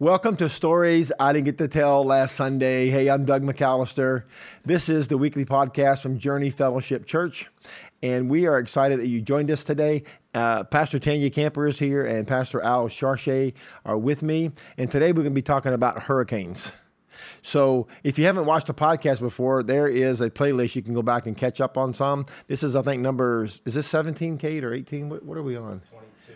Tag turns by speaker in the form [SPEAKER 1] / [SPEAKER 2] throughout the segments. [SPEAKER 1] Welcome to Stories I Didn't Get to Tell Last Sunday. Hey, I'm Doug McAllister. This is the weekly podcast from Journey Fellowship Church, and we are excited that you joined us today. Uh, Pastor Tanya Camper is here, and Pastor Al Charche are with me. And today we're going to be talking about hurricanes. So if you haven't watched the podcast before, there is a playlist you can go back and catch up on some. This is, I think, numbers, is this 17, Kate, or 18? What, what are we on?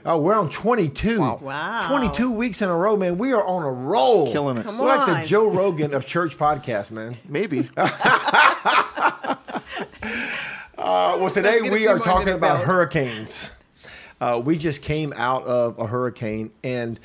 [SPEAKER 1] Oh, we're on 22.
[SPEAKER 2] Wow.
[SPEAKER 1] 22 weeks in a row, man. We are on a roll.
[SPEAKER 3] Killing it. Come
[SPEAKER 1] We're like the
[SPEAKER 2] on.
[SPEAKER 1] Joe Rogan of church podcast, man.
[SPEAKER 3] Maybe.
[SPEAKER 1] Ah. Uh, well, today
[SPEAKER 2] Let's get a
[SPEAKER 1] we
[SPEAKER 2] few
[SPEAKER 1] are
[SPEAKER 2] more
[SPEAKER 1] talking
[SPEAKER 2] minutes
[SPEAKER 1] about
[SPEAKER 2] out.
[SPEAKER 1] hurricanes. Uh, we just came out of a hurricane, and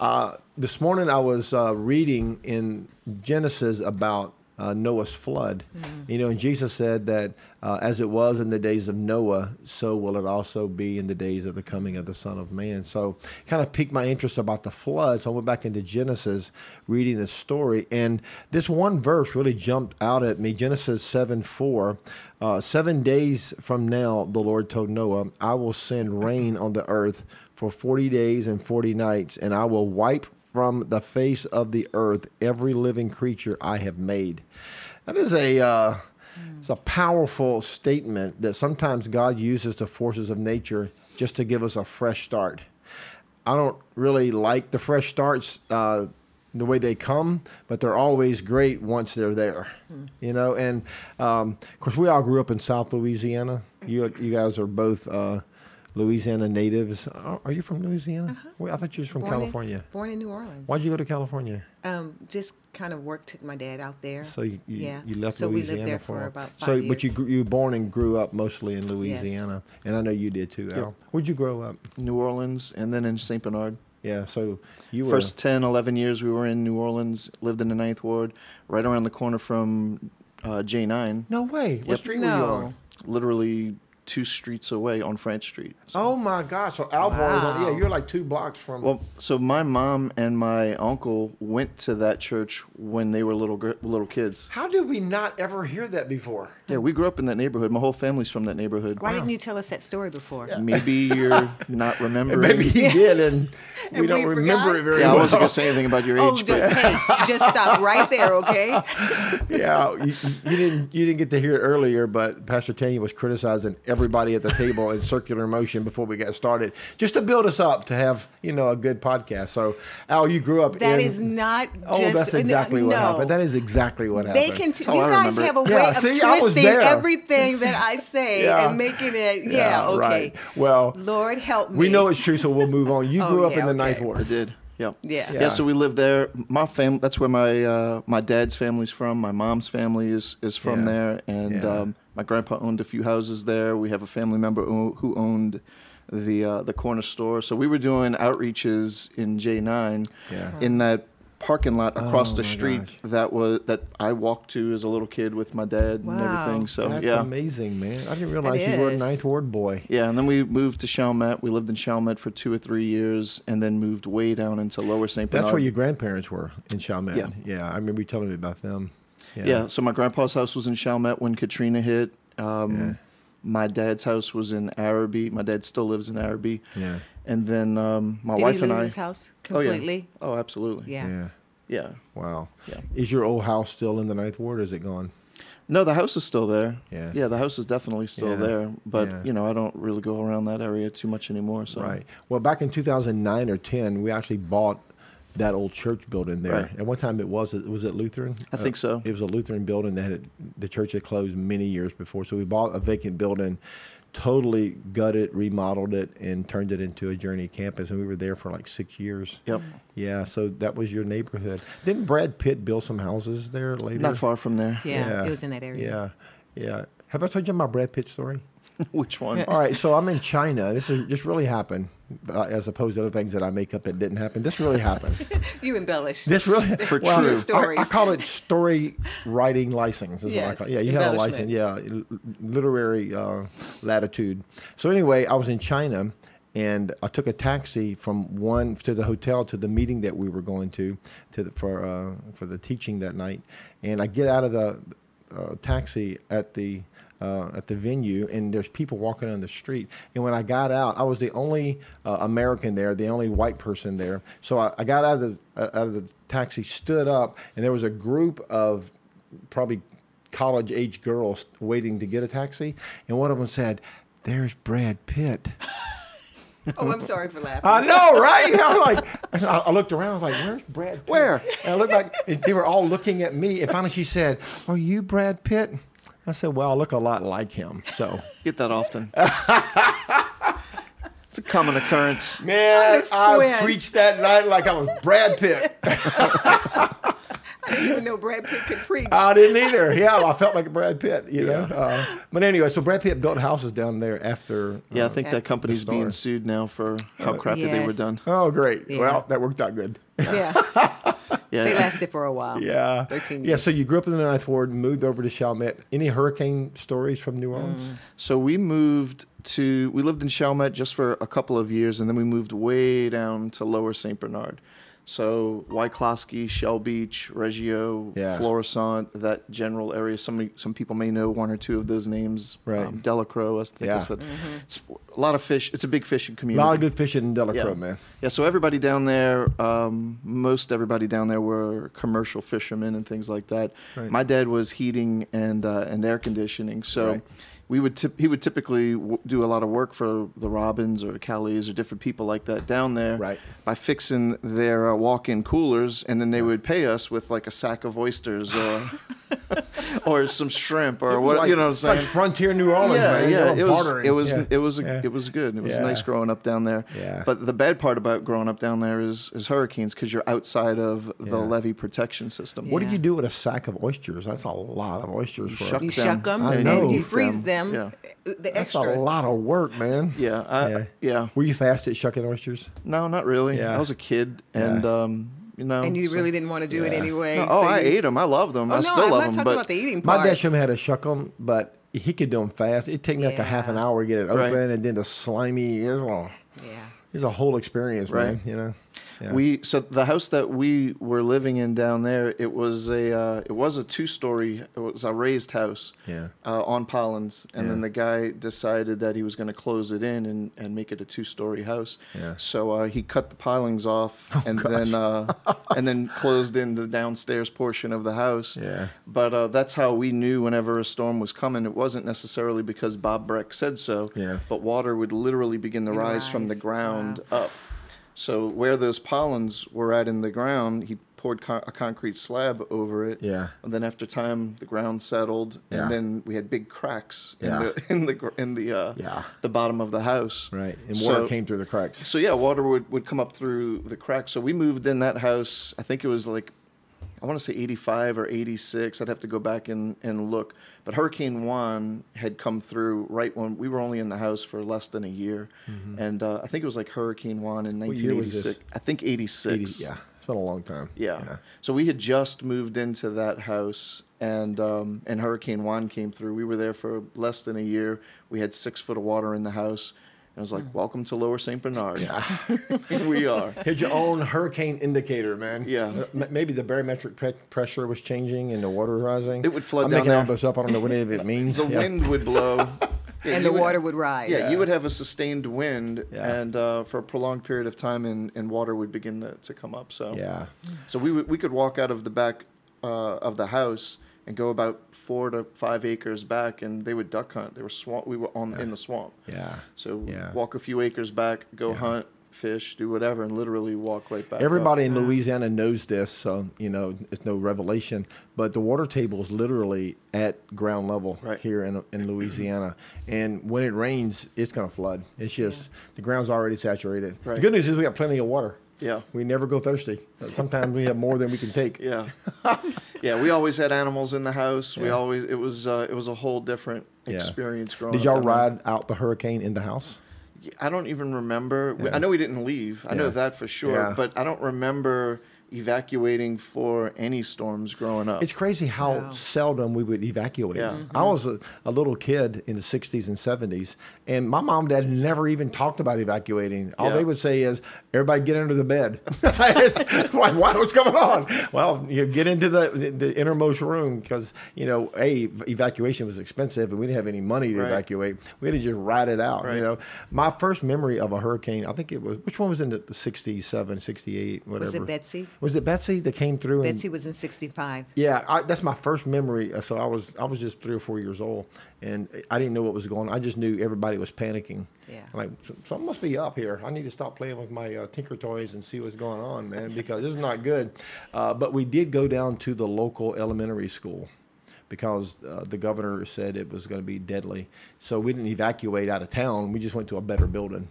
[SPEAKER 1] uh, this morning I was uh, reading in Genesis about uh, Noah's flood.
[SPEAKER 2] Mm-hmm.
[SPEAKER 1] You know, and Jesus said that uh, as it was in the days of Noah, so will it also be in the days of the coming of the Son of Man. So, kind of piqued my interest about the flood. So I went back into Genesis, reading the story, and this one verse really jumped out at me. Genesis seven four. Uh, Seven days from now, the Lord told Noah, I will send rain on the earth for 40 days and 40 nights, and I will wipe from the face of the earth every living creature I have made. That is a. Uh, it's a powerful statement that sometimes God uses the forces of nature just to give us a fresh start. I don't really like the fresh starts uh, the way they come, but they're always great once they're there,
[SPEAKER 2] Hmm.
[SPEAKER 1] you know. And um, of course, we all grew up in South Louisiana. You you guys are both uh, Louisiana natives. Are, are you from Louisiana? Wait, I thought you were from
[SPEAKER 2] Uh-huh. Born in-
[SPEAKER 1] California.
[SPEAKER 2] born in New Orleans.
[SPEAKER 1] Why'd you go to California?
[SPEAKER 2] Um, just kind of work took my dad out there.
[SPEAKER 1] So you, you,
[SPEAKER 2] yeah.
[SPEAKER 1] you left
[SPEAKER 2] so
[SPEAKER 1] Louisiana
[SPEAKER 2] we lived there
[SPEAKER 1] for, a
[SPEAKER 2] for
[SPEAKER 1] while.
[SPEAKER 2] about five
[SPEAKER 1] so,
[SPEAKER 2] years.
[SPEAKER 1] but you gr- you were born and grew up mostly in Louisiana, and I know you did too. Al. Where'd you grow up?
[SPEAKER 3] New Orleans and then in St. Bernard.
[SPEAKER 1] Yeah, so you were
[SPEAKER 3] First 10, 11 years we were in New Orleans, lived in the Ninth Ward, right around the corner from uh, J9,
[SPEAKER 1] no way. What
[SPEAKER 3] Yep.
[SPEAKER 1] street were you
[SPEAKER 2] no.
[SPEAKER 1] on?
[SPEAKER 3] literally two streets away on French Street. So,
[SPEAKER 1] Oh my gosh! So Alvarez, on, yeah,
[SPEAKER 2] Wow.
[SPEAKER 1] you're like two blocks from.
[SPEAKER 3] Well, so my mom and my uncle went to that church when they were little gr- little kids.
[SPEAKER 1] how did we not ever hear that before?
[SPEAKER 3] Yeah, we grew up in that neighborhood. My whole family's from that neighborhood.
[SPEAKER 2] Why didn't you tell us that story before?
[SPEAKER 3] Maybe you're not remembering.
[SPEAKER 1] Maybe he did, and we
[SPEAKER 2] And
[SPEAKER 1] don't
[SPEAKER 2] we
[SPEAKER 1] remember
[SPEAKER 2] forgot?
[SPEAKER 1] it very
[SPEAKER 3] Yeah, I
[SPEAKER 1] well.
[SPEAKER 3] wasn't gonna say anything about your
[SPEAKER 2] Oh,
[SPEAKER 3] age,
[SPEAKER 2] just,
[SPEAKER 3] but
[SPEAKER 2] hey, just stop right there, okay?
[SPEAKER 1] yeah, you, you didn't you didn't get to hear it earlier, but Pastor Tanya was criticizing everybody at the table in circular motion before we got started, just to build us up to have you know a good podcast. So Al, you grew up in.
[SPEAKER 2] That is not just.
[SPEAKER 1] oh, that's exactly
[SPEAKER 2] no.
[SPEAKER 1] what happened. That is exactly what
[SPEAKER 2] They
[SPEAKER 1] happened.
[SPEAKER 2] can. T-
[SPEAKER 3] how
[SPEAKER 2] you
[SPEAKER 3] I
[SPEAKER 2] guys
[SPEAKER 3] remember it.
[SPEAKER 2] have a way
[SPEAKER 1] Yeah,
[SPEAKER 2] of
[SPEAKER 1] see, I was
[SPEAKER 2] twisting
[SPEAKER 1] there.
[SPEAKER 2] everything that I say
[SPEAKER 1] Yeah.
[SPEAKER 2] and making it. Yeah. okay.
[SPEAKER 1] Right. Well,
[SPEAKER 2] Lord help me.
[SPEAKER 1] we know it's true, so we'll move on. You
[SPEAKER 2] Oh,
[SPEAKER 1] grew up
[SPEAKER 2] yeah,
[SPEAKER 1] in the ninth
[SPEAKER 2] okay.
[SPEAKER 3] I
[SPEAKER 1] ward.
[SPEAKER 3] did. Yep.
[SPEAKER 2] Yeah.
[SPEAKER 3] yeah.
[SPEAKER 1] Yeah.
[SPEAKER 3] so we lived there. My fam that's where my uh, my dad's family's from. My mom's family is is from
[SPEAKER 1] Yeah.
[SPEAKER 3] there, and
[SPEAKER 1] Yeah.
[SPEAKER 3] um, my grandpa owned a few houses there. We have a family member o- who owned the uh, the corner store. So we were doing outreaches in J nine,
[SPEAKER 1] Yeah.
[SPEAKER 3] in that parking lot across
[SPEAKER 1] Oh
[SPEAKER 3] the
[SPEAKER 1] my
[SPEAKER 3] street
[SPEAKER 1] gosh.
[SPEAKER 3] that was that I walked to as a little kid with my dad and
[SPEAKER 2] Wow.
[SPEAKER 3] everything. So
[SPEAKER 1] That's
[SPEAKER 3] yeah.
[SPEAKER 1] amazing, man. I didn't realize you were a
[SPEAKER 2] is.
[SPEAKER 1] ninth ward boy.
[SPEAKER 3] Yeah, and then we moved to Chalmette. We lived in Chalmette for two or three years, and then moved way down into Lower St. Bernard.
[SPEAKER 1] That's where your grandparents were in Chalmette. Yeah,
[SPEAKER 3] Yeah.
[SPEAKER 1] I remember you telling me about them.
[SPEAKER 3] Yeah. So my grandpa's house was in Chalmette when Katrina hit. Um,
[SPEAKER 1] Yeah.
[SPEAKER 3] My dad's house was in Araby. My dad still lives in Araby.
[SPEAKER 1] Yeah.
[SPEAKER 3] And then um, my
[SPEAKER 2] Did
[SPEAKER 3] wife
[SPEAKER 2] he
[SPEAKER 3] and
[SPEAKER 2] lose
[SPEAKER 3] I.
[SPEAKER 2] his house
[SPEAKER 3] Oh, yeah.
[SPEAKER 2] completely?
[SPEAKER 3] Oh, absolutely.
[SPEAKER 2] yeah.
[SPEAKER 1] Yeah.
[SPEAKER 3] Yeah.
[SPEAKER 1] Wow.
[SPEAKER 3] Yeah.
[SPEAKER 1] Is your old house still in the ninth ward? Or is it gone?
[SPEAKER 3] No, the house is still there.
[SPEAKER 1] Yeah.
[SPEAKER 3] Yeah, the house is definitely still
[SPEAKER 1] Yeah.
[SPEAKER 3] there. But
[SPEAKER 1] Yeah.
[SPEAKER 3] you know, I don't really go around that area too much anymore. So.
[SPEAKER 1] Right. Well, back in 2009 or 10, we actually bought that old church building there.
[SPEAKER 3] Right.
[SPEAKER 1] At one time, it was was it Lutheran? Uh,
[SPEAKER 3] I think so.
[SPEAKER 1] It was a Lutheran building that had, the church had closed many years before. So we bought a vacant building, totally gutted, remodeled it, and turned it into a Journey campus. And we were there for like six years.
[SPEAKER 3] Yep.
[SPEAKER 1] Yeah. So that was your neighborhood. Didn't Brad Pitt build some houses there later?
[SPEAKER 3] Not far from there.
[SPEAKER 2] Yeah. It was in that area.
[SPEAKER 1] Yeah. Yeah. Have I told you my Brad Pitt story?
[SPEAKER 3] Which one?
[SPEAKER 1] All right, so I'm in China. This is this really happened, uh, as opposed to other things that I make up that didn't happen. This really happened.
[SPEAKER 2] You embellished.
[SPEAKER 1] This really
[SPEAKER 3] For true.
[SPEAKER 1] I-
[SPEAKER 2] Stories.
[SPEAKER 1] I, call it story writing license. Is what I
[SPEAKER 2] Yes,
[SPEAKER 1] call it. Yeah, you have a license.
[SPEAKER 2] embellishment.
[SPEAKER 1] Yeah, l- literary uh, latitude. So anyway, I was in China, and I took a taxi from one to the hotel to the meeting that we were going to to the, for uh, for the teaching that night. And I get out of the uh, taxi at the uh, at the venue, and there's people walking on the street. And when I got out, I was the only uh, American there, the only white person there. So I, I got out of the out of the taxi, stood up, and there was a group of probably college age girls waiting to get a taxi, and one of them said, "There's Brad Pitt."
[SPEAKER 2] Oh, I'm sorry for laughing.
[SPEAKER 1] I know, right? I was like, I I looked around. I was like, "Where's Brad? Pitt?
[SPEAKER 3] Where?
[SPEAKER 1] And I looked like and they were all looking at me. And finally, she said, "Are you Brad Pitt?" I said, "Well, I look a lot like him." So,
[SPEAKER 3] Get that often. it's a common occurrence.
[SPEAKER 1] man,
[SPEAKER 2] Honest
[SPEAKER 1] I
[SPEAKER 2] twin.
[SPEAKER 1] preached that night like I was Brad Pitt.
[SPEAKER 2] I didn't even know Brad Pitt could preach.
[SPEAKER 1] I didn't either. Yeah, I felt like Brad Pitt. You know.
[SPEAKER 3] Yeah.
[SPEAKER 1] Uh, but anyway, so Brad Pitt built houses down there after.
[SPEAKER 3] Yeah, I
[SPEAKER 1] uh,
[SPEAKER 3] think that company's being
[SPEAKER 1] store.
[SPEAKER 3] sued now for how crappy they were
[SPEAKER 2] Yes.
[SPEAKER 3] done.
[SPEAKER 1] Oh, great.
[SPEAKER 2] Yeah.
[SPEAKER 1] Well, that worked out good.
[SPEAKER 2] yeah. They
[SPEAKER 3] Yeah,
[SPEAKER 2] lasted for a while.
[SPEAKER 1] Yeah.
[SPEAKER 2] 13
[SPEAKER 1] Yeah. So you grew up in the Ninth Ward, moved over to Chalmette. Any hurricane stories from New Orleans?
[SPEAKER 3] So we moved to we lived in Chalmette just for a couple of years, and then we moved way down to Lower Saint Bernard. So Wyclosky, Shell Beach, Reggio,
[SPEAKER 1] Yeah.
[SPEAKER 3] Florissant, that general area. Some some people may know one or two of those names.
[SPEAKER 1] Right.
[SPEAKER 3] Delacro, I think
[SPEAKER 1] Yeah.
[SPEAKER 3] I said. It's a lot of fish. It's a big fishing
[SPEAKER 1] A
[SPEAKER 3] community.
[SPEAKER 1] lot of good fishing in Delacroix,
[SPEAKER 3] Mm. Yeah.
[SPEAKER 1] man.
[SPEAKER 3] Yeah, so everybody down there, um, most everybody down there were commercial fishermen and things like that.
[SPEAKER 1] Right.
[SPEAKER 3] My dad was heating and uh, and air conditioning, so
[SPEAKER 1] Right.
[SPEAKER 3] we would tip, he would typically w- do a lot of work for the Robins or Callies or different people like that down there
[SPEAKER 1] Right.
[SPEAKER 3] by fixing their uh, walk-in coolers, and then they would pay us with like a sack of oysters or or some shrimp or what
[SPEAKER 1] Like-
[SPEAKER 3] you know what I'm
[SPEAKER 1] it's like
[SPEAKER 3] saying
[SPEAKER 1] Frontier New Orleans, man. They were
[SPEAKER 3] it was
[SPEAKER 1] bartering.
[SPEAKER 3] it was
[SPEAKER 1] Yeah.
[SPEAKER 3] it was
[SPEAKER 1] Yeah.
[SPEAKER 3] it was good. It was
[SPEAKER 1] Yeah.
[SPEAKER 3] nice growing up down there.
[SPEAKER 1] Yeah.
[SPEAKER 3] But the bad part about growing up down there is is hurricanes because you're outside of the
[SPEAKER 1] Yeah.
[SPEAKER 3] levee protection system.
[SPEAKER 1] What did
[SPEAKER 2] Yeah.
[SPEAKER 1] you do with a sack of oysters? That's a lot of oysters. For
[SPEAKER 3] shuck
[SPEAKER 2] You
[SPEAKER 3] them.
[SPEAKER 2] shuck them
[SPEAKER 1] I
[SPEAKER 2] and
[SPEAKER 1] know.
[SPEAKER 2] then you
[SPEAKER 1] Cook
[SPEAKER 2] freeze them. uh,
[SPEAKER 3] Yeah.
[SPEAKER 2] The
[SPEAKER 1] That's
[SPEAKER 2] extra.
[SPEAKER 1] a lot of work, man.
[SPEAKER 3] Yeah, I,
[SPEAKER 1] Yeah.
[SPEAKER 3] yeah.
[SPEAKER 1] Were you fast at shucking oysters?
[SPEAKER 3] No, not really.
[SPEAKER 1] Yeah.
[SPEAKER 3] I was a kid, and um, you know,
[SPEAKER 2] And you
[SPEAKER 3] so-
[SPEAKER 2] really didn't want to do it
[SPEAKER 1] Yeah.
[SPEAKER 2] anyway.
[SPEAKER 3] No, oh,
[SPEAKER 2] so
[SPEAKER 3] I
[SPEAKER 2] you-
[SPEAKER 3] ate them. I loved them.
[SPEAKER 2] Oh,
[SPEAKER 3] I
[SPEAKER 2] no,
[SPEAKER 3] still
[SPEAKER 2] I'm
[SPEAKER 3] love
[SPEAKER 2] not
[SPEAKER 3] them.
[SPEAKER 2] talking
[SPEAKER 3] but
[SPEAKER 2] about the eating
[SPEAKER 1] My
[SPEAKER 2] part.
[SPEAKER 1] dad showed me how to shuck them, but he could do them fast. It'd take me like a half an
[SPEAKER 2] Yeah.
[SPEAKER 1] hour to get it open,
[SPEAKER 3] Right.
[SPEAKER 1] and then the slimy. It's a,
[SPEAKER 2] Yeah.
[SPEAKER 1] it's a whole experience, man.
[SPEAKER 3] Right.
[SPEAKER 1] You know. Yeah.
[SPEAKER 3] We so the house that we were living in down there, it was a uh, it was a two story, it was a raised house.
[SPEAKER 1] Yeah.
[SPEAKER 3] Uh, on Pollins, and then
[SPEAKER 1] Yeah.
[SPEAKER 3] the guy decided that he was going to close it in and, and make it a two story house.
[SPEAKER 1] Yeah. Oh,
[SPEAKER 3] So uh, he cut the pilings off and then uh, and then closed in the downstairs portion of the house.
[SPEAKER 1] Yeah.
[SPEAKER 3] But uh, that's how we knew whenever a storm was coming. It wasn't necessarily because Bob Breck said so.
[SPEAKER 1] Yeah.
[SPEAKER 3] But water would literally begin to rise, from the
[SPEAKER 2] rise.
[SPEAKER 3] ground up. So where those pollens were at in the ground, he poured con- a concrete slab over it.
[SPEAKER 1] Yeah.
[SPEAKER 3] And then after time, the ground settled,
[SPEAKER 1] Yeah.
[SPEAKER 3] and then we had big cracks
[SPEAKER 1] Yeah.
[SPEAKER 3] in the in the gr- in the uh,
[SPEAKER 1] Yeah.
[SPEAKER 3] the bottom of the house.
[SPEAKER 1] Right. And
[SPEAKER 3] So-
[SPEAKER 1] water came through the cracks.
[SPEAKER 3] So yeah, water would would come up through the cracks. So we moved in that house. I think it was like. I want to say 85 or 86. I'd have to go back and, and look. But Hurricane Juan had come through right when we were only in the house for less than a year. And uh, I think it was like Hurricane Juan in
[SPEAKER 1] Mm-hmm. year was this?
[SPEAKER 3] 1986. I think
[SPEAKER 1] Eighty-
[SPEAKER 3] 86.
[SPEAKER 1] yeah. It's been a long time.
[SPEAKER 3] Yeah. So we had just moved into that house, and um, and Hurricane Juan came through. We were there for less than a year. We had six foot of water in the house. I was like,
[SPEAKER 2] Mm.
[SPEAKER 3] "Welcome to Lower Saint Bernard." Here we are.
[SPEAKER 1] Hit your own hurricane indicator, man.
[SPEAKER 3] Yeah.
[SPEAKER 1] Uh, m- Maybe the barometric pe- pressure was changing and the water rising.
[SPEAKER 3] It would flood
[SPEAKER 1] I'm
[SPEAKER 3] down
[SPEAKER 1] making all
[SPEAKER 3] there.
[SPEAKER 1] this up. I don't know what any of it means.
[SPEAKER 3] The
[SPEAKER 1] Yeah.
[SPEAKER 3] wind would blow, Yeah,
[SPEAKER 2] and
[SPEAKER 3] you
[SPEAKER 2] the water would rise.
[SPEAKER 3] Yeah, you would have a sustained wind,
[SPEAKER 1] Yeah.
[SPEAKER 3] and uh, for a prolonged period of time, and, and water would begin to, to come up. So
[SPEAKER 1] Yeah.
[SPEAKER 3] So we would, we could walk out of the back uh, of the house and go about four to five acres back, and they would duck hunt. They were swamp. We were on in the swamp.
[SPEAKER 1] Yeah.
[SPEAKER 3] So
[SPEAKER 1] Yeah.
[SPEAKER 3] walk a few acres back, go hunt, fish, do whatever, and literally walk right back. up.
[SPEAKER 1] Everybody in Louisiana knows this, so you know it's no revelation. But the water table is literally at ground level
[SPEAKER 3] Right.
[SPEAKER 1] here in, in Louisiana, and when it rains, it's going to flood. It's just the ground's already saturated. The
[SPEAKER 3] Right.
[SPEAKER 1] good news is we got plenty of water.
[SPEAKER 3] Yeah.
[SPEAKER 1] we never go thirsty. Sometimes we have more than we can take.
[SPEAKER 3] Yeah, yeah. We always had animals in the house. We always it was uh, it was a whole different
[SPEAKER 1] Yeah.
[SPEAKER 3] experience growing.
[SPEAKER 1] Did
[SPEAKER 3] up
[SPEAKER 1] y'all
[SPEAKER 3] down there.
[SPEAKER 1] ride out the hurricane in the house?
[SPEAKER 3] I don't even remember. we I know we didn't leave. I know that for sure,
[SPEAKER 1] Yeah.
[SPEAKER 3] but I don't remember. evacuating for any storms growing up.
[SPEAKER 1] It's crazy how seldom we would evacuate.
[SPEAKER 3] Yeah. Mm-hmm.
[SPEAKER 1] I was a, a little kid in the 60s and 70s, and my mom and dad never even talked about evacuating. All
[SPEAKER 3] Yeah.
[SPEAKER 1] they would say is, everybody get under the bed. it's like, why, what's going on? Well, you get into the, the, the innermost room because, you know, A, evacuation was expensive and we didn't have any money to
[SPEAKER 3] Right.
[SPEAKER 1] evacuate. We had to just ride it out,
[SPEAKER 3] Right.
[SPEAKER 1] you know. My first memory of a hurricane, I think it was, which one was in the 67, 68, whatever.
[SPEAKER 2] Betsy?
[SPEAKER 1] Was it Betsy that came through? and-
[SPEAKER 2] Betsy was in 65.
[SPEAKER 1] yeah, I, that's my first memory. Uh, So I was I was just three or four years old, and I didn't know what was going. on. I just knew everybody was panicking.
[SPEAKER 2] Yeah.
[SPEAKER 1] like "So- something must be up here. I need to stop playing with my uh, Tinker toys and see what's going on, man, because this is not good. Uh, but we did go down to the local elementary school because uh, the governor said it was going to be deadly. So we didn't evacuate out of town. We just went to a better building,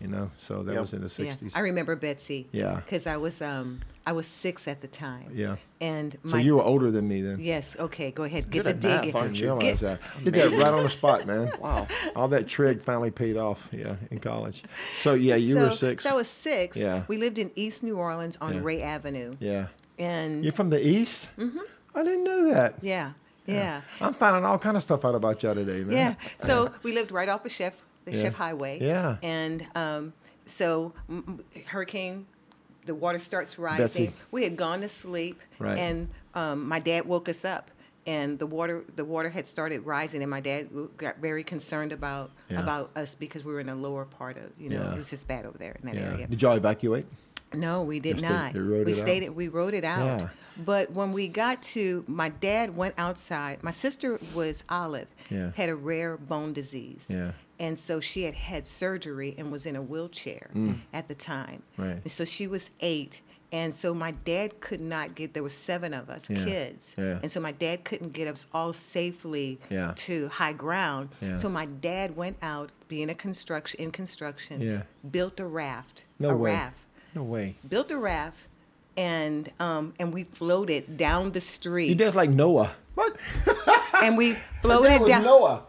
[SPEAKER 1] you know. So that
[SPEAKER 3] Yep.
[SPEAKER 1] was in the '60s.
[SPEAKER 2] Yeah, I remember Betsy.
[SPEAKER 1] Yeah.
[SPEAKER 2] Because I was um I was six at the time.
[SPEAKER 1] Yeah.
[SPEAKER 2] And my
[SPEAKER 1] so you were older than me then.
[SPEAKER 2] yes okay go ahead get
[SPEAKER 3] Good at
[SPEAKER 2] the
[SPEAKER 3] math,
[SPEAKER 2] dig.
[SPEAKER 1] I
[SPEAKER 3] aren't
[SPEAKER 1] didn't
[SPEAKER 3] you?
[SPEAKER 2] Get-
[SPEAKER 1] realize that. Did that right on the spot, man.
[SPEAKER 3] Wow.
[SPEAKER 1] All that trig finally paid off, yeah, in college. So yeah, you were
[SPEAKER 2] So,
[SPEAKER 1] six.
[SPEAKER 2] So I was six.
[SPEAKER 1] Yeah.
[SPEAKER 2] We lived in East New Orleans on
[SPEAKER 1] Yeah.
[SPEAKER 2] Ray Avenue.
[SPEAKER 1] yeah.
[SPEAKER 2] And
[SPEAKER 1] You're from the east? Mm-hmm. I didn't know that.
[SPEAKER 2] yeah, yeah,
[SPEAKER 1] I'm finding all kind of stuff out about y'all today, man.
[SPEAKER 2] yeah. So we lived right off of Chef the
[SPEAKER 1] Yeah.
[SPEAKER 2] Chef Highway.
[SPEAKER 1] Yeah.
[SPEAKER 2] And um, so mm, mm, hurricane, the water starts rising.
[SPEAKER 1] Betsy.
[SPEAKER 2] We had gone to sleep.
[SPEAKER 1] Right.
[SPEAKER 2] And um, my dad woke us up. And the water, the water had started rising, and my dad w- got very concerned about
[SPEAKER 1] Yeah.
[SPEAKER 2] about us because we were in the lower part of, you know,
[SPEAKER 1] Yeah.
[SPEAKER 2] it was just bad over there in that
[SPEAKER 1] Yeah.
[SPEAKER 2] area.
[SPEAKER 1] Did y'all evacuate?
[SPEAKER 2] No, we did
[SPEAKER 1] Just they-
[SPEAKER 2] not.
[SPEAKER 1] they wrote
[SPEAKER 2] we
[SPEAKER 1] it out.
[SPEAKER 2] stayed. It, we wrote it out.
[SPEAKER 1] Yeah.
[SPEAKER 2] But when we got to, my dad went outside. My sister was Olive.
[SPEAKER 1] Yeah.
[SPEAKER 2] Had a rare bone disease.
[SPEAKER 1] Yeah.
[SPEAKER 2] And so she had had surgery and was in a wheelchair at the time.
[SPEAKER 1] Mm. Right.
[SPEAKER 2] And so she was eight. And so my dad could not get. There were seven of us
[SPEAKER 1] Yeah.
[SPEAKER 2] kids.
[SPEAKER 1] Yeah.
[SPEAKER 2] And so my dad couldn't get us all safely
[SPEAKER 1] Yeah.
[SPEAKER 2] to high ground.
[SPEAKER 1] Yeah.
[SPEAKER 2] So my dad went out, being a construction in construction.
[SPEAKER 1] Yeah.
[SPEAKER 2] Built a raft.
[SPEAKER 1] No
[SPEAKER 2] a
[SPEAKER 1] way.
[SPEAKER 2] raft
[SPEAKER 1] No way.
[SPEAKER 2] built a raft and um and we floated down the
[SPEAKER 1] You
[SPEAKER 2] street
[SPEAKER 1] dad's like Noah. What?
[SPEAKER 2] and we
[SPEAKER 1] That
[SPEAKER 2] floated
[SPEAKER 1] was
[SPEAKER 2] down
[SPEAKER 1] Noah.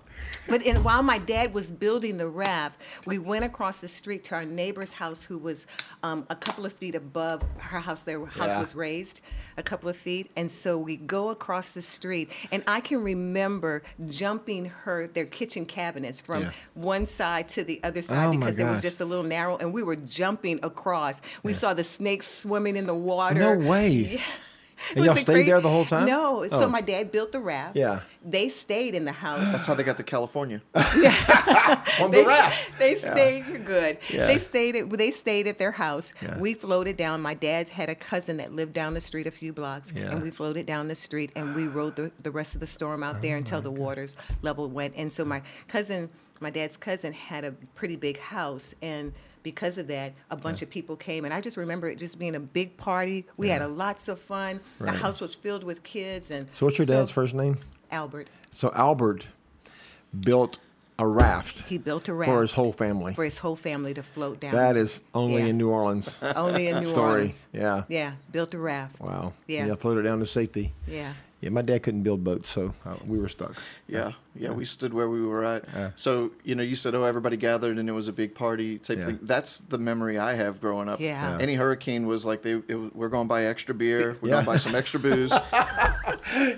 [SPEAKER 2] but in, while my dad was building the raft we went across the street to our neighbor's house who was um, a couple of feet above her house their house
[SPEAKER 1] Yeah.
[SPEAKER 2] was raised a couple of feet and so we go across the street and i can remember jumping her their kitchen cabinets from
[SPEAKER 1] Yeah.
[SPEAKER 2] one side to the other side
[SPEAKER 1] Oh, my
[SPEAKER 2] because there was
[SPEAKER 1] gosh.
[SPEAKER 2] just a little narrow and we were jumping across we saw the snakes swimming in the water
[SPEAKER 1] No way.
[SPEAKER 2] It
[SPEAKER 1] And
[SPEAKER 2] was
[SPEAKER 1] y'all
[SPEAKER 2] a
[SPEAKER 1] stayed there the whole time?
[SPEAKER 2] No.
[SPEAKER 1] Oh.
[SPEAKER 2] So my dad built the raft.
[SPEAKER 1] Yeah.
[SPEAKER 2] They stayed in the house.
[SPEAKER 3] That's how they got to California.
[SPEAKER 1] On the
[SPEAKER 2] They,
[SPEAKER 1] raft.
[SPEAKER 2] they stayed. You're good.
[SPEAKER 1] Yeah.
[SPEAKER 2] They stayed. At, they stayed at their house.
[SPEAKER 1] Yeah.
[SPEAKER 2] We floated down. My dad had a cousin that lived down the street a few blocks,
[SPEAKER 1] Yeah.
[SPEAKER 2] and we floated down the street and we rode the, the rest of the storm out
[SPEAKER 1] Oh
[SPEAKER 2] there until the waters level went. And so my cousin, my dad's cousin, had a pretty big house, and because of that, a bunch of people came. And I just remember it just being a big party. We had a lots of fun.
[SPEAKER 1] Right.
[SPEAKER 2] The house was filled with kids. And
[SPEAKER 1] So what's your dad's first name?
[SPEAKER 2] Albert.
[SPEAKER 1] So Albert built a raft
[SPEAKER 2] He built a raft
[SPEAKER 1] for his whole family.
[SPEAKER 2] for his whole family to float down.
[SPEAKER 1] That is only
[SPEAKER 2] Yeah.
[SPEAKER 1] in New Orleans.
[SPEAKER 2] only in New
[SPEAKER 1] story.
[SPEAKER 2] Orleans.
[SPEAKER 1] Yeah.
[SPEAKER 2] Yeah, built a raft.
[SPEAKER 1] Wow.
[SPEAKER 2] Yeah.
[SPEAKER 1] Yeah, floated down to safety.
[SPEAKER 2] Yeah.
[SPEAKER 1] Yeah, my dad couldn't build boats, so uh, we were stuck.
[SPEAKER 3] Yeah, yeah, we stood where we were at. So you know, you said, "Oh, everybody gathered, and it was a big party type
[SPEAKER 1] Yeah.
[SPEAKER 3] thing." That's the memory I have growing up.
[SPEAKER 2] Yeah. Yeah.
[SPEAKER 3] Any hurricane was like, "They, it, was- we're going to buy extra beer. We're
[SPEAKER 1] Yeah.
[SPEAKER 3] going to buy some extra booze."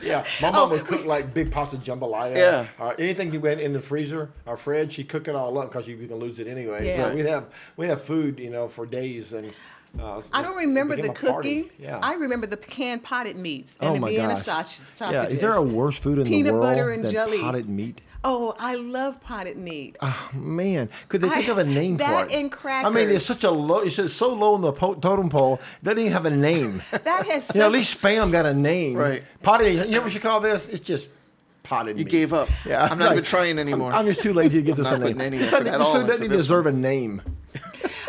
[SPEAKER 1] Yeah, my
[SPEAKER 2] Oh,
[SPEAKER 1] mom would cook like big pots of jambalaya.
[SPEAKER 3] Yeah.
[SPEAKER 1] or anything you went in the freezer or fridge, she cook it all up because you, you can lose it anyway.
[SPEAKER 2] Yeah.
[SPEAKER 1] So we'd have we have food, you know, for days and. Uh,
[SPEAKER 2] I don't
[SPEAKER 1] it
[SPEAKER 2] remember the
[SPEAKER 1] became a party.
[SPEAKER 2] cooking.
[SPEAKER 1] Yeah.
[SPEAKER 2] I remember the canned potted meats and
[SPEAKER 1] oh
[SPEAKER 2] the
[SPEAKER 1] my
[SPEAKER 2] Vienna
[SPEAKER 1] gosh.
[SPEAKER 2] sausage-
[SPEAKER 1] Yeah.
[SPEAKER 2] sausages.
[SPEAKER 1] Is there a worse food in
[SPEAKER 2] Peanut
[SPEAKER 1] the world
[SPEAKER 2] butter and
[SPEAKER 1] than
[SPEAKER 2] jelly.
[SPEAKER 1] potted meat?
[SPEAKER 2] Oh, I love potted meat.
[SPEAKER 1] Oh, man, could they
[SPEAKER 2] I-
[SPEAKER 1] think of a name
[SPEAKER 2] that
[SPEAKER 1] for it?
[SPEAKER 2] and
[SPEAKER 1] I mean, it's
[SPEAKER 2] crackers.
[SPEAKER 1] such a low. It's just so low on the po- totem pole. It doesn't even have a name.
[SPEAKER 2] That has
[SPEAKER 1] You know, at
[SPEAKER 2] some-
[SPEAKER 1] least spam got a name.
[SPEAKER 3] Right.
[SPEAKER 1] Potted. You know what you call this? It's just potted.
[SPEAKER 3] You
[SPEAKER 1] meat.
[SPEAKER 3] gave up.
[SPEAKER 1] Yeah,
[SPEAKER 3] I'm
[SPEAKER 1] it's
[SPEAKER 3] not even
[SPEAKER 1] like,
[SPEAKER 3] trying anymore.
[SPEAKER 1] I'm, I'm just too lazy to give this a
[SPEAKER 3] not
[SPEAKER 1] name.
[SPEAKER 3] putting any
[SPEAKER 1] This
[SPEAKER 3] effort
[SPEAKER 1] doesn't,
[SPEAKER 3] at
[SPEAKER 1] this
[SPEAKER 3] all
[SPEAKER 1] doesn't
[SPEAKER 3] into this
[SPEAKER 1] deserve a name.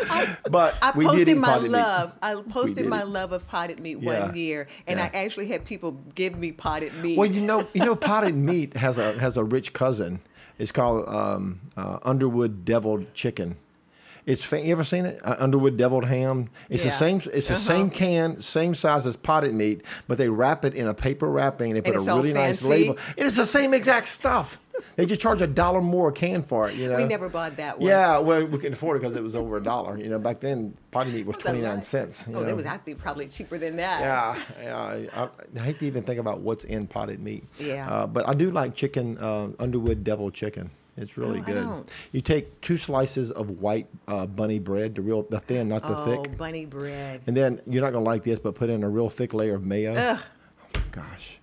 [SPEAKER 1] but
[SPEAKER 2] I
[SPEAKER 1] we did eat
[SPEAKER 2] posted my
[SPEAKER 1] potted meat.
[SPEAKER 2] love. I posted
[SPEAKER 1] did
[SPEAKER 2] my
[SPEAKER 1] it.
[SPEAKER 2] love of potted meat
[SPEAKER 1] Yeah.
[SPEAKER 2] one year, and
[SPEAKER 1] Yeah.
[SPEAKER 2] I actually had people give me potted meat.
[SPEAKER 1] Well, you know, you know, potted meat has a has a rich cousin. It's called um, uh, Underwood deviled chicken. It's fa- you ever seen it? Uh, Underwood deviled ham. It's the
[SPEAKER 2] Yeah.
[SPEAKER 1] same. It's the
[SPEAKER 2] Uh-huh.
[SPEAKER 1] same can, same size as potted meat, but they wrap it in a paper wrapping. They put a
[SPEAKER 2] it's all
[SPEAKER 1] really nice
[SPEAKER 2] fancy.
[SPEAKER 1] label. It is the same exact stuff. They just charge a dollar more a can for it. You know.
[SPEAKER 2] We never bought that one.
[SPEAKER 1] Yeah, well, we couldn't afford it because it was over a dollar. You know, back then potty meat was
[SPEAKER 2] That was a
[SPEAKER 1] twenty nine
[SPEAKER 2] lot.
[SPEAKER 1] cents. You
[SPEAKER 2] oh,
[SPEAKER 1] know?
[SPEAKER 2] that was actually probably cheaper than that.
[SPEAKER 1] Yeah, yeah. I, I hate to even think about what's in potted meat.
[SPEAKER 2] Yeah.
[SPEAKER 1] Uh, but I do like chicken, uh, Underwood Devil Chicken. It's really
[SPEAKER 2] No, I
[SPEAKER 1] good.
[SPEAKER 2] don't.
[SPEAKER 1] You take two slices of white uh, bunny bread, the real, the thin, not the
[SPEAKER 2] Oh,
[SPEAKER 1] thick,
[SPEAKER 2] bunny bread.
[SPEAKER 1] and then you're not gonna like this, but put in a real thick layer of mayo. Oh my gosh.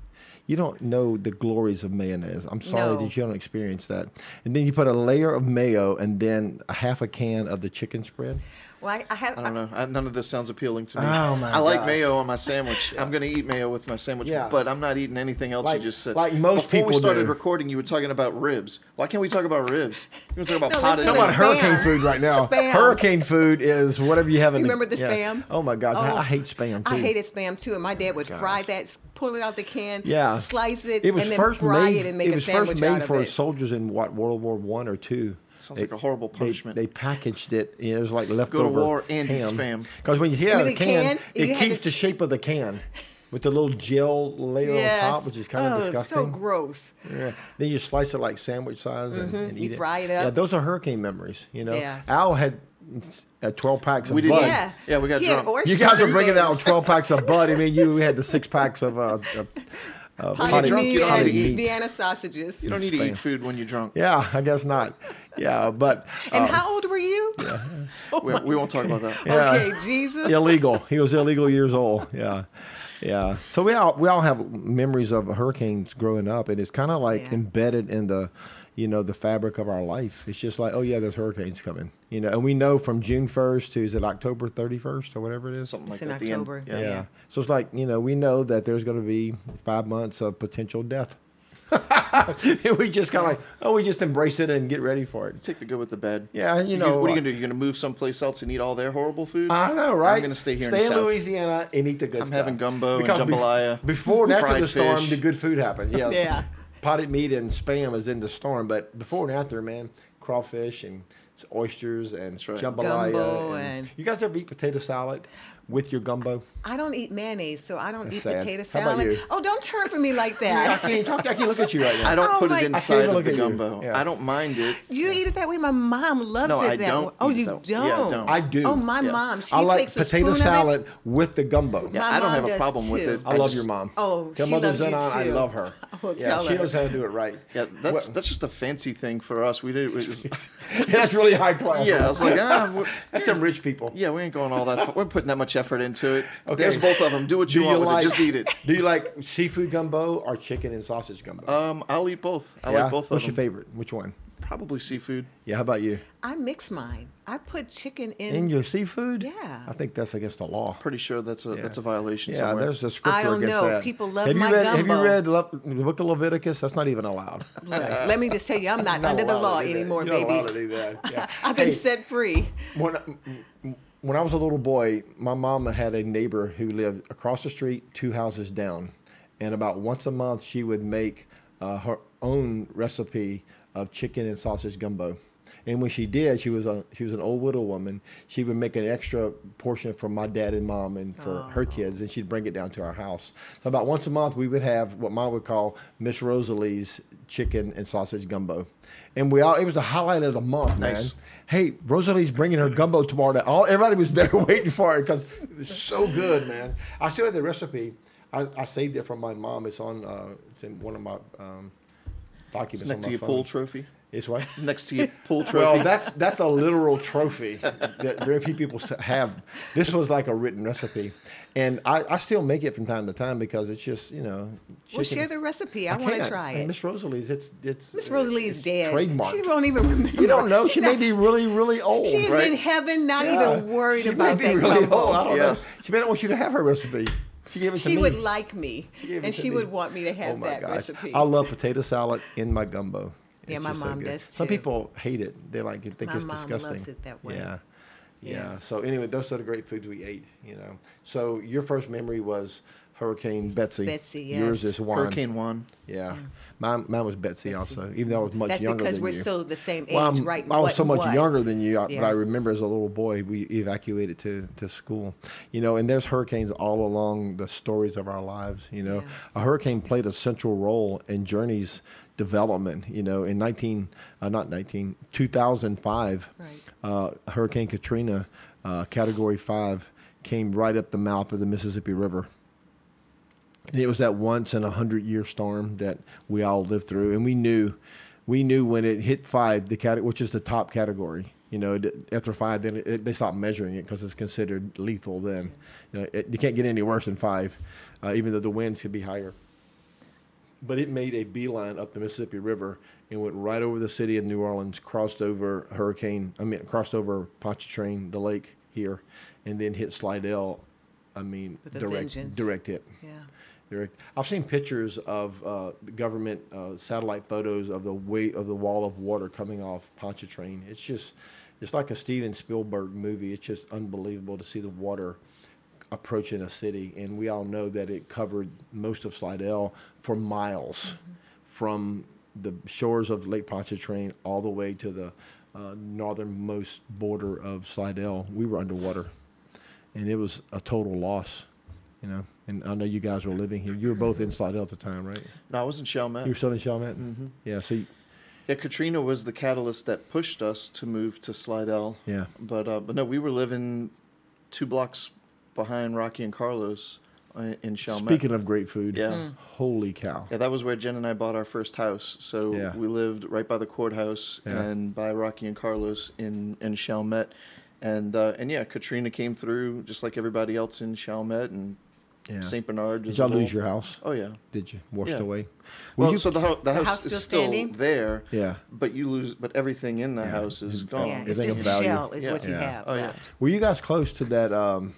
[SPEAKER 1] You don't know the glories of mayonnaise. I'm sorry
[SPEAKER 2] No.
[SPEAKER 1] that you don't experience that. And then you put a layer of mayo and then a half a can of the chicken spread.
[SPEAKER 2] Well, I, I have.
[SPEAKER 3] I don't know. I, none of this sounds appealing to me.
[SPEAKER 1] Oh, my
[SPEAKER 3] I like
[SPEAKER 1] gosh.
[SPEAKER 3] mayo on my sandwich. I'm going to eat mayo with my sandwich,
[SPEAKER 1] Yeah.
[SPEAKER 3] but I'm not eating anything else
[SPEAKER 1] Like-
[SPEAKER 3] you just said.
[SPEAKER 1] like most
[SPEAKER 3] Before we
[SPEAKER 1] people
[SPEAKER 3] started
[SPEAKER 1] do.
[SPEAKER 3] recording, you were talking about ribs. Why can't we talk about ribs? You want to talk
[SPEAKER 2] No,
[SPEAKER 3] about
[SPEAKER 2] let's
[SPEAKER 3] potted
[SPEAKER 2] talk
[SPEAKER 1] Talking
[SPEAKER 2] about
[SPEAKER 1] about
[SPEAKER 2] Spam.
[SPEAKER 1] hurricane food right now.
[SPEAKER 2] Spam.
[SPEAKER 1] Hurricane food is whatever you have in
[SPEAKER 2] You remember the spam?
[SPEAKER 1] Oh my gosh, I,
[SPEAKER 2] Oh,
[SPEAKER 1] I hate spam too.
[SPEAKER 2] I hated spam too, and my dad would fry that, s- pull it out the can,
[SPEAKER 1] Yeah,
[SPEAKER 2] slice it,
[SPEAKER 1] It was
[SPEAKER 2] and then
[SPEAKER 1] first
[SPEAKER 2] fry
[SPEAKER 1] made.
[SPEAKER 2] it and make
[SPEAKER 1] was
[SPEAKER 2] a sandwich
[SPEAKER 1] first made
[SPEAKER 2] out of
[SPEAKER 1] for
[SPEAKER 2] it.
[SPEAKER 1] soldiers in what World War One or two.
[SPEAKER 3] Sounds like a horrible punishment.
[SPEAKER 1] They, they packaged it. You know, it was like leftover
[SPEAKER 3] war and eat spam.
[SPEAKER 1] Because when you get out of
[SPEAKER 2] mean
[SPEAKER 1] the
[SPEAKER 2] the
[SPEAKER 1] can,
[SPEAKER 2] can?
[SPEAKER 1] it
[SPEAKER 2] You had
[SPEAKER 1] keeps
[SPEAKER 2] to-
[SPEAKER 1] the shape of the can with the little gel layer on top, which is kind
[SPEAKER 2] oh,
[SPEAKER 1] of
[SPEAKER 2] so
[SPEAKER 1] disgusting.
[SPEAKER 2] gross.
[SPEAKER 1] Yeah. Then you slice it like sandwich size and, and
[SPEAKER 2] Mm-hmm. You
[SPEAKER 1] eat it.
[SPEAKER 2] fry it
[SPEAKER 1] Yeah,
[SPEAKER 2] up.
[SPEAKER 1] those are hurricane memories. You know,
[SPEAKER 2] Yes.
[SPEAKER 1] Al had uh, twelve packs of
[SPEAKER 3] We didn't-
[SPEAKER 1] Bud.
[SPEAKER 3] Fun.
[SPEAKER 2] Yeah.
[SPEAKER 3] Yeah, we got
[SPEAKER 2] He had
[SPEAKER 3] drunk.
[SPEAKER 2] orange
[SPEAKER 1] You guys were
[SPEAKER 2] juice
[SPEAKER 1] bringing out
[SPEAKER 2] and
[SPEAKER 1] 12 packs of Bud. I mean, you had the six packs of uh, uh, uh,
[SPEAKER 2] potted
[SPEAKER 1] potted-
[SPEAKER 3] drunk, you
[SPEAKER 2] meat
[SPEAKER 3] don't
[SPEAKER 1] potted
[SPEAKER 2] and
[SPEAKER 3] need to eat.
[SPEAKER 1] meat.
[SPEAKER 2] Vienna sausages.
[SPEAKER 3] You don't need to
[SPEAKER 1] Spam.
[SPEAKER 3] eat food when you're drunk.
[SPEAKER 1] Yeah, I guess not. Yeah, but
[SPEAKER 2] And
[SPEAKER 1] uh,
[SPEAKER 2] how old were you?
[SPEAKER 3] We, we won't talk about that.
[SPEAKER 1] Oh Yeah.
[SPEAKER 2] Okay, Jesus.
[SPEAKER 1] illegal. He was illegal years old. Yeah, yeah. So we all we all have memories of hurricanes growing up, and it's kind of like
[SPEAKER 2] Yeah.
[SPEAKER 1] embedded in the, you know, the fabric of our life. It's just like, oh yeah, there's hurricanes coming. You know, and we know from June 1st to is it October 31st or whatever it is.
[SPEAKER 3] Something
[SPEAKER 2] It's
[SPEAKER 3] like
[SPEAKER 2] in
[SPEAKER 3] that. The end.
[SPEAKER 2] October.
[SPEAKER 1] Yeah.
[SPEAKER 3] Yeah.
[SPEAKER 2] Yeah.
[SPEAKER 1] So it's like, you know, we know that there's going to be five months of potential death. we just kind of like, oh, we just embrace it and get ready for it.
[SPEAKER 3] Take the good with the bad.
[SPEAKER 1] Yeah, you
[SPEAKER 3] gonna-
[SPEAKER 1] know,
[SPEAKER 3] what are
[SPEAKER 1] uh,
[SPEAKER 3] you going to do? You're going to move someplace else and eat all their horrible food?
[SPEAKER 1] I know, right?
[SPEAKER 3] I'm going to stay here
[SPEAKER 1] Stay
[SPEAKER 3] in,
[SPEAKER 1] in,
[SPEAKER 3] the South.
[SPEAKER 1] Louisiana and eat the good
[SPEAKER 3] I'm
[SPEAKER 1] stuff.
[SPEAKER 3] having gumbo and
[SPEAKER 1] bef-
[SPEAKER 3] jambalaya,
[SPEAKER 1] before and after
[SPEAKER 3] fried
[SPEAKER 1] the storm,
[SPEAKER 3] fish.
[SPEAKER 1] the good food happens. Yeah.
[SPEAKER 2] Yeah.
[SPEAKER 1] Potted meat and spam is in the storm, but before and after, man, crawfish and oysters and
[SPEAKER 3] right.
[SPEAKER 1] jambalaya.
[SPEAKER 2] Gumbo and-
[SPEAKER 1] You guys ever eat potato salad with your gumbo?
[SPEAKER 2] I don't eat mayonnaise, so I don't
[SPEAKER 1] That's
[SPEAKER 2] eat
[SPEAKER 1] sad.
[SPEAKER 2] potato
[SPEAKER 1] How about
[SPEAKER 2] salad.
[SPEAKER 1] you?
[SPEAKER 2] Oh, don't turn for me like
[SPEAKER 1] I
[SPEAKER 2] that.
[SPEAKER 1] can't even talk. I can't look at you right now.
[SPEAKER 3] I don't
[SPEAKER 2] Oh
[SPEAKER 3] put
[SPEAKER 2] my- I
[SPEAKER 3] it
[SPEAKER 2] can't
[SPEAKER 3] inside
[SPEAKER 1] even
[SPEAKER 3] of
[SPEAKER 1] look
[SPEAKER 3] the
[SPEAKER 1] at you.
[SPEAKER 3] gumbo.
[SPEAKER 1] Yeah.
[SPEAKER 3] I don't mind it.
[SPEAKER 2] You eat it that way? My mom loves
[SPEAKER 3] No,
[SPEAKER 2] it
[SPEAKER 3] I
[SPEAKER 2] that
[SPEAKER 3] don't
[SPEAKER 2] way. Oh,
[SPEAKER 3] eat it
[SPEAKER 2] you
[SPEAKER 3] that way.
[SPEAKER 2] don't?
[SPEAKER 3] Yeah, I don't.
[SPEAKER 1] I do.
[SPEAKER 2] Oh, my
[SPEAKER 3] Yeah.
[SPEAKER 2] mom. She
[SPEAKER 1] I like
[SPEAKER 2] takes a
[SPEAKER 1] potato
[SPEAKER 2] spoon of it.
[SPEAKER 1] salad with the gumbo.
[SPEAKER 2] My
[SPEAKER 3] Yeah, I don't
[SPEAKER 2] mom
[SPEAKER 3] have a
[SPEAKER 2] does
[SPEAKER 3] problem with
[SPEAKER 2] too.
[SPEAKER 3] it.
[SPEAKER 1] I,
[SPEAKER 3] I
[SPEAKER 1] love
[SPEAKER 3] just-
[SPEAKER 1] your mom.
[SPEAKER 2] Oh,
[SPEAKER 1] Till
[SPEAKER 2] she
[SPEAKER 1] mother's
[SPEAKER 2] loves
[SPEAKER 1] done
[SPEAKER 2] you
[SPEAKER 1] on, I
[SPEAKER 2] too.
[SPEAKER 1] love her.
[SPEAKER 2] I will
[SPEAKER 1] yeah,
[SPEAKER 2] tell
[SPEAKER 1] she
[SPEAKER 2] her.
[SPEAKER 1] knows how to do it right.
[SPEAKER 3] Yeah, that's
[SPEAKER 1] What-
[SPEAKER 3] that's just a fancy thing for us. We did. It was,
[SPEAKER 1] that's really high class.
[SPEAKER 3] yeah, I was like, ah, we're-
[SPEAKER 1] that's some rich people.
[SPEAKER 3] yeah, we ain't going all that. Far. We're putting that much effort into it.
[SPEAKER 1] Okay.
[SPEAKER 3] There's both of them. Do what you
[SPEAKER 1] Do
[SPEAKER 3] want
[SPEAKER 1] you
[SPEAKER 3] with
[SPEAKER 1] like-
[SPEAKER 3] it. Just eat it.
[SPEAKER 1] Do you like seafood gumbo or chicken and sausage gumbo?
[SPEAKER 3] Um, I'll eat both. I
[SPEAKER 1] Yeah?
[SPEAKER 3] like both of
[SPEAKER 1] What's
[SPEAKER 3] them.
[SPEAKER 1] your favorite? Which one?
[SPEAKER 3] Probably seafood.
[SPEAKER 1] Yeah, how about you?
[SPEAKER 2] I mix mine. I put chicken in.
[SPEAKER 1] In your seafood?
[SPEAKER 2] Yeah.
[SPEAKER 1] I think that's against the law.
[SPEAKER 3] Pretty sure that's a that's a violation.
[SPEAKER 1] Yeah,
[SPEAKER 3] somewhere.
[SPEAKER 1] there's a scripture
[SPEAKER 2] don't
[SPEAKER 1] against
[SPEAKER 2] know.
[SPEAKER 1] that.
[SPEAKER 2] People love
[SPEAKER 1] have
[SPEAKER 2] my
[SPEAKER 1] you read, Have you
[SPEAKER 2] gumbo.
[SPEAKER 1] read Le- the book of Leviticus? That's not even allowed.
[SPEAKER 2] Look, let me just tell you, I'm not,
[SPEAKER 1] Not
[SPEAKER 2] under the
[SPEAKER 1] allowed
[SPEAKER 2] law
[SPEAKER 1] to do that.
[SPEAKER 2] anymore,
[SPEAKER 1] You're not allowed to
[SPEAKER 2] baby.
[SPEAKER 1] do that. Yeah.
[SPEAKER 2] I've been
[SPEAKER 1] Hey,
[SPEAKER 2] set free.
[SPEAKER 1] when when I was a little boy, my mama had a neighbor who lived across the street, two houses down, and about once a month she would make uh, her own recipe of chicken and sausage gumbo. And when she did, she was a she was an old widow woman. She would make an extra portion for my dad and mom and for her kids, and she'd bring it down to our house. So about once a month, we would have what mom would call Miss Rosalie's chicken and sausage gumbo, and we all it was the highlight of the month, man
[SPEAKER 3] Nice.
[SPEAKER 1] hey, Rosalie's bringing her gumbo tomorrow night. All everybody was there waiting for it because it was so good, man. I still have the recipe. I, I saved it from my mom. It's on. Uh, it's in one of my um, documents on
[SPEAKER 3] next
[SPEAKER 1] my
[SPEAKER 3] to your
[SPEAKER 1] phone.
[SPEAKER 3] pool trophy.
[SPEAKER 1] It's what?
[SPEAKER 3] Next to your pool trophy.
[SPEAKER 1] Well, that's that's a literal trophy that very few people st- have. This was like a written recipe, and I, I still make it from time to time because it's just you know.
[SPEAKER 2] Well,
[SPEAKER 1] chicken-
[SPEAKER 2] share the recipe. I, want to
[SPEAKER 1] can't.
[SPEAKER 2] try
[SPEAKER 1] And
[SPEAKER 2] it.
[SPEAKER 1] Miss Rosalie's, it's it's
[SPEAKER 2] Miss Rosalie's
[SPEAKER 1] it's
[SPEAKER 2] dead.
[SPEAKER 1] Trademark.
[SPEAKER 2] She won't even remember.
[SPEAKER 1] You don't know.
[SPEAKER 2] She's
[SPEAKER 1] She may
[SPEAKER 2] not-
[SPEAKER 1] be really, really old.
[SPEAKER 2] She is
[SPEAKER 3] right?
[SPEAKER 2] in heaven, not
[SPEAKER 1] Yeah.
[SPEAKER 2] even worried
[SPEAKER 1] she
[SPEAKER 2] about
[SPEAKER 1] may be
[SPEAKER 2] that
[SPEAKER 1] really
[SPEAKER 2] gumbo.
[SPEAKER 1] old. I don't know.
[SPEAKER 3] Yeah.
[SPEAKER 1] She may not want you to have her recipe. She gave it to
[SPEAKER 2] She
[SPEAKER 1] me.
[SPEAKER 2] would like me,
[SPEAKER 1] gave it
[SPEAKER 2] and
[SPEAKER 1] to
[SPEAKER 2] she
[SPEAKER 1] me.
[SPEAKER 2] would want me to have
[SPEAKER 1] oh my
[SPEAKER 2] that
[SPEAKER 1] gosh.
[SPEAKER 2] recipe.
[SPEAKER 1] I love potato salad in my gumbo.
[SPEAKER 2] Yeah,
[SPEAKER 1] It's
[SPEAKER 2] my
[SPEAKER 1] just so
[SPEAKER 2] mom
[SPEAKER 1] good.
[SPEAKER 2] does
[SPEAKER 1] Some
[SPEAKER 2] too.
[SPEAKER 1] people hate it. They like it, think
[SPEAKER 2] My
[SPEAKER 1] it's
[SPEAKER 2] mom
[SPEAKER 1] disgusting.
[SPEAKER 2] loves it that way.
[SPEAKER 1] Yeah. yeah.
[SPEAKER 2] Yeah.
[SPEAKER 1] So anyway, those are the great foods we ate. You know. So your first memory was Hurricane Betsy.
[SPEAKER 2] Betsy,
[SPEAKER 1] Yours
[SPEAKER 2] yes.
[SPEAKER 1] is Juan.
[SPEAKER 3] Hurricane Juan.
[SPEAKER 1] Yeah. Mine, mine was Betsy, also, even though I was much
[SPEAKER 2] That's
[SPEAKER 1] younger
[SPEAKER 2] because
[SPEAKER 1] than
[SPEAKER 2] we're
[SPEAKER 1] you.
[SPEAKER 2] still the same age,
[SPEAKER 1] well, I'm-
[SPEAKER 2] right?
[SPEAKER 1] I was
[SPEAKER 2] What-
[SPEAKER 1] so much
[SPEAKER 2] what?
[SPEAKER 1] younger than you, I- but
[SPEAKER 2] Yeah.
[SPEAKER 1] I remember as a little boy, we evacuated to, to school. You know, and there's hurricanes all along the stories of our lives. You know,
[SPEAKER 2] Yeah.
[SPEAKER 1] a hurricane played a central role in Journey's development. You know, in 19, uh, not 19, 2005,
[SPEAKER 2] Right.
[SPEAKER 1] uh, Hurricane Katrina, uh, Category 5, came right up the mouth of the Mississippi River. And it was that once in a hundred year storm that we all lived through, and we knew, we knew when it hit five, the cat, which is the top category. You know, d- after five, then it, they stopped measuring it because it's considered lethal. Then, you know, it, you can't get any worse than five, uh, even though the winds could be higher. But it made a beeline up the Mississippi River and went right over the city of New Orleans, crossed over Hurricane, I mean, crossed over Pontchartrain, the lake here, and then hit Slidell. I mean,
[SPEAKER 2] With a
[SPEAKER 1] direct,
[SPEAKER 2] vengeance.
[SPEAKER 1] direct hit.
[SPEAKER 2] Yeah.
[SPEAKER 1] Eric, I've seen pictures of uh, the government uh, satellite photos of the way of the wall of water coming off Pontchartrain. It's just, it's like a Steven Spielberg movie. It's just unbelievable to see the water approaching a city, and we all know that it covered most of Slidell for miles, from the shores of Lake Pontchartrain all the way to the uh, northernmost border of Slidell. We were underwater and it was a total loss, you know. And I know you guys were living here. You were both in Slidell at the time, right?
[SPEAKER 3] No, I was in Chalmette.
[SPEAKER 1] You were still in Chalmette. Mm-hmm. Yeah. So, you,
[SPEAKER 3] Yeah, Katrina was the catalyst that pushed us to move to Slidell.
[SPEAKER 1] yeah.
[SPEAKER 3] But uh, but no, we were living two blocks behind Rocky and Carlos uh, in Chalmette.
[SPEAKER 1] Speaking of great food,
[SPEAKER 3] Yeah. Mm.
[SPEAKER 1] Holy cow!
[SPEAKER 3] yeah, that was where Jen and I bought our first house. So
[SPEAKER 1] Yeah.
[SPEAKER 3] we lived right by the courthouse
[SPEAKER 1] Yeah.
[SPEAKER 3] and by Rocky and Carlos in in Chalmette. And uh, and yeah, Katrina came through just like everybody else in Chalmette and
[SPEAKER 1] Yeah.
[SPEAKER 3] St. Bernard.
[SPEAKER 1] Did
[SPEAKER 3] as
[SPEAKER 1] y'all
[SPEAKER 3] well.
[SPEAKER 1] lose your house?
[SPEAKER 3] Oh yeah.
[SPEAKER 1] Did you washed
[SPEAKER 3] Yeah.
[SPEAKER 1] away? Were
[SPEAKER 3] Well,
[SPEAKER 1] you-
[SPEAKER 3] so the, ho- the, house
[SPEAKER 2] house
[SPEAKER 3] is
[SPEAKER 2] still
[SPEAKER 3] still
[SPEAKER 2] standing?
[SPEAKER 3] there.
[SPEAKER 1] yeah.
[SPEAKER 3] But you lose, but everything in the
[SPEAKER 1] Yeah.
[SPEAKER 3] house is
[SPEAKER 1] Yeah.
[SPEAKER 3] gone.
[SPEAKER 2] yeah,
[SPEAKER 1] Is
[SPEAKER 2] it's
[SPEAKER 1] that
[SPEAKER 2] just
[SPEAKER 1] Oh, a
[SPEAKER 2] a
[SPEAKER 1] value?
[SPEAKER 2] shell is
[SPEAKER 3] Yeah.
[SPEAKER 2] what you
[SPEAKER 1] Yeah.
[SPEAKER 2] have.
[SPEAKER 3] Oh, yeah.
[SPEAKER 2] left.
[SPEAKER 1] Were you guys close to that um,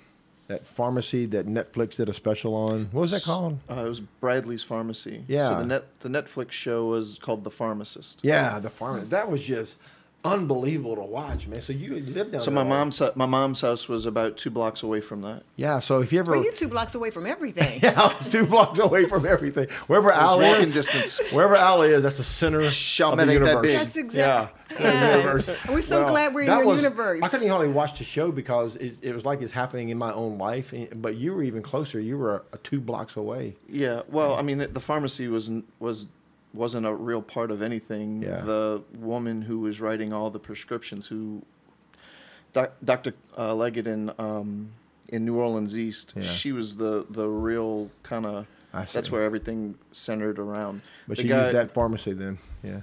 [SPEAKER 1] that pharmacy that Netflix did a special on? What was that called?
[SPEAKER 3] Uh, it was Bradley's Pharmacy.
[SPEAKER 1] Yeah.
[SPEAKER 3] So the net the Netflix show was called The Pharmacist.
[SPEAKER 1] Yeah, the pharmacy. That was just unbelievable to watch, man. So you lived down
[SPEAKER 3] So
[SPEAKER 1] there
[SPEAKER 3] my
[SPEAKER 1] all-
[SPEAKER 3] mom's hu- my mom's house was about two blocks away from that.
[SPEAKER 1] Yeah. So if you ever.
[SPEAKER 2] Well, you two blocks away from everything.
[SPEAKER 1] yeah, I was two blocks away from everything. Wherever
[SPEAKER 3] It was
[SPEAKER 1] Al
[SPEAKER 3] walking
[SPEAKER 1] is,
[SPEAKER 3] distance.
[SPEAKER 1] Wherever Allie is, that's the center
[SPEAKER 3] Shall
[SPEAKER 1] of the
[SPEAKER 3] make that
[SPEAKER 1] universe.
[SPEAKER 3] big.
[SPEAKER 2] That's exact-
[SPEAKER 1] Yeah, center of the
[SPEAKER 2] Yeah.
[SPEAKER 1] universe.
[SPEAKER 2] We're so glad we're in
[SPEAKER 1] that
[SPEAKER 2] your
[SPEAKER 1] was-
[SPEAKER 2] universe.
[SPEAKER 1] I couldn't hardly watch the show because it, it was like it's happening in my own life. and- But you were even closer. You were uh, two blocks away.
[SPEAKER 3] Yeah. Well, I mean, it- the pharmacy was n- was wasn't a real part of anything.
[SPEAKER 1] Yeah.
[SPEAKER 3] The woman who was writing all the prescriptions, who doc, Dr. Uh, Leggett in um, in New Orleans East,
[SPEAKER 1] Yeah.
[SPEAKER 3] she was the the real kind of.
[SPEAKER 1] I
[SPEAKER 3] That's
[SPEAKER 1] see.
[SPEAKER 3] where everything centered around.
[SPEAKER 1] But
[SPEAKER 3] The
[SPEAKER 1] she
[SPEAKER 3] guy-
[SPEAKER 1] used that pharmacy then. Yeah.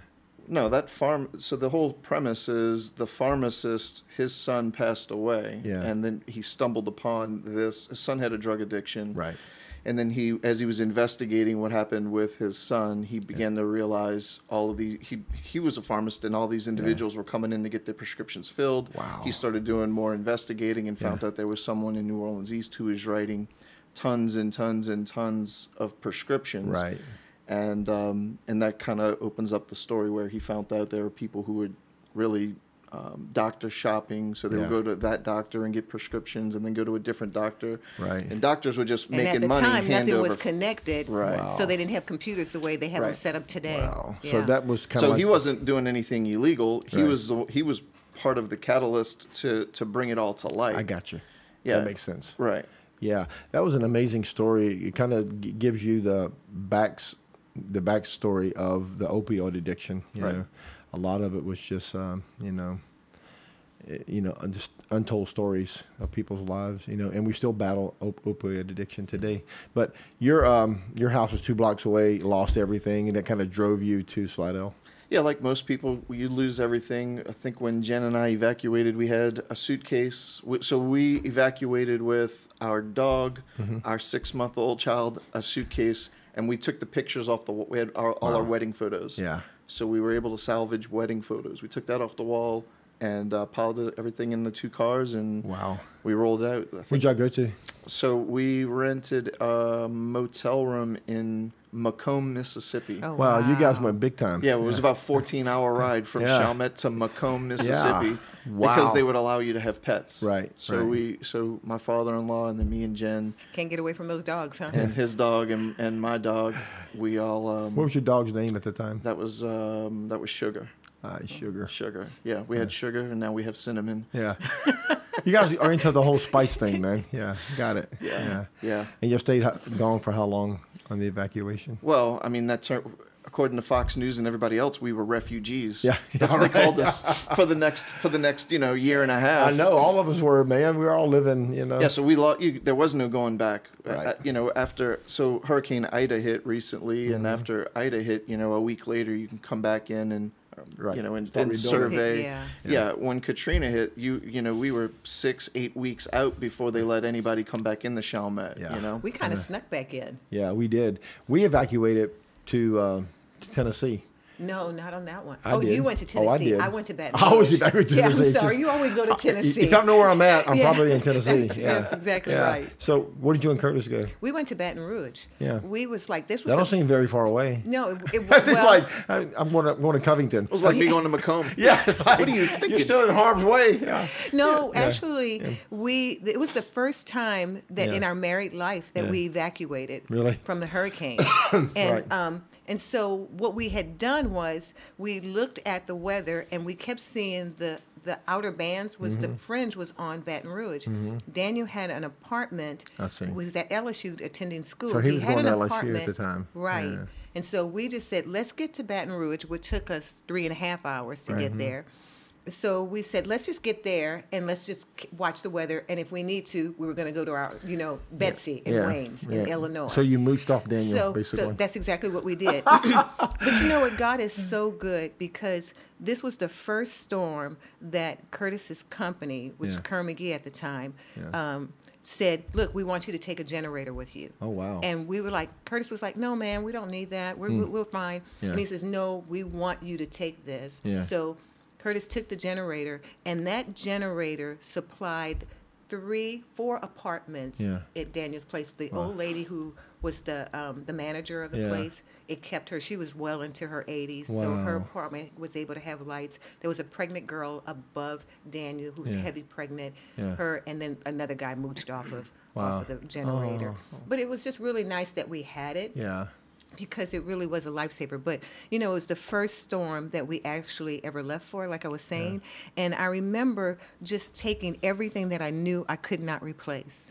[SPEAKER 3] No, that farm. So the whole premise is the pharmacist, his son passed away,
[SPEAKER 1] Yeah.
[SPEAKER 3] and then he stumbled upon this. His son had a drug addiction,
[SPEAKER 1] Right.
[SPEAKER 3] And then he, as he was investigating what happened with his son, he began to realize all of the he he was a pharmacist, and all these individuals were coming in to get their prescriptions filled.
[SPEAKER 1] Wow.
[SPEAKER 3] He started doing more investigating and found
[SPEAKER 1] Yeah.
[SPEAKER 3] out there was someone in New Orleans East who was writing tons and tons and tons of prescriptions
[SPEAKER 1] Right.
[SPEAKER 3] and um, and that kind of opens up the story where he found out there were people who would really um, doctor shopping, so they
[SPEAKER 1] Yeah.
[SPEAKER 3] would go to that doctor and get prescriptions, and then go to a different doctor.
[SPEAKER 1] Right.
[SPEAKER 3] And doctors were just
[SPEAKER 2] And
[SPEAKER 3] making
[SPEAKER 2] at the
[SPEAKER 3] money
[SPEAKER 2] time,
[SPEAKER 3] hand
[SPEAKER 2] nothing
[SPEAKER 3] over.
[SPEAKER 2] was connected,
[SPEAKER 3] Right.
[SPEAKER 2] so they didn't have computers the way they have them
[SPEAKER 3] Right.
[SPEAKER 2] set up today.
[SPEAKER 1] Wow.
[SPEAKER 2] Yeah.
[SPEAKER 1] So that was kind
[SPEAKER 3] so
[SPEAKER 1] of.
[SPEAKER 3] he
[SPEAKER 1] like,
[SPEAKER 3] wasn't doing anything illegal. He
[SPEAKER 1] Right.
[SPEAKER 3] was the, he was part of the catalyst to to bring it all to light.
[SPEAKER 1] I got you.
[SPEAKER 3] Yeah.
[SPEAKER 1] That makes sense.
[SPEAKER 3] right.
[SPEAKER 1] Yeah, that was an amazing story. It kind of g- gives you the backs the backstory of the opioid addiction. You
[SPEAKER 3] Right.
[SPEAKER 1] know, a lot of it was just um, you know, i- you know, just untold stories of people's lives. You know, and we still battle op- opioid addiction today. But your um, your house was two blocks away, lost everything, and that kind of drove you to Slidell.
[SPEAKER 3] Yeah, like most people, you lose everything. I think when Jen and I evacuated, we had a suitcase. W- So we evacuated with our dog,
[SPEAKER 1] Mm-hmm.
[SPEAKER 3] our six-month-old child, a suitcase, and we took the pictures off the wall. We had our, all our
[SPEAKER 1] Wow.
[SPEAKER 3] wedding photos.
[SPEAKER 1] Yeah.
[SPEAKER 3] So we were able to salvage wedding photos. We took that off the wall, and uh, piled it- everything in the two cars and
[SPEAKER 1] Wow.
[SPEAKER 3] we rolled out. I think
[SPEAKER 1] Where'd y'all go to?
[SPEAKER 3] so we rented a motel room in Macomb, Mississippi.
[SPEAKER 2] Oh,
[SPEAKER 1] Wow, you guys went big time.
[SPEAKER 3] Yeah, it was about 14 hour ride from
[SPEAKER 1] Yeah.
[SPEAKER 3] Chalmette to Macomb, Mississippi,
[SPEAKER 1] Wow.
[SPEAKER 3] because they would allow you to have pets.
[SPEAKER 1] Right,
[SPEAKER 3] So
[SPEAKER 1] right.
[SPEAKER 3] we, so my father-in-law and then me and Jen
[SPEAKER 2] Can't get away from those dogs, huh?
[SPEAKER 3] and his dog and, and my dog, we all. Um,
[SPEAKER 1] What was your dog's name at the time?
[SPEAKER 3] that was um, that was sugar,
[SPEAKER 1] Uh, sugar.
[SPEAKER 3] sugar. Yeah, we had sugar, and now we have cinnamon.
[SPEAKER 1] Yeah. you guys are into the whole spice thing, man. Yeah, got it. Yeah.
[SPEAKER 3] Yeah.
[SPEAKER 1] And you stayed ho- gone for how long on the evacuation?
[SPEAKER 3] Well, I mean that term. According to Fox News and everybody else, we were refugees.
[SPEAKER 1] Yeah.
[SPEAKER 3] that's what they called us for the next for the next you know year and a half.
[SPEAKER 1] I know all of us were, man. We were all living, you know.
[SPEAKER 3] Yeah, so we lost. You, there was no going back. Uh,
[SPEAKER 1] Right.
[SPEAKER 3] you know, after so Hurricane Ida hit recently, and
[SPEAKER 1] Mm-hmm.
[SPEAKER 3] after Ida hit, you know, a week later, you can come back in and um,
[SPEAKER 1] Right.
[SPEAKER 3] you know and,
[SPEAKER 1] Start
[SPEAKER 3] and
[SPEAKER 1] rebuilding.
[SPEAKER 3] survey.
[SPEAKER 2] Yeah.
[SPEAKER 3] yeah, when Katrina hit, you you know, we were six eight weeks out before they let anybody come back in the Chalmette.
[SPEAKER 1] Yeah.
[SPEAKER 3] You know,
[SPEAKER 2] We kind of snuck back in.
[SPEAKER 1] Yeah, we did. We evacuated to, uh, to Tennessee.
[SPEAKER 2] No, not on that one.
[SPEAKER 1] I
[SPEAKER 2] oh,
[SPEAKER 1] did.
[SPEAKER 2] you went to
[SPEAKER 1] Oh,
[SPEAKER 2] Tennessee.
[SPEAKER 1] I did.
[SPEAKER 2] went to Baton
[SPEAKER 1] I always
[SPEAKER 2] Rouge.
[SPEAKER 1] evacuate to
[SPEAKER 2] yeah,
[SPEAKER 1] Tennessee.
[SPEAKER 2] I'm sorry.
[SPEAKER 1] Just-
[SPEAKER 2] you always go to Tennessee.
[SPEAKER 1] Uh, If I know where I'm at, I'm
[SPEAKER 2] Yeah.
[SPEAKER 1] probably in Tennessee.
[SPEAKER 2] That's-
[SPEAKER 1] yeah.
[SPEAKER 2] that's exactly right.
[SPEAKER 1] So, where did you and Curtis go?
[SPEAKER 2] we went to Baton Rouge.
[SPEAKER 1] Yeah.
[SPEAKER 2] We was like, this was.
[SPEAKER 1] That don't
[SPEAKER 2] the-
[SPEAKER 1] seem very far away.
[SPEAKER 2] no, it, it
[SPEAKER 1] That's just
[SPEAKER 2] was well,
[SPEAKER 1] like I, I'm going to, going to Covington.
[SPEAKER 3] it was like me going to Macomb.
[SPEAKER 1] yeah, it's like,
[SPEAKER 3] What are you
[SPEAKER 1] You're
[SPEAKER 3] thinking?
[SPEAKER 1] still in harm's way. Yeah.
[SPEAKER 2] No, actually, we it was the first time that in
[SPEAKER 1] Yeah.
[SPEAKER 2] our married life that
[SPEAKER 1] Yeah.
[SPEAKER 2] we evacuated
[SPEAKER 1] Really?
[SPEAKER 2] from the hurricane, and
[SPEAKER 1] Right.
[SPEAKER 2] um, and so what we had done was we looked at the weather and we kept seeing the the outer bands was
[SPEAKER 1] Mm-hmm.
[SPEAKER 2] the fringe was on Baton Rouge. Daniel had an apartment.
[SPEAKER 1] I see.
[SPEAKER 2] Was at LSU attending school.
[SPEAKER 1] So he was
[SPEAKER 2] had
[SPEAKER 1] going to
[SPEAKER 2] an
[SPEAKER 1] LSU at the
[SPEAKER 2] apartment-
[SPEAKER 1] time.
[SPEAKER 2] right?
[SPEAKER 1] Yeah.
[SPEAKER 2] And so we just said, let's get to Baton Rouge, which took us three and a half hours to
[SPEAKER 1] Mm-hmm.
[SPEAKER 2] get there. So we said, let's just get there and let's just k- watch the weather. And if we need to, we were going to go to our, you know, Betsy in Waynes in
[SPEAKER 1] yeah.
[SPEAKER 2] Illinois.
[SPEAKER 1] So you mooched off Daniel,
[SPEAKER 2] so,
[SPEAKER 1] basically.
[SPEAKER 2] so that's exactly what we did. but you know what? God is so good because this was the first storm that Curtis's company, which
[SPEAKER 1] Yeah.
[SPEAKER 2] Kerr McGee at the time,
[SPEAKER 1] Yeah.
[SPEAKER 2] um, said, look, we want you to take a generator with you.
[SPEAKER 1] Oh, wow. Hmm.
[SPEAKER 2] And we were like, Curtis was like, no, man, we don't need that. We're, we're, we're fine.
[SPEAKER 1] Yeah.
[SPEAKER 2] And he says, no, we want you to take this.
[SPEAKER 1] Yeah.
[SPEAKER 2] So Curtis took the generator, and that generator supplied three, four apartments
[SPEAKER 1] Yeah.
[SPEAKER 2] at Daniel's place. The old lady who was the um, the manager of the
[SPEAKER 1] Yeah.
[SPEAKER 2] place. It kept her. She was well into her 80s, so
[SPEAKER 1] Wow.
[SPEAKER 2] her apartment was able to have lights. There was a pregnant girl above Daniel who was
[SPEAKER 1] Yeah.
[SPEAKER 2] heavy pregnant.
[SPEAKER 1] Yeah.
[SPEAKER 2] Her and then another guy mooched off of,
[SPEAKER 1] Wow. Oh.
[SPEAKER 2] off of the generator. But it was just really nice that we had it
[SPEAKER 1] yeah.
[SPEAKER 2] because it really was a lifesaver. But you know, it was the first storm that we actually ever left for, like I was saying. And I remember just taking everything that I knew I could not replace.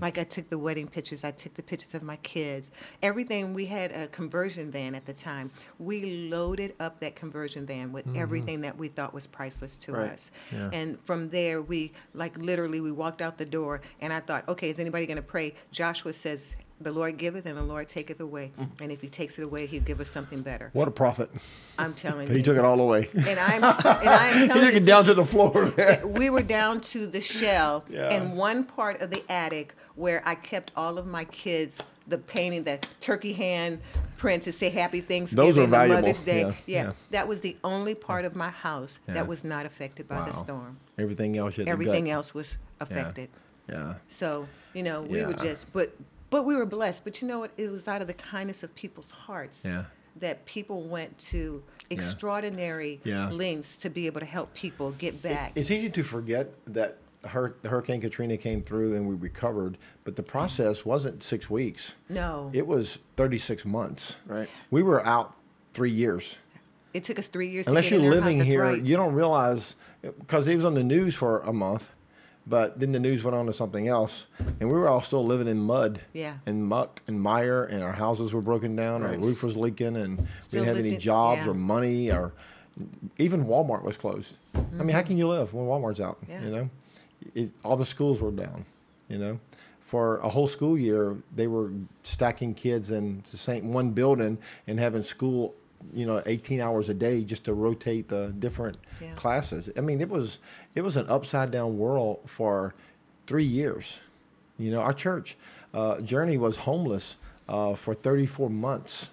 [SPEAKER 2] Like I took the wedding pictures, I took the pictures of my kids, everything. We had a conversion van at the time. We loaded up that conversion van with everything that we thought was priceless to
[SPEAKER 3] Right.
[SPEAKER 2] us.
[SPEAKER 1] Yeah.
[SPEAKER 2] And from there, we like literally we walked out the door, and I thought, okay, is anybody going to pray? Joshua says. The Lord giveth and the Lord taketh away.
[SPEAKER 1] Mm-hmm.
[SPEAKER 2] And if He takes it away, He'll give us something better.
[SPEAKER 1] What a prophet.
[SPEAKER 2] I'm telling you.
[SPEAKER 1] He took it all away. he
[SPEAKER 2] and I'm and I'm
[SPEAKER 1] took it
[SPEAKER 2] telling you,
[SPEAKER 1] down to the floor. man.
[SPEAKER 2] we were down to the shell
[SPEAKER 1] Yeah.
[SPEAKER 2] and one part of the attic where I kept all of my kids the painting, the turkey hand print to say Happy Thanksgiving,
[SPEAKER 1] Those are
[SPEAKER 2] or
[SPEAKER 1] valuable.
[SPEAKER 2] Mother's Day.
[SPEAKER 1] Yeah, yeah.
[SPEAKER 2] that was the only part of my house
[SPEAKER 1] Yeah.
[SPEAKER 2] that was not affected by the
[SPEAKER 1] Wow.
[SPEAKER 2] storm.
[SPEAKER 1] Everything else, you had
[SPEAKER 2] Everything
[SPEAKER 1] to gut.
[SPEAKER 2] else was affected.
[SPEAKER 1] Yeah.
[SPEAKER 2] So you know, we were
[SPEAKER 1] Yeah.
[SPEAKER 2] just but but we were blessed. But you know what? It was out of the kindness of people's hearts
[SPEAKER 1] Yeah.
[SPEAKER 2] that people went to extraordinary
[SPEAKER 1] Yeah.
[SPEAKER 2] lengths to be able to help people get back.
[SPEAKER 1] It's easy to forget that hur- Hurricane Katrina came through and we recovered, but the process wasn't six weeks.
[SPEAKER 2] no, it,
[SPEAKER 1] It was 36 months.
[SPEAKER 3] Right.
[SPEAKER 1] We were out three years.
[SPEAKER 2] took us three years.
[SPEAKER 1] Unless
[SPEAKER 2] to
[SPEAKER 1] you're
[SPEAKER 2] get in our house,
[SPEAKER 1] living
[SPEAKER 2] that's
[SPEAKER 1] here,
[SPEAKER 2] right.
[SPEAKER 1] you don't realize because it was on the news for a month, but then the news went on to something else, and we were all still living in mud,
[SPEAKER 2] Yeah.
[SPEAKER 1] and muck and mire, and our houses were broken down, our
[SPEAKER 3] Right.
[SPEAKER 1] roof was leaking, and we
[SPEAKER 2] Still
[SPEAKER 1] didn't have any
[SPEAKER 2] lived in-
[SPEAKER 1] jobs
[SPEAKER 2] yeah.
[SPEAKER 1] or money or even Walmart was closed. I mean, how can you live when Walmart's out?
[SPEAKER 2] Mm-hmm. Yeah.
[SPEAKER 1] You know, it, all the schools were down. You know, for a whole school year, they were stacking kids in the same one building and having school. You know, 18 hours a day just to rotate the different
[SPEAKER 2] Yeah.
[SPEAKER 1] classes. I mean, it was it was an upside down world for three years. You know, our church uh, journey was homeless uh, for 34 months.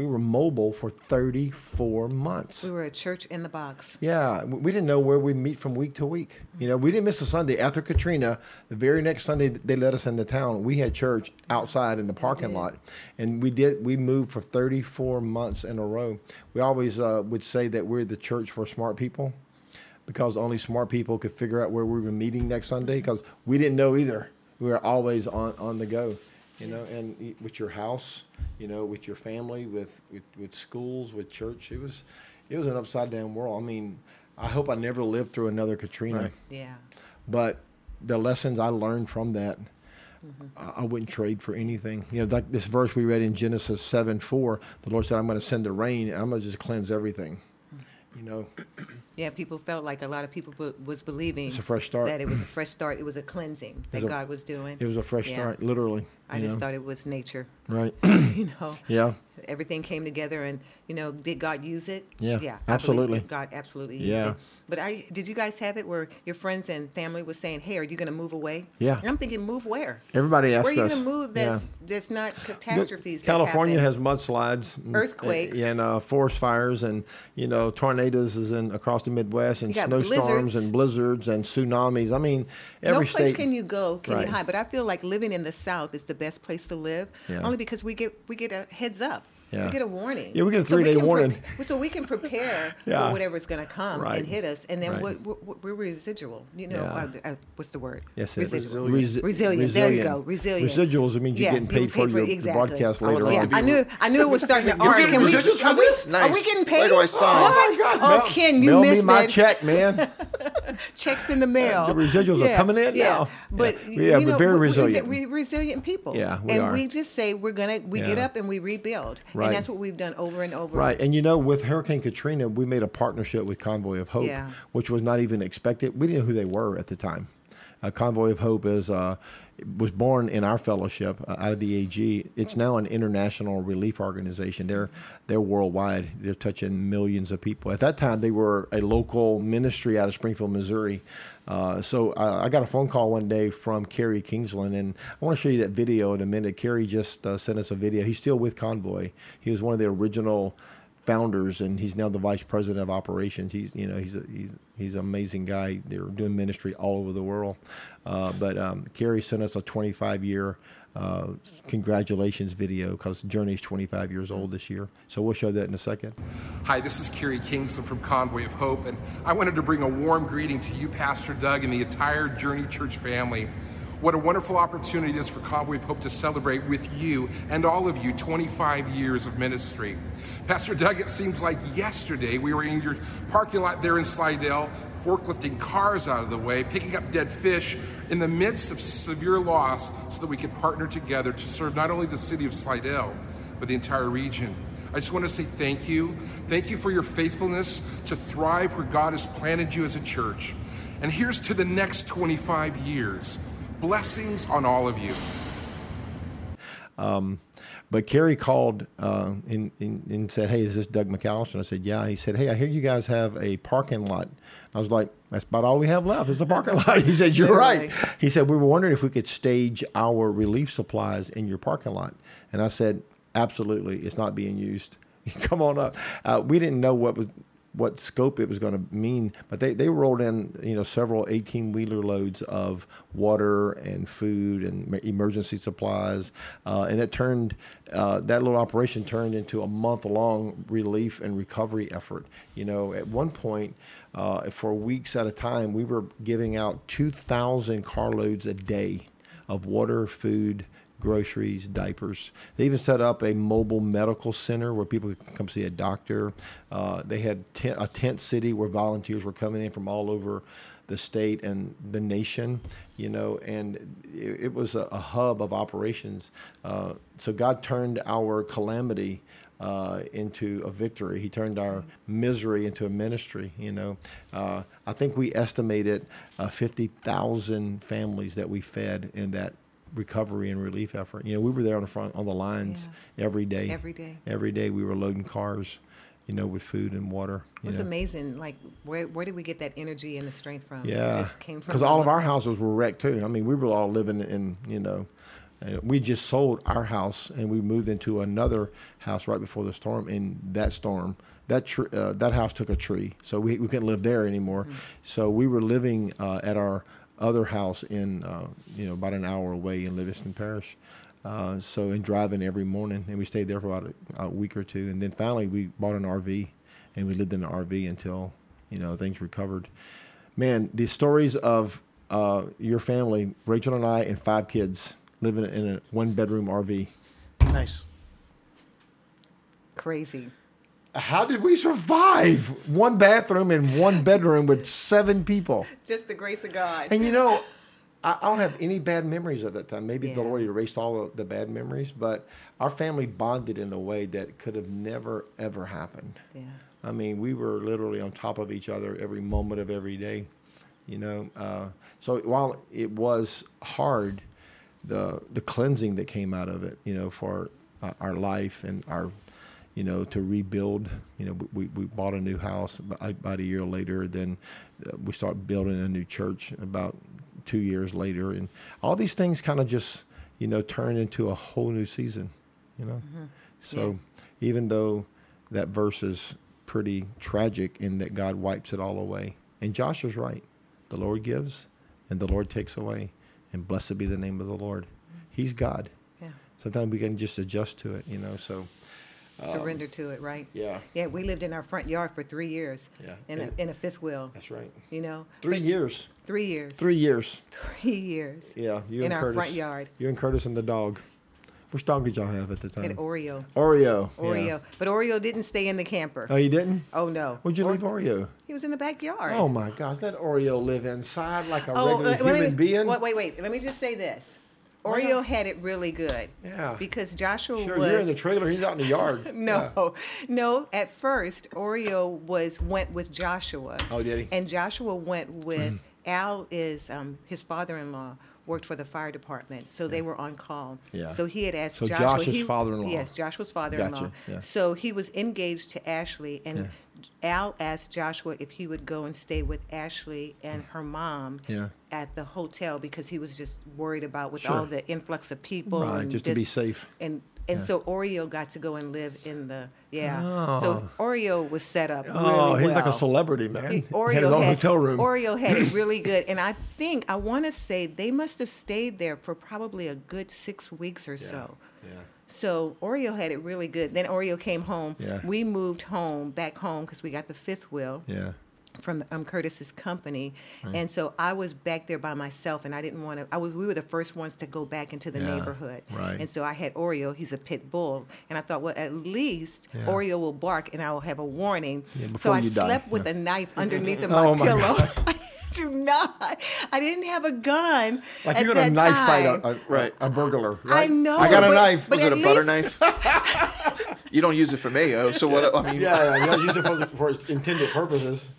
[SPEAKER 1] we were mobile for 34 months.
[SPEAKER 2] We were a church in the box.
[SPEAKER 1] Yeah, w- we didn't know where we'd meet from week to week. You know, we didn't miss a Sunday after Katrina. The very next Sunday th- they let us into town. We had church outside in the parking
[SPEAKER 2] did.
[SPEAKER 1] lot, and we did. We moved for 34 months in a row. We always uh, would say that we're the church for smart people, because only smart people could figure out where we were meeting next Sunday. Because we didn't know either. We were always on on the go. You know, and y- with your house, you know, with your family, with, with, with schools, with church, it was, it was an upside down world. I mean, I hope I never lived through another Katrina,
[SPEAKER 3] Right.
[SPEAKER 2] Yeah.
[SPEAKER 1] but the lessons I learned from that, I, I wouldn't trade for anything. You know, like this verse we read in Genesis 7 4, the Lord said, I'm going to send the rain and I'm going to just cleanse everything. You know,
[SPEAKER 2] Yeah, people felt like a lot of people bu- was believing
[SPEAKER 1] It's a fresh start.
[SPEAKER 2] that it was a fresh start. It was a cleansing that
[SPEAKER 1] a-
[SPEAKER 2] God was doing.
[SPEAKER 1] it was a fresh
[SPEAKER 2] Yeah.
[SPEAKER 1] start, literally.
[SPEAKER 2] I
[SPEAKER 1] you
[SPEAKER 2] just
[SPEAKER 1] know?
[SPEAKER 2] thought it was nature.
[SPEAKER 1] Right.
[SPEAKER 2] you know,
[SPEAKER 1] yeah.
[SPEAKER 2] everything came together, and you know, did God use it?
[SPEAKER 1] Yeah,
[SPEAKER 2] yeah, I believe
[SPEAKER 1] absolutely.
[SPEAKER 2] that God absolutely used
[SPEAKER 1] Yeah.
[SPEAKER 2] it. But I did. You guys have it where your friends and family was saying, "Hey, are you going to move away?"
[SPEAKER 1] Yeah.
[SPEAKER 2] and I'm thinking, move where?
[SPEAKER 1] Everybody asked
[SPEAKER 2] Where are you
[SPEAKER 1] us.
[SPEAKER 2] going to move?
[SPEAKER 1] Yeah.
[SPEAKER 2] That's that's not catastrophes. that
[SPEAKER 1] California
[SPEAKER 2] happen.
[SPEAKER 1] has mudslides, and-
[SPEAKER 2] Earthquakes.
[SPEAKER 1] and, uh, forest fires, and you know tornadoes is in across the Midwest, and
[SPEAKER 2] You got
[SPEAKER 1] snowstorms
[SPEAKER 2] blizzards.
[SPEAKER 1] and blizzards and tsunamis. I mean, every
[SPEAKER 2] no
[SPEAKER 1] state.
[SPEAKER 2] place can you go can
[SPEAKER 1] Right.
[SPEAKER 2] you hide but i feel like living in the south is the best place to live
[SPEAKER 1] Yeah.
[SPEAKER 2] only because we get we get a heads up
[SPEAKER 1] Yeah.
[SPEAKER 2] we get a warning
[SPEAKER 1] Yeah, we get a
[SPEAKER 2] So
[SPEAKER 1] three-day
[SPEAKER 2] can pre-
[SPEAKER 1] warning.
[SPEAKER 2] so we can prepare
[SPEAKER 1] Yeah.
[SPEAKER 2] for whatever's going to come
[SPEAKER 1] Right.
[SPEAKER 2] and hit us and then
[SPEAKER 1] Right.
[SPEAKER 2] what, what, what- we're residual you know
[SPEAKER 1] Yeah.
[SPEAKER 2] uh, uh, what's the word
[SPEAKER 1] Yes, it is.
[SPEAKER 2] residual.
[SPEAKER 1] Resi-
[SPEAKER 2] Resilient. There you go.
[SPEAKER 1] resilient.
[SPEAKER 2] Resilient.
[SPEAKER 1] Residuals it means you're
[SPEAKER 2] Yeah,
[SPEAKER 1] getting
[SPEAKER 2] you
[SPEAKER 1] paid
[SPEAKER 2] were
[SPEAKER 1] for
[SPEAKER 2] paid for
[SPEAKER 1] your
[SPEAKER 2] it. Exactly.
[SPEAKER 1] broadcast
[SPEAKER 3] I would
[SPEAKER 1] later
[SPEAKER 3] love
[SPEAKER 2] yeah,
[SPEAKER 1] on.
[SPEAKER 3] to be
[SPEAKER 2] I knew. I knew it was starting to. arc.
[SPEAKER 1] getting
[SPEAKER 2] Can we?
[SPEAKER 1] residuals for
[SPEAKER 2] are we-
[SPEAKER 1] this?
[SPEAKER 2] Are we
[SPEAKER 3] Nice.
[SPEAKER 2] getting
[SPEAKER 3] Where
[SPEAKER 2] paid?
[SPEAKER 3] do I sign?
[SPEAKER 2] Oh my gosh! Oh, Ken, you
[SPEAKER 1] mail
[SPEAKER 2] missed
[SPEAKER 1] me my
[SPEAKER 2] it.
[SPEAKER 1] check, man.
[SPEAKER 2] Checks in the mail.
[SPEAKER 1] the residuals are coming in
[SPEAKER 2] yeah.
[SPEAKER 1] now.
[SPEAKER 2] But
[SPEAKER 1] Yeah.
[SPEAKER 2] y-
[SPEAKER 1] Yeah,
[SPEAKER 2] you
[SPEAKER 1] we're
[SPEAKER 2] know,
[SPEAKER 1] very
[SPEAKER 2] we- we-
[SPEAKER 1] resilient.
[SPEAKER 2] We're resilient people.
[SPEAKER 1] Yeah, we
[SPEAKER 2] and
[SPEAKER 1] are.
[SPEAKER 2] we just say we're gonna. We get
[SPEAKER 1] Yeah.
[SPEAKER 2] up and we rebuild,
[SPEAKER 1] Right.
[SPEAKER 2] and that's what we've done over and over.
[SPEAKER 1] Right. And you know, with Hurricane Katrina, we made a partnership with Convoy of Hope,
[SPEAKER 2] Yeah.
[SPEAKER 1] which was not even expected. We didn't know who they were at the time. Uh, Convoy of Hope is uh, was born in our fellowship uh, out of the AG. It's now an international relief organization. They're they're worldwide. They're touching millions of people. At that time, they were a local ministry out of Springfield, Missouri. Uh, so I, I got a phone call one day from Kerry Kingsland, and I want to show you that video in a minute. Kerry just uh, sent us a video. He's still with Convoy. He was one of the original founders, and he's now the vice president of operations. He's you know he's a, he's he's an amazing guy. They're doing ministry all over the world. Uh, but um, Kerry sent us a 25 year uh, congratulations video because Journey's 25 years old this year. So we'll show that in a second.
[SPEAKER 4] Hi, this is Kerry Kingston from Convoy of Hope, and I wanted to bring a warm greeting to you, Pastor Doug, and the entire Journey Church family. What a wonderful opportunity it is for Convoy of Hope to celebrate with you and all of you 25 years of ministry. Pastor Doug, it seems like yesterday we were in your parking lot there in Slidell, forklifting cars out of the way, picking up dead fish in the midst of severe loss so that we could partner together to serve not only the city of Slidell, but the entire region. I just want to say thank you. Thank you for your faithfulness to thrive where God has planted you as a church. And here's to the next 25 years. Blessings on all of you.
[SPEAKER 1] Um, But Kerry called uh, and, and, and said, Hey, is this Doug McAllister? I said, Yeah. And he said, Hey, I hear you guys have a parking lot. I was like, That's about all we have left is a parking lot. He said, You're right. He said, We were wondering if we could stage our relief supplies in your parking lot. And I said, Absolutely. It's not being used. Come on up. Uh, we didn't know what was what scope it was going to mean, but they, they rolled in, you know, several 18 wheeler loads of water and food and me- emergency supplies. Uh, and it turned, uh, that little operation turned into a month long relief and recovery effort. You know, at one point, uh, for weeks at a time, we were giving out 2,000 carloads a day of water, food, groceries, diapers. They even set up a mobile medical center where people could come see a doctor. Uh, they had tent, a tent city where volunteers were coming in from all over the state and the nation, you know, and it, it was a, a hub of operations. Uh, so God turned our calamity uh, into a victory. He turned our misery into a ministry. You know, uh, I think we estimated uh, fifty thousand families that we fed in that recovery and relief effort. You know, we were there on the front on the lines every day.
[SPEAKER 2] Every day.
[SPEAKER 1] Every day we were loading cars, you know, with food and water.
[SPEAKER 2] It
[SPEAKER 1] you
[SPEAKER 2] was
[SPEAKER 1] know.
[SPEAKER 2] amazing. Like, where where did we get that energy and the strength from? It
[SPEAKER 1] Yeah,
[SPEAKER 2] just came from
[SPEAKER 1] because all
[SPEAKER 2] all
[SPEAKER 1] of our houses were wrecked too. I mean, we were all living in you know, Uh, we just sold our house and we moved into another house right before the storm. In that storm, that tr- uh, that house took a tree, so we, we couldn't live there anymore.
[SPEAKER 2] Mm-hmm.
[SPEAKER 1] So we were living uh, at our other house in uh, you know about an hour away in Livingston Parish. Uh, so and driving every morning, and we stayed there for about a, a week or two, and then finally we bought an RV, and we lived in an RV until you know things recovered. Man, the stories of uh, your family, Rachel and I, and five kids living in a one bedroom RV.
[SPEAKER 3] Nice.
[SPEAKER 2] Crazy.
[SPEAKER 1] How did we survive one bathroom and one bedroom with seven people?
[SPEAKER 2] Just the grace of God.
[SPEAKER 1] And you know, I, I don't have any bad memories of that time. Maybe the
[SPEAKER 2] Yeah.
[SPEAKER 1] Lord erased all of the bad memories, but our family bonded in a way that could have never, ever happened.
[SPEAKER 2] yeah.
[SPEAKER 1] I mean, we were literally on top of each other every moment of every day, you know. Uh, so while it was hard, the the cleansing that came out of it, you know, for uh, our life and our, you know, to rebuild. You know, we, we bought a new house ab- about a year later. Then uh, we started building a new church about two years later, and all these things kind of just you know turned into a whole new season, you know. So even though that verse is pretty tragic in that God wipes it all away. And Joshua's right. The Lord gives and the Lord takes away. And blessed be the name of the Lord. He's God.
[SPEAKER 2] Yeah.
[SPEAKER 1] Sometimes we can just adjust to it, you know. So
[SPEAKER 2] Surrender to it, right?
[SPEAKER 1] Um, yeah.
[SPEAKER 2] Yeah, we lived in our front yard for three years.
[SPEAKER 1] Yeah.
[SPEAKER 2] In a,
[SPEAKER 1] And-
[SPEAKER 2] in a fifth wheel.
[SPEAKER 1] that's right.
[SPEAKER 2] You know,
[SPEAKER 1] Three years.
[SPEAKER 2] three years.
[SPEAKER 1] Three years.
[SPEAKER 2] Three years.
[SPEAKER 1] Yeah. You
[SPEAKER 2] In
[SPEAKER 1] and
[SPEAKER 2] our
[SPEAKER 1] Curtis.
[SPEAKER 2] front yard.
[SPEAKER 1] You and Curtis and the dog. Which dog did y'all have at the time?
[SPEAKER 2] At Oreo.
[SPEAKER 1] Oreo. yeah.
[SPEAKER 2] Oreo. But Oreo didn't stay in the camper.
[SPEAKER 1] Oh, you didn't?
[SPEAKER 2] oh no.
[SPEAKER 1] Where'd you leave Oreo?
[SPEAKER 2] He was in the backyard.
[SPEAKER 1] Oh my gosh, that Oreo live inside like a
[SPEAKER 2] Oh,
[SPEAKER 1] regular
[SPEAKER 2] uh,
[SPEAKER 1] human
[SPEAKER 2] let me,
[SPEAKER 1] being.
[SPEAKER 2] Wait, wait, wait. Let me just say this.
[SPEAKER 1] Why
[SPEAKER 2] Oreo
[SPEAKER 1] not?
[SPEAKER 2] had it really good.
[SPEAKER 1] Yeah.
[SPEAKER 2] Because Joshua
[SPEAKER 1] Sure,
[SPEAKER 2] was
[SPEAKER 1] you're in the trailer. He's out in the yard. Yeah.
[SPEAKER 2] No, no. At first, Oreo was went with Joshua.
[SPEAKER 1] Oh, did he?
[SPEAKER 2] And Joshua went with Al. Is um, his father-in-law worked for the fire department, so they were on call.
[SPEAKER 1] Yeah.
[SPEAKER 2] So he had asked
[SPEAKER 1] So
[SPEAKER 2] Joshua.
[SPEAKER 1] Josh's
[SPEAKER 2] he-
[SPEAKER 1] father-in-law.
[SPEAKER 2] Yes, Joshua's father-in-law.
[SPEAKER 1] yeah.
[SPEAKER 2] So he was engaged to Ashley, and Al asked Joshua if he would go and stay with Ashley and her mom.
[SPEAKER 1] Yeah.
[SPEAKER 2] At the hotel because he was just worried about with
[SPEAKER 1] Sure.
[SPEAKER 2] all the influx of people.
[SPEAKER 1] Right,
[SPEAKER 2] and
[SPEAKER 1] just to be safe.
[SPEAKER 2] and and so Oreo got to go and live in the yeah. So Oreo was set up.
[SPEAKER 1] Oh,
[SPEAKER 2] really
[SPEAKER 1] he's like a
[SPEAKER 2] well.
[SPEAKER 1] celebrity, man.
[SPEAKER 2] He-
[SPEAKER 1] He had his own hotel room.
[SPEAKER 2] Oreo had it really good, and I think I want to say they must have stayed there for probably a good six weeks or so. So Oreo had it really good. Then Oreo came home.
[SPEAKER 1] Yeah.
[SPEAKER 2] We moved home back home because we got the fifth wheel
[SPEAKER 1] Yeah.
[SPEAKER 2] from um, Curtis's company,
[SPEAKER 1] Mm.
[SPEAKER 2] and so I was back there by myself, and I didn't want to. I was we were the first ones to go back into the
[SPEAKER 1] Yeah,
[SPEAKER 2] neighborhood,
[SPEAKER 1] right.
[SPEAKER 2] And so I had Oreo. He's a pit bull, and I thought, well, at least Oreo will bark, and I will have a warning. so
[SPEAKER 1] before
[SPEAKER 2] I
[SPEAKER 1] you die,
[SPEAKER 2] slept with
[SPEAKER 1] yeah.
[SPEAKER 2] a knife underneath of my
[SPEAKER 1] Oh, my
[SPEAKER 2] pillow. I Do not. I didn't have a gun.
[SPEAKER 1] Like
[SPEAKER 2] at
[SPEAKER 1] you're gonna
[SPEAKER 2] that
[SPEAKER 1] knife fight
[SPEAKER 2] time.
[SPEAKER 1] a, a,
[SPEAKER 3] Right.
[SPEAKER 1] a burglar. Right?
[SPEAKER 2] know,
[SPEAKER 1] I got a
[SPEAKER 2] but-
[SPEAKER 1] knife.
[SPEAKER 2] but
[SPEAKER 3] Was it
[SPEAKER 2] at
[SPEAKER 3] a butter
[SPEAKER 2] least-
[SPEAKER 3] knife? you don't use it for mayo, so what? I mean,
[SPEAKER 1] yeah, yeah, yeah. Use it for, for its intended purposes.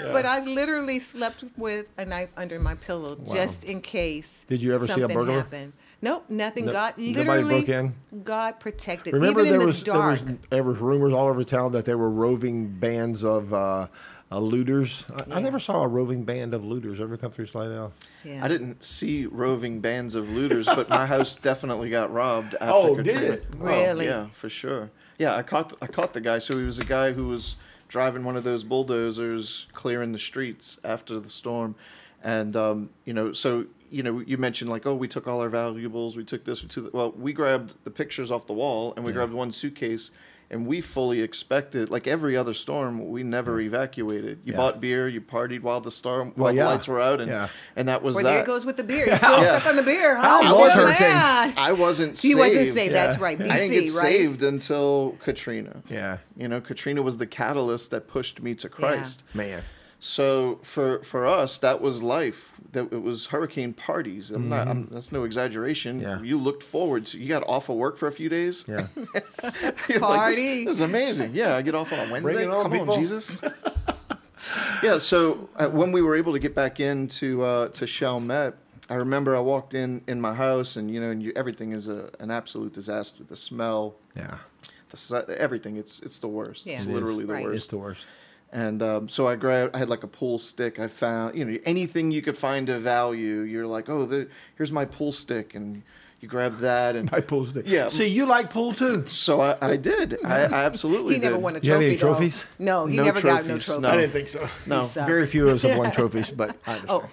[SPEAKER 2] But I literally slept with a knife under my pillow just in case.
[SPEAKER 1] Did you ever see a
[SPEAKER 2] something
[SPEAKER 1] burglar?
[SPEAKER 2] Happened. Nope, nothing.
[SPEAKER 1] No-
[SPEAKER 2] God
[SPEAKER 1] nobody
[SPEAKER 2] literally
[SPEAKER 1] broke in?
[SPEAKER 2] God protected.
[SPEAKER 1] Remember,
[SPEAKER 2] Even in
[SPEAKER 1] there
[SPEAKER 2] the
[SPEAKER 1] was, there
[SPEAKER 2] dark.
[SPEAKER 1] was there was rumors all over town that there were roving bands of uh, uh, looters. I, I never saw a roving band of looters ever come through Slidell.
[SPEAKER 2] yeah.
[SPEAKER 3] I didn't see roving bands of looters, but my house definitely got robbed after
[SPEAKER 1] Oh, did
[SPEAKER 3] Katrina.
[SPEAKER 1] it?
[SPEAKER 3] Oh,
[SPEAKER 2] Really?
[SPEAKER 3] yeah, for sure. Yeah, I caught I caught the guy. So he was a guy who was driving one of those bulldozers clearing the streets after the storm, and um, you know, so you know, you mentioned like, oh, we took all our valuables, we took this, we took that. Well, we grabbed the pictures off the wall, and we grabbed one suitcase. And we fully expected, like every other storm, we never evacuated. You
[SPEAKER 1] Yeah.
[SPEAKER 3] bought beer, you partied while the storm, while the
[SPEAKER 1] yeah.
[SPEAKER 3] lights were out, and
[SPEAKER 1] Yeah.
[SPEAKER 3] and that was
[SPEAKER 2] Or
[SPEAKER 3] that.
[SPEAKER 2] there it goes with the beer. You're still stuck on the beer. Huh?
[SPEAKER 1] How
[SPEAKER 2] Oh,
[SPEAKER 1] was her
[SPEAKER 2] man.
[SPEAKER 3] I wasn't saved.
[SPEAKER 2] He wasn't saved. That's
[SPEAKER 1] Yeah.
[SPEAKER 2] right. BC,
[SPEAKER 3] I didn't get
[SPEAKER 2] right?
[SPEAKER 3] saved until Katrina.
[SPEAKER 1] Yeah.
[SPEAKER 3] You know, Katrina was the catalyst that pushed me to Christ.
[SPEAKER 1] Man.
[SPEAKER 3] So for for us, that was life. That it was hurricane parties. I'm not. I'm, that's no exaggeration.
[SPEAKER 1] Mm-hmm. Yeah.
[SPEAKER 3] You looked forward. to you got off of work for a few days.
[SPEAKER 1] Yeah.
[SPEAKER 3] You're like, this-
[SPEAKER 2] Party.
[SPEAKER 3] this, is amazing. Yeah, I get off on a Wednesday.
[SPEAKER 1] it on,
[SPEAKER 3] Come
[SPEAKER 1] people.
[SPEAKER 3] on, Jesus. yeah. So uh, when we were able to get back into uh, to Chalmette, I remember I walked in in my house, and you know, and you, everything is a, an absolute disaster. The smell,
[SPEAKER 1] Yeah.
[SPEAKER 3] the si- everything. It's it's the worst.
[SPEAKER 2] Yeah.
[SPEAKER 3] It's
[SPEAKER 2] It is.
[SPEAKER 3] literally the
[SPEAKER 2] Right.
[SPEAKER 3] worst.
[SPEAKER 1] It's the worst.
[SPEAKER 3] And um, so I grabbed. I had like a pool stick. I found you know anything you could find of value. You're like, oh, the, here's my pool stick, and you grab that and
[SPEAKER 1] My pool's dead.
[SPEAKER 3] Yeah.
[SPEAKER 1] See, you like pool too.
[SPEAKER 3] so I, I did. I, I absolutely
[SPEAKER 2] He never
[SPEAKER 3] did.
[SPEAKER 2] won a trophy.
[SPEAKER 1] You had any
[SPEAKER 2] though.
[SPEAKER 1] trophies?
[SPEAKER 2] No, he
[SPEAKER 3] No
[SPEAKER 2] never got no
[SPEAKER 3] trophies,
[SPEAKER 2] trophy.
[SPEAKER 3] no. I didn't
[SPEAKER 1] think so.
[SPEAKER 3] No.
[SPEAKER 2] So-
[SPEAKER 1] Very few of us have won trophies, but I understand.
[SPEAKER 2] Oh,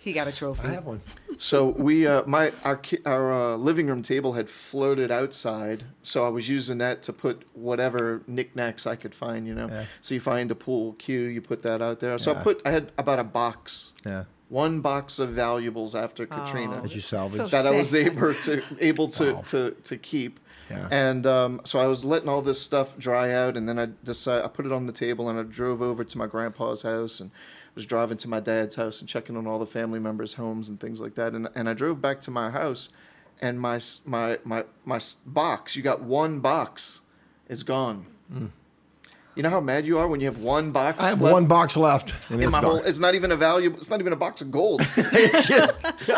[SPEAKER 2] he got a trophy.
[SPEAKER 1] I have one.
[SPEAKER 3] So we, uh, my, our, ki- our uh, living room table had floated outside, so I was using that to put whatever knickknacks I could find, you know.
[SPEAKER 1] Yeah.
[SPEAKER 3] So you find a pool cue, you put that out there. So
[SPEAKER 1] Yeah.
[SPEAKER 3] I put, I had about a box,
[SPEAKER 1] Yeah.
[SPEAKER 3] one box of valuables after Katrina
[SPEAKER 1] That you salvaged.
[SPEAKER 3] that I was
[SPEAKER 2] sad.
[SPEAKER 3] able to able to
[SPEAKER 1] Wow.
[SPEAKER 3] to, to keep.
[SPEAKER 1] Yeah.
[SPEAKER 3] And um, so I was letting all this stuff dry out, and then I decided I put it on the table, and I drove over to my grandpa's house, and was driving to my dad's house and checking on all the family members' homes and things like that. And and I drove back to my house, and my s- my my my s- box. You got one box, it's gone. You know how mad you are when you have one box.
[SPEAKER 1] Mm. I have
[SPEAKER 3] left
[SPEAKER 1] one box left. And
[SPEAKER 3] In
[SPEAKER 1] it's
[SPEAKER 3] my whole,
[SPEAKER 1] gone.
[SPEAKER 3] it's not even a valuable. It's not even a box of gold.
[SPEAKER 1] It's just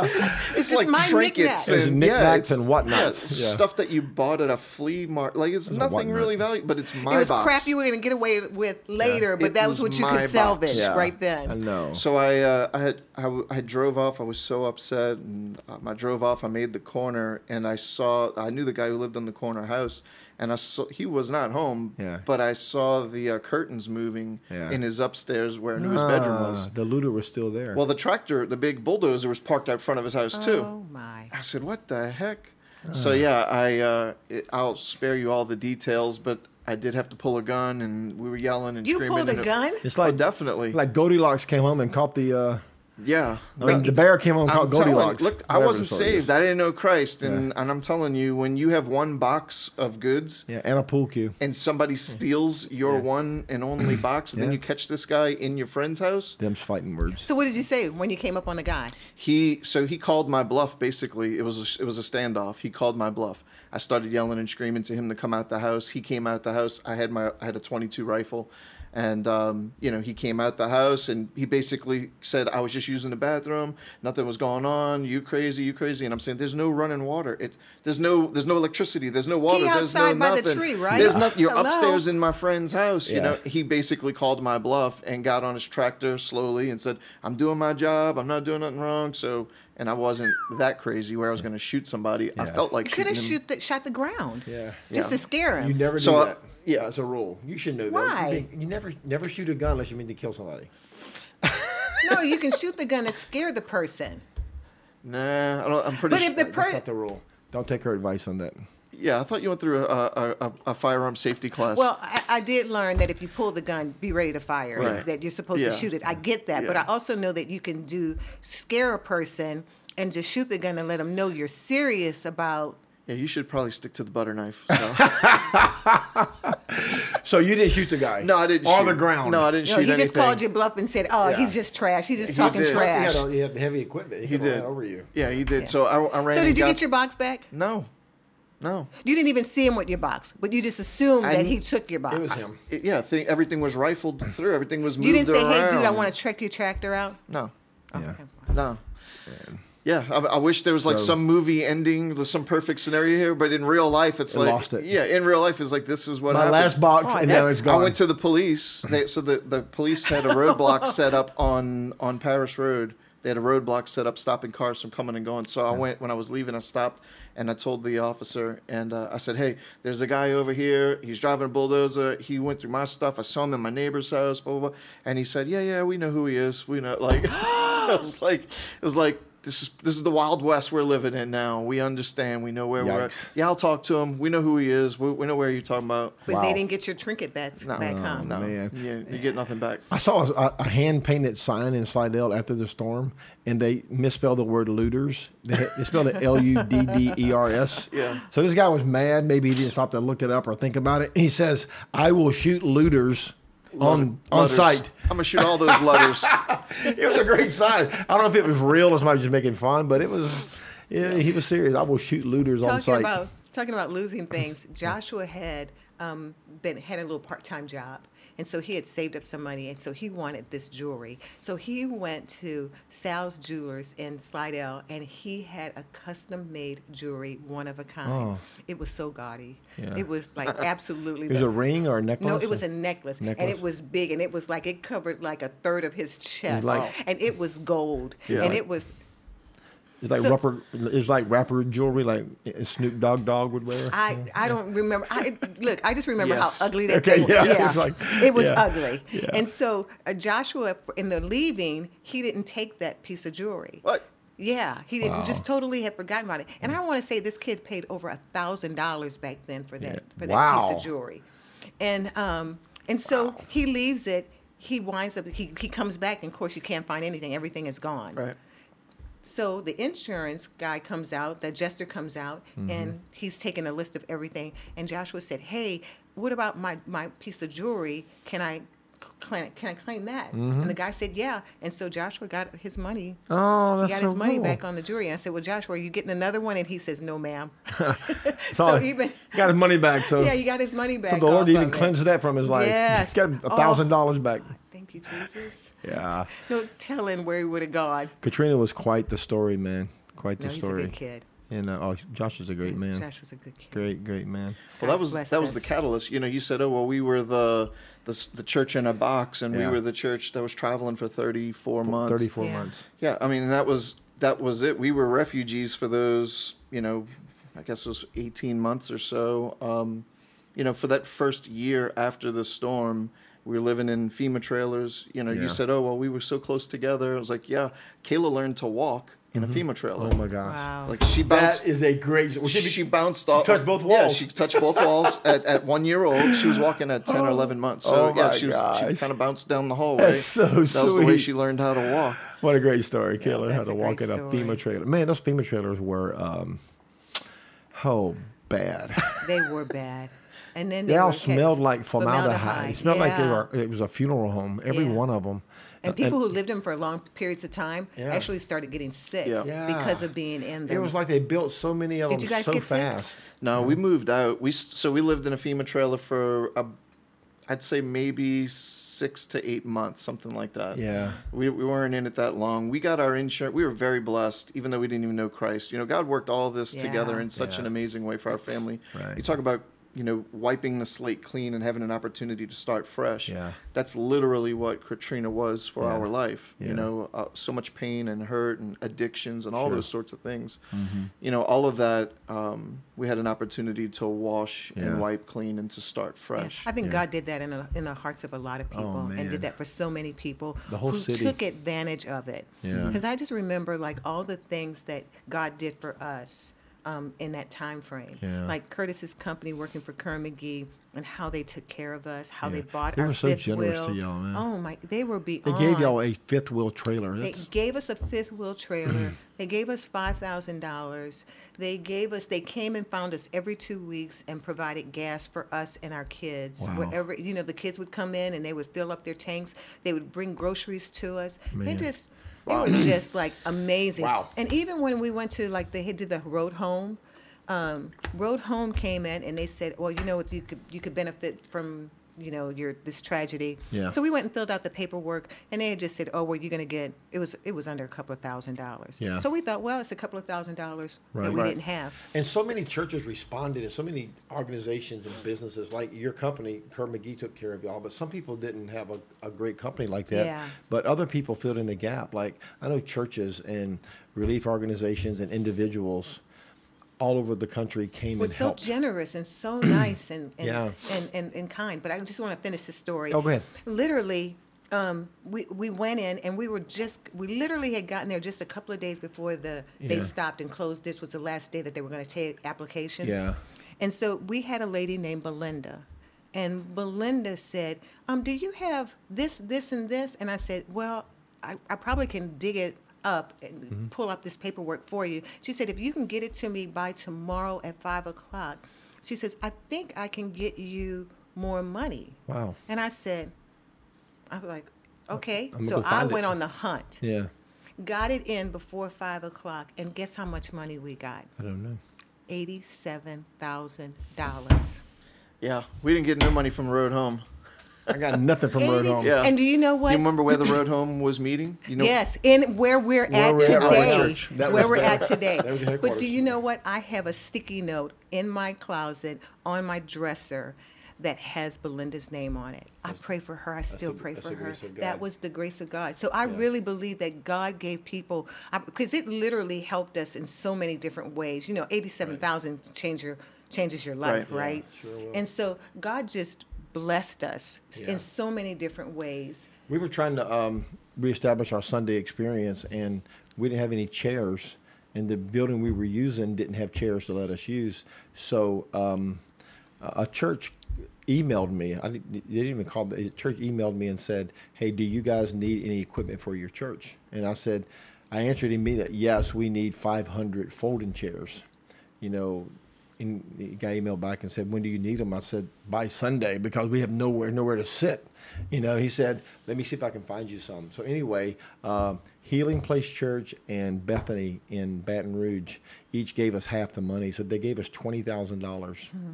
[SPEAKER 3] It's,
[SPEAKER 2] just my knickknacks.
[SPEAKER 1] It's knickknacks
[SPEAKER 3] it's-
[SPEAKER 1] and whatnots.
[SPEAKER 3] yeah, it's
[SPEAKER 1] Yeah.
[SPEAKER 3] Stuff that you bought at a flea market. Like it's nothing
[SPEAKER 1] whatnot.
[SPEAKER 3] really valuable, but it's my
[SPEAKER 2] it was
[SPEAKER 3] box.
[SPEAKER 2] crap you were going to get away with later, but
[SPEAKER 3] It
[SPEAKER 2] that was,
[SPEAKER 3] was
[SPEAKER 2] what you
[SPEAKER 3] my
[SPEAKER 2] could
[SPEAKER 3] box.
[SPEAKER 2] salvage
[SPEAKER 1] Yeah.
[SPEAKER 2] right then.
[SPEAKER 1] I know.
[SPEAKER 3] So I, uh, I had, I, w- I drove off. I was so upset, and um, I drove off. I made the corner, and I saw. I knew the guy who lived on the corner house, and I saw he was not home.
[SPEAKER 1] Yeah.
[SPEAKER 3] But I saw the uh, curtains moving
[SPEAKER 1] Yeah.
[SPEAKER 3] in his upstairs where his bedroom was.
[SPEAKER 1] Ah, the looter was still there.
[SPEAKER 3] Well, the tractor, the big bulldozer, was parked out front of his house too.
[SPEAKER 2] Oh my!
[SPEAKER 3] I said, "What the heck?" So yeah, I uh, it, I'll spare you all the details, but I did have to pull a gun, and we were yelling and
[SPEAKER 2] You
[SPEAKER 3] screaming.
[SPEAKER 2] pulled a
[SPEAKER 3] and it-
[SPEAKER 2] gun?
[SPEAKER 1] it's
[SPEAKER 3] Oh,
[SPEAKER 1] like
[SPEAKER 3] definitely.
[SPEAKER 1] like Goldilocks came home and caught the. Uh,
[SPEAKER 3] yeah.
[SPEAKER 1] I mean, the bear came home and
[SPEAKER 3] I'm
[SPEAKER 1] caught
[SPEAKER 3] telling-
[SPEAKER 1] Goldilocks.
[SPEAKER 3] look, I
[SPEAKER 1] whatever
[SPEAKER 3] wasn't
[SPEAKER 1] the story is.
[SPEAKER 3] saved. I didn't know Christ, and and I'm telling you, when you have one box of goods.
[SPEAKER 1] Yeah, and a pool cue.
[SPEAKER 3] And somebody steals your one and only box, and
[SPEAKER 1] Yeah.
[SPEAKER 3] then you catch this guy in your friend's house.
[SPEAKER 1] Them's fighting words.
[SPEAKER 2] So what did you say when you came up on the guy?
[SPEAKER 3] he so he called my bluff basically it was a, it was a standoff he called my bluff i started yelling and screaming to him to come out the house he came out the house i had my i had a 22 rifle and um, you know he came out the house and he basically said i was just using the bathroom nothing was going on you crazy you crazy and i'm saying there's no running water it there's no there's no electricity there's no water there's no
[SPEAKER 2] outside by the
[SPEAKER 3] nothing
[SPEAKER 2] tree, right?
[SPEAKER 3] there's nothing you're
[SPEAKER 2] Hello?
[SPEAKER 3] upstairs in my friend's house you
[SPEAKER 1] Yeah.
[SPEAKER 3] know he basically called my bluff and got on his tractor slowly and said, "I'm doing my job. I'm not doing nothing wrong." So, and I wasn't that crazy where I was going to shoot somebody. I
[SPEAKER 1] Yeah.
[SPEAKER 3] felt like
[SPEAKER 2] You could have
[SPEAKER 3] shooting him.
[SPEAKER 2] shoot the, shot the ground.
[SPEAKER 1] Yeah.
[SPEAKER 2] Just
[SPEAKER 3] Yeah.
[SPEAKER 2] to scare him.
[SPEAKER 1] You never do
[SPEAKER 3] So, uh,
[SPEAKER 1] that.
[SPEAKER 3] yeah.
[SPEAKER 1] as a rule, you should know that.
[SPEAKER 2] Why?
[SPEAKER 1] You, think- you never never shoot a gun unless you mean to kill somebody.
[SPEAKER 2] no, you can shoot the gun and scare the person.
[SPEAKER 3] Nah, I don't, I'm pretty.
[SPEAKER 2] But if
[SPEAKER 3] su-
[SPEAKER 2] the
[SPEAKER 1] That's
[SPEAKER 2] per-
[SPEAKER 1] not the rule. Don't take her advice on that.
[SPEAKER 3] yeah, I thought you went through a, a, a, a firearm safety class.
[SPEAKER 2] Well, I, I did learn that if you pull the gun, be ready to fire. it,
[SPEAKER 3] Right.
[SPEAKER 2] That you're supposed
[SPEAKER 3] Yeah.
[SPEAKER 2] to shoot it. I get that, but
[SPEAKER 3] Yeah.
[SPEAKER 2] I also know that you can do scare a person and just shoot the gun and let them know you're serious about.
[SPEAKER 3] yeah, you should probably stick to the butter knife. So.
[SPEAKER 1] So you didn't shoot the guy.
[SPEAKER 3] no, I didn't.
[SPEAKER 1] Or
[SPEAKER 3] shoot.
[SPEAKER 1] the ground.
[SPEAKER 3] No, I didn't
[SPEAKER 2] You know,
[SPEAKER 3] shoot
[SPEAKER 2] he just
[SPEAKER 3] anything.
[SPEAKER 2] called your bluff and said, "Oh,
[SPEAKER 1] Yeah.
[SPEAKER 2] he's just trash. He's just
[SPEAKER 3] He
[SPEAKER 2] talking
[SPEAKER 3] did.
[SPEAKER 1] He
[SPEAKER 2] trash."
[SPEAKER 1] had, all- he had heavy equipment.
[SPEAKER 3] He
[SPEAKER 1] could run
[SPEAKER 3] did.
[SPEAKER 1] over you.
[SPEAKER 3] Yeah, he did. So I, I ran.
[SPEAKER 2] So
[SPEAKER 3] and
[SPEAKER 2] did you
[SPEAKER 3] got-
[SPEAKER 2] get your box back?
[SPEAKER 3] No, no.
[SPEAKER 2] You didn't even see him with your box, but you just assumed
[SPEAKER 3] I
[SPEAKER 2] that
[SPEAKER 3] kn-
[SPEAKER 2] he took your box.
[SPEAKER 1] It was him.
[SPEAKER 3] It- yeah, thing, everything was rifled through. Everything was moved
[SPEAKER 2] You didn't say,
[SPEAKER 3] around.
[SPEAKER 2] "Hey, dude, I want to trek your tractor out."
[SPEAKER 3] No.
[SPEAKER 1] Yeah.
[SPEAKER 3] No. Yeah, I, I wish there was like
[SPEAKER 1] So-
[SPEAKER 3] some movie ending, there's some perfect scenario here, but in real life, it's
[SPEAKER 1] I
[SPEAKER 3] like
[SPEAKER 1] lost it.
[SPEAKER 3] Yeah, in real life, it's like this is what
[SPEAKER 1] My
[SPEAKER 3] happens.
[SPEAKER 1] last box,
[SPEAKER 2] Oh,
[SPEAKER 1] and
[SPEAKER 2] yeah.
[SPEAKER 1] now it's gone.
[SPEAKER 3] I went to the police. They, so the, the police had a roadblock set up on on Paris Road. They had a roadblock set up stopping cars from coming and going. So I went when I was leaving. I stopped and I told the officer and uh, I said, "Hey, there's a guy over here. He's driving a bulldozer. He went through my stuff. I saw him in my neighbor's house. Blah blah." blah. And he said, "Yeah, yeah, we know who he is. We know." Like it was like it was like. This is this is the Wild West we're living in now. We understand. We know where we're
[SPEAKER 1] Yikes.
[SPEAKER 3] at. Yeah, I'll talk to him. We know who he is. We, we know where you're talking about.
[SPEAKER 2] But
[SPEAKER 1] Wow.
[SPEAKER 2] they didn't get your trinket bats back home.
[SPEAKER 3] No,
[SPEAKER 1] man.
[SPEAKER 3] Yeah, you get nothing back.
[SPEAKER 1] I saw a, a hand painted sign in Slidell after the storm, and they misspelled the word looters. They, they spelled it L U D D E R S.
[SPEAKER 3] Yeah.
[SPEAKER 1] So this guy was mad. Maybe he didn't stop to look it up or think about it. He says, "I will shoot looters on on
[SPEAKER 3] Letters.
[SPEAKER 1] site."
[SPEAKER 3] I'm gonna shoot all those letters.
[SPEAKER 1] It was a great sign. I don't know if it was real or somebody was just making fun, but it was. Yeah, he was serious. I will shoot looters on
[SPEAKER 2] talking
[SPEAKER 1] site.
[SPEAKER 2] about talking about losing things. Joshua had um, been had a little part time job, and so he had saved up some money, and so he wanted this jewelry. So he went to Sal's Jewelers in Slidell, and he had a custom made jewelry, one of a kind. It was so gaudy.
[SPEAKER 1] Yeah.
[SPEAKER 2] It was like absolutely.
[SPEAKER 1] it was
[SPEAKER 2] the-
[SPEAKER 1] a ring or a necklace.
[SPEAKER 2] no, it was a necklace, and
[SPEAKER 1] necklace?
[SPEAKER 2] it was big, and it was like it covered like a third of his chest,
[SPEAKER 1] like-
[SPEAKER 2] and it was gold,
[SPEAKER 1] Yeah.
[SPEAKER 2] and
[SPEAKER 1] Like-
[SPEAKER 2] it was
[SPEAKER 1] It's like
[SPEAKER 2] So-
[SPEAKER 1] rubber. It's like rapper jewelry, like Snoop Dogg dog would wear.
[SPEAKER 2] I, I don't remember. I look. I just remember
[SPEAKER 3] Yes.
[SPEAKER 2] how ugly that
[SPEAKER 1] Okay,
[SPEAKER 2] thing was.
[SPEAKER 1] yeah,
[SPEAKER 2] Yeah.
[SPEAKER 1] it's like-
[SPEAKER 2] it was
[SPEAKER 1] yeah,
[SPEAKER 2] ugly.
[SPEAKER 1] yeah.
[SPEAKER 2] And so uh, Joshua, in the leaving, he didn't take that piece of jewelry.
[SPEAKER 3] What?
[SPEAKER 2] Yeah, he didn't, just
[SPEAKER 1] Wow. Mm.
[SPEAKER 2] totally had forgotten about it. And I want to say this kid paid over a thousand dollars back then for that
[SPEAKER 1] Yeah.
[SPEAKER 2] for that
[SPEAKER 1] Wow.
[SPEAKER 2] piece of jewelry, and um and so he leaves it. He winds up. He he comes back, and of course you can't find anything. Everything is gone.
[SPEAKER 3] Right.
[SPEAKER 2] So the insurance guy comes out, the adjuster comes out,
[SPEAKER 1] Mm-hmm.
[SPEAKER 2] and he's taking a list of everything. And Joshua said, "Hey, what about my, my piece of jewelry? Can I claim, can I claim that?"
[SPEAKER 1] Mm-hmm.
[SPEAKER 2] And the guy said, "Yeah." And so Joshua got his money.
[SPEAKER 1] Oh,
[SPEAKER 2] he
[SPEAKER 1] that's
[SPEAKER 2] got
[SPEAKER 1] so
[SPEAKER 2] his money
[SPEAKER 1] cool.
[SPEAKER 2] back on the jewelry. I said, "Well, Joshua, are you getting another one?" And he says, "No, ma'am."
[SPEAKER 1] So,
[SPEAKER 2] so even
[SPEAKER 1] he got his money back. So
[SPEAKER 2] yeah, you got his money back.
[SPEAKER 1] So the Lord
[SPEAKER 2] off
[SPEAKER 1] even
[SPEAKER 2] of it.
[SPEAKER 1] cleansed that from his life.
[SPEAKER 2] Yes.
[SPEAKER 1] Got a
[SPEAKER 2] Oh.
[SPEAKER 1] thousand dollars back.
[SPEAKER 2] Thank you, Jesus.
[SPEAKER 1] Yeah.
[SPEAKER 2] No telling where he would have gone.
[SPEAKER 1] Katrina was quite the story, man. Quite the
[SPEAKER 2] No, he's
[SPEAKER 1] story.
[SPEAKER 2] a good kid.
[SPEAKER 1] And uh, oh, Josh is a great man.
[SPEAKER 2] Josh was a good kid.
[SPEAKER 1] Great, great man.
[SPEAKER 3] Well, that
[SPEAKER 2] God's
[SPEAKER 3] was
[SPEAKER 2] blessed
[SPEAKER 3] that was the
[SPEAKER 2] us.
[SPEAKER 3] catalyst. You know, you said, "Oh, well, we were the the, s- the church in a box, and
[SPEAKER 1] Yeah.
[SPEAKER 3] we were the church that was traveling for thirty four months."
[SPEAKER 1] Thirty-four
[SPEAKER 2] Yeah.
[SPEAKER 1] months.
[SPEAKER 3] Yeah, I mean that was that was it. We were refugees for those, you know, I guess it was eighteen months or so. Um, you know, for that first year after the storm, we were living in FEMA trailers. You know,
[SPEAKER 1] Yeah.
[SPEAKER 3] you said, "Oh well, we were so close together." I was like, "Yeah." Kayla learned to walk in a FEMA trailer.
[SPEAKER 1] Oh my gosh.
[SPEAKER 2] Wow.
[SPEAKER 3] Like she bounced.
[SPEAKER 1] That is a great. Well,
[SPEAKER 3] she,
[SPEAKER 1] she, she,
[SPEAKER 3] bounced off.
[SPEAKER 1] touched both
[SPEAKER 3] Yeah,
[SPEAKER 1] walls.
[SPEAKER 3] she touched both walls at, at one year old. She was walking at 10 or 11 months. So,
[SPEAKER 1] Oh
[SPEAKER 3] yeah,
[SPEAKER 1] my
[SPEAKER 3] she, was, she
[SPEAKER 1] gosh.
[SPEAKER 3] kind of bounced down the hallway.
[SPEAKER 1] That's so
[SPEAKER 3] that was the way
[SPEAKER 1] sweet.
[SPEAKER 3] she learned how to walk.
[SPEAKER 1] what a great story, Killer.
[SPEAKER 2] that's
[SPEAKER 1] How to
[SPEAKER 2] a
[SPEAKER 1] walk
[SPEAKER 2] great
[SPEAKER 1] in a
[SPEAKER 2] story.
[SPEAKER 1] FEMA trailer. Man, those FEMA trailers were um, oh bad.
[SPEAKER 2] They were bad. And then
[SPEAKER 1] They
[SPEAKER 2] were
[SPEAKER 1] all
[SPEAKER 2] kept-
[SPEAKER 1] smelled like formaldehyde. It smelled like they
[SPEAKER 2] yeah.
[SPEAKER 1] were. It was a funeral home. Every
[SPEAKER 2] Yeah.
[SPEAKER 1] one of them.
[SPEAKER 2] And people who lived in for long periods of time
[SPEAKER 1] Yeah.
[SPEAKER 2] actually started getting sick
[SPEAKER 3] Yeah.
[SPEAKER 2] because of being in
[SPEAKER 1] It
[SPEAKER 2] them.
[SPEAKER 1] was like they built so many of
[SPEAKER 2] Did
[SPEAKER 1] them
[SPEAKER 2] you guys
[SPEAKER 1] so
[SPEAKER 2] get sick?
[SPEAKER 1] fast.
[SPEAKER 3] No, we moved out. We s- So, we lived in a FEMA trailer for, i I'd say, maybe six to eight months, something like that.
[SPEAKER 1] Yeah.
[SPEAKER 3] We, we weren't in it that long. We got our insurance. We were very blessed, even though we didn't even know Christ. You know, God worked all this together
[SPEAKER 2] Yeah.
[SPEAKER 3] in such an amazing way for our family.
[SPEAKER 1] Right.
[SPEAKER 3] You talk about, you know, wiping the slate clean and having an opportunity to start fresh.
[SPEAKER 1] Yeah.
[SPEAKER 3] That's literally what Katrina was for our life.
[SPEAKER 1] Yeah.
[SPEAKER 3] You know, uh, so much pain and hurt and addictions and all those sorts of things.
[SPEAKER 1] Mm-hmm.
[SPEAKER 3] You know, all of that, um, we had an opportunity to wash
[SPEAKER 1] Yeah.
[SPEAKER 3] and wipe clean and to start
[SPEAKER 2] Yeah.
[SPEAKER 3] fresh.
[SPEAKER 2] I think
[SPEAKER 1] Yeah. Oh,
[SPEAKER 2] God did that in, a, in the hearts of a lot of people and
[SPEAKER 1] man.
[SPEAKER 2] did that for so many people
[SPEAKER 1] The whole
[SPEAKER 2] who
[SPEAKER 1] city.
[SPEAKER 2] took advantage of it.
[SPEAKER 1] Yeah.
[SPEAKER 2] Because I just remember like all the things that God did for us um, in that time frame.
[SPEAKER 1] Yeah.
[SPEAKER 2] Like Curtis's company working for Kerr McGee and how they took care of us, how they
[SPEAKER 1] Yeah.
[SPEAKER 2] bought
[SPEAKER 1] They
[SPEAKER 2] our
[SPEAKER 1] were so
[SPEAKER 2] fifth
[SPEAKER 1] generous to
[SPEAKER 2] wheel.
[SPEAKER 1] y'all, man.
[SPEAKER 2] Oh my, they were
[SPEAKER 1] They
[SPEAKER 2] beyond.
[SPEAKER 1] gave y'all a fifth wheel trailer.
[SPEAKER 2] They
[SPEAKER 1] That's, Mm-hmm.
[SPEAKER 2] gave us a fifth wheel trailer. they gave us five thousand dollars. They gave us. They came and found us every two weeks and provided gas for us and our kids.
[SPEAKER 1] Wow.
[SPEAKER 2] Wherever you know, the kids would come in and they would fill up their tanks. They would bring groceries to us.
[SPEAKER 1] Man.
[SPEAKER 2] They just. They were just like amazing.
[SPEAKER 1] Wow.
[SPEAKER 2] And even when we went to like they did the road home, um, road home came in and they said, well, you know what, you could you could benefit from you know your this tragedy.
[SPEAKER 1] Yeah.
[SPEAKER 2] So we went and filled out the paperwork, and they had just said, "Oh, well, you're going to get it was it was under a couple of thousand dollars."
[SPEAKER 1] Yeah.
[SPEAKER 2] So we thought, well, it's a couple of thousand dollars
[SPEAKER 1] Right.
[SPEAKER 2] that we
[SPEAKER 1] Right.
[SPEAKER 2] didn't have.
[SPEAKER 1] and so many churches responded, and so many organizations and businesses, like your company, Kerr McGee took care of y'all. But some people didn't have a, a great company like that.
[SPEAKER 2] Yeah.
[SPEAKER 1] But other people filled in the gap. Like I know churches and relief organizations and individuals all over the country came
[SPEAKER 2] Was
[SPEAKER 1] and
[SPEAKER 2] so
[SPEAKER 1] helped.
[SPEAKER 2] generous and so nice and and,
[SPEAKER 1] Yeah.
[SPEAKER 2] and, and and kind. But I just want to finish the story.
[SPEAKER 1] Oh, go ahead.
[SPEAKER 2] Literally. Um, we, we went in and we were just we literally had gotten there just a couple of days before the they
[SPEAKER 1] Yeah.
[SPEAKER 2] stopped and closed. This was the last day that they were going to take applications.
[SPEAKER 1] Yeah.
[SPEAKER 2] And so we had a lady named Belinda. And Belinda said, um, Do you have this, this, and this? And I said, Well, I, I probably can dig it up and
[SPEAKER 1] Mm-hmm.
[SPEAKER 2] pull up this paperwork for you. She said, If you can get it to me by tomorrow at five o'clock, she says, I think I can get you more money.
[SPEAKER 1] Wow.
[SPEAKER 2] And I said, I was like, Okay.
[SPEAKER 1] I'm
[SPEAKER 2] so
[SPEAKER 1] gonna
[SPEAKER 2] I
[SPEAKER 1] find it.
[SPEAKER 2] went on the hunt,
[SPEAKER 1] Yeah.
[SPEAKER 2] got it in before five o'clock, and guess how much money we got?
[SPEAKER 1] I don't know.
[SPEAKER 2] $87,000.
[SPEAKER 3] yeah. We didn't get no money from Road Home.
[SPEAKER 1] I got nothing from Road
[SPEAKER 2] Eighty-
[SPEAKER 1] Home.
[SPEAKER 3] Yeah.
[SPEAKER 2] And do you know what?
[SPEAKER 3] Do you remember where the Road Home was meeting? You know,
[SPEAKER 2] yes, in where we're at
[SPEAKER 1] we're at right now.
[SPEAKER 2] today,
[SPEAKER 1] Church. That
[SPEAKER 2] where
[SPEAKER 1] was
[SPEAKER 2] we're
[SPEAKER 1] the-
[SPEAKER 2] at today.
[SPEAKER 1] that was the
[SPEAKER 2] But do
[SPEAKER 1] headquarters.
[SPEAKER 2] you know what? I have a sticky note in my closet on my dresser that has Belinda's name on it. I pray for her. I still
[SPEAKER 5] the-
[SPEAKER 2] pray
[SPEAKER 5] that's
[SPEAKER 2] for
[SPEAKER 5] the
[SPEAKER 2] her.
[SPEAKER 5] grace of God.
[SPEAKER 2] That was the grace of God. So I really believe that God gave people because it literally helped us in so many different ways. You know, eighty-seven thousand change your changes your life,
[SPEAKER 3] Right. Yeah,
[SPEAKER 2] right?
[SPEAKER 5] sure will.
[SPEAKER 2] And so God just blessed us
[SPEAKER 1] Yeah.
[SPEAKER 2] in so many different ways.
[SPEAKER 1] We were trying to um, reestablish our Sunday experience, and we didn't have any chairs, and the building we were using didn't have chairs to let us use. So um, a a church emailed me. I didn't, they didn't even call. The church emailed me and said, "Hey, do you guys need any equipment for your church?" And I said, I answered immediately, "Yes, we need 500 folding chairs." You know. And the guy emailed back and said, "When do you need them?" I said, "By Sunday, because we have nowhere, nowhere to sit." You know, he said, "Let me see if I can find you some." So anyway, um, Healing Place Church and Bethany in Baton Rouge each gave us half the money, so they gave us twenty thousand dollars
[SPEAKER 2] Mm-hmm.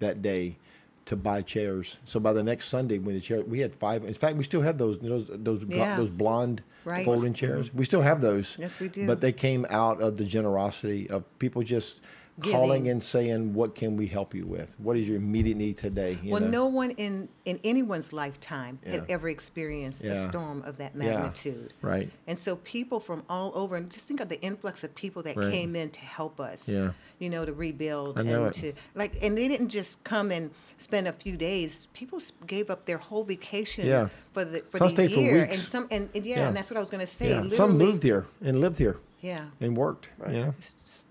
[SPEAKER 1] that day to buy chairs. So by the next Sunday, when the chair, we had five. In fact, we still have those those those, gl-
[SPEAKER 2] Yeah.
[SPEAKER 1] those blonde
[SPEAKER 2] Right. Mm-hmm.
[SPEAKER 1] folding chairs. We still have those.
[SPEAKER 2] Yes, we do.
[SPEAKER 1] But they came out of the generosity of people just calling
[SPEAKER 2] Giving.
[SPEAKER 1] and saying, "What can we help you with? What is your immediate need today?" You
[SPEAKER 2] well,
[SPEAKER 1] know?
[SPEAKER 2] no one in in anyone's lifetime
[SPEAKER 1] Yeah.
[SPEAKER 2] have ever experienced
[SPEAKER 1] Yeah.
[SPEAKER 2] a storm of that
[SPEAKER 1] Yeah.
[SPEAKER 2] magnitude.
[SPEAKER 1] Right.
[SPEAKER 2] And so people from all over, and just think of the influx of people that
[SPEAKER 1] Right.
[SPEAKER 2] came in to help us.
[SPEAKER 1] Yeah.
[SPEAKER 2] You know, to rebuild
[SPEAKER 1] I know
[SPEAKER 2] and
[SPEAKER 1] it.
[SPEAKER 2] to like, and they didn't just come and spend a few days. People s- gave up their whole vacation
[SPEAKER 1] Yeah.
[SPEAKER 2] for the for
[SPEAKER 1] Some
[SPEAKER 2] the
[SPEAKER 1] stayed for
[SPEAKER 2] year, and
[SPEAKER 1] weeks.
[SPEAKER 2] some and, and yeah,
[SPEAKER 1] Yeah.
[SPEAKER 2] and that's what I was going to say.
[SPEAKER 1] Yeah. Some
[SPEAKER 2] Literally,
[SPEAKER 1] moved here and lived here.
[SPEAKER 2] Yeah.
[SPEAKER 1] And worked. You know.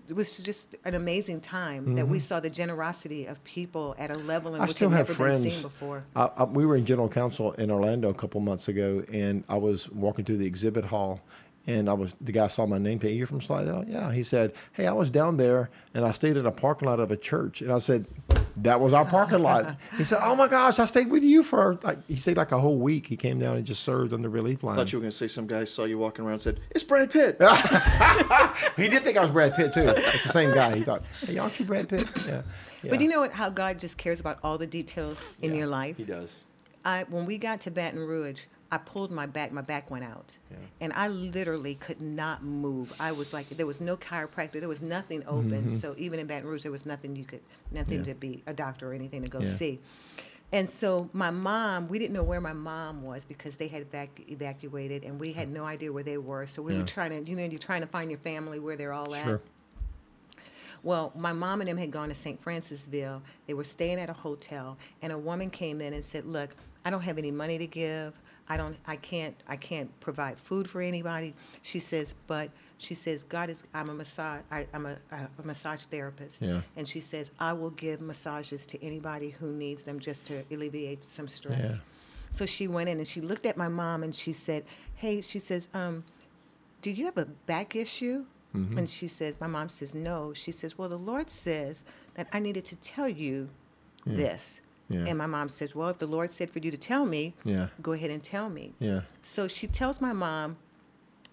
[SPEAKER 2] It was just an amazing time that we saw the generosity of people at a level in
[SPEAKER 1] Mm-hmm. I
[SPEAKER 2] which
[SPEAKER 1] still
[SPEAKER 2] had
[SPEAKER 1] have
[SPEAKER 2] never been
[SPEAKER 1] friends.
[SPEAKER 2] seen before.
[SPEAKER 1] I, I, we were in general counsel in Orlando a couple months ago, and I was walking through the exhibit hall, and I was the guy saw my name tag. You're from Slidell, yeah. He said, "Hey, I was down there, and I stayed in a parking lot of a church." And I said, "That was our parking lot." He said, "Oh my gosh, I stayed with you for like he stayed like a whole week. He came down and just served on the relief line."
[SPEAKER 3] I thought you were going to say some guy saw you walking around and said, It's Brad Pitt.
[SPEAKER 1] he did think I was Brad Pitt too. It's the same guy. He thought, "Hey, aren't you Brad Pitt?" Yeah.
[SPEAKER 2] But you know what? How God just cares about all the details in your life.
[SPEAKER 1] he does.
[SPEAKER 2] I when we got to Baton Rouge, I pulled my back. My back went out, and I literally could not move. I was like, there was no chiropractor. There was nothing open.
[SPEAKER 1] Mm-hmm.
[SPEAKER 2] So even in Baton Rouge, there was nothing you could, nothing to be a doctor or anything to go
[SPEAKER 1] Yeah.
[SPEAKER 2] see. And so my mom, we didn't know where my mom was because they had evac- evacuated, and we had no idea where they were. So we
[SPEAKER 1] Yeah.
[SPEAKER 2] were trying to, you know, you're trying to find your family where they're all
[SPEAKER 1] Sure.
[SPEAKER 2] at. Well, my mom and them had gone to St. Francisville. They were staying at a hotel, and a woman came in and said, "Look, I don't have any money to give. I don't. I can't. I can't provide food for anybody." She says, "But she says God is. I'm a massage. I, I'm a, a, a massage therapist.
[SPEAKER 1] Yeah.
[SPEAKER 2] And she says I will give massages to anybody who needs them just to alleviate some stress."
[SPEAKER 1] Yeah.
[SPEAKER 2] So she went in and she looked at my mom and she said, "Hey," she says, um, do you have a back issue?
[SPEAKER 1] Mm-hmm.
[SPEAKER 2] And she says, my mom says, no. She says, well, the Lord says that I needed to tell you this.
[SPEAKER 1] Yeah.
[SPEAKER 2] And my mom says, well, if the Lord said for you to tell me,
[SPEAKER 1] Yeah.
[SPEAKER 2] go ahead and tell me.
[SPEAKER 1] Yeah.
[SPEAKER 2] So she tells my mom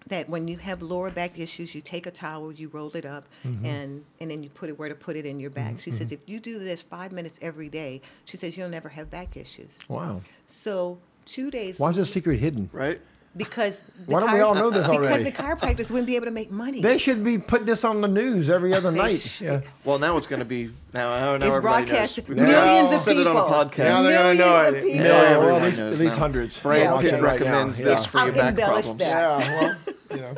[SPEAKER 2] that when you have lower back issues, you take a towel, you roll it up,
[SPEAKER 1] Mm-hmm.
[SPEAKER 2] and, and then you put it where to put it in your back. She says, if you do this five minutes every day, she says, you'll never have back issues.
[SPEAKER 1] Wow.
[SPEAKER 2] So two days
[SPEAKER 1] Why is this secret hidden?
[SPEAKER 3] Right?
[SPEAKER 2] because the
[SPEAKER 1] Why don't we all
[SPEAKER 2] chiropr-
[SPEAKER 1] know this already?
[SPEAKER 2] Because the chiropractors wouldn't be able to make money.
[SPEAKER 1] They should be putting this on the news every other
[SPEAKER 2] They
[SPEAKER 1] night.
[SPEAKER 2] should.
[SPEAKER 1] Yeah.
[SPEAKER 3] Well, now it's going to be. Now, now
[SPEAKER 2] It's
[SPEAKER 3] everybody
[SPEAKER 2] broadcast.
[SPEAKER 3] knows.
[SPEAKER 2] Millions
[SPEAKER 1] of
[SPEAKER 3] Said it on a
[SPEAKER 2] people.
[SPEAKER 3] podcast.
[SPEAKER 2] Now they're gonna Millions know of it. people.
[SPEAKER 1] Yeah, well,
[SPEAKER 3] everyone
[SPEAKER 1] at least,
[SPEAKER 3] knows
[SPEAKER 1] at least
[SPEAKER 3] now.
[SPEAKER 1] hundreds.
[SPEAKER 3] Brad
[SPEAKER 1] Yeah,
[SPEAKER 3] Pitt
[SPEAKER 1] okay, right now,
[SPEAKER 3] recommends
[SPEAKER 1] yeah.
[SPEAKER 3] this for
[SPEAKER 2] I'll
[SPEAKER 3] your back
[SPEAKER 2] embellish
[SPEAKER 3] problems.
[SPEAKER 2] that.
[SPEAKER 1] Yeah, well, you know.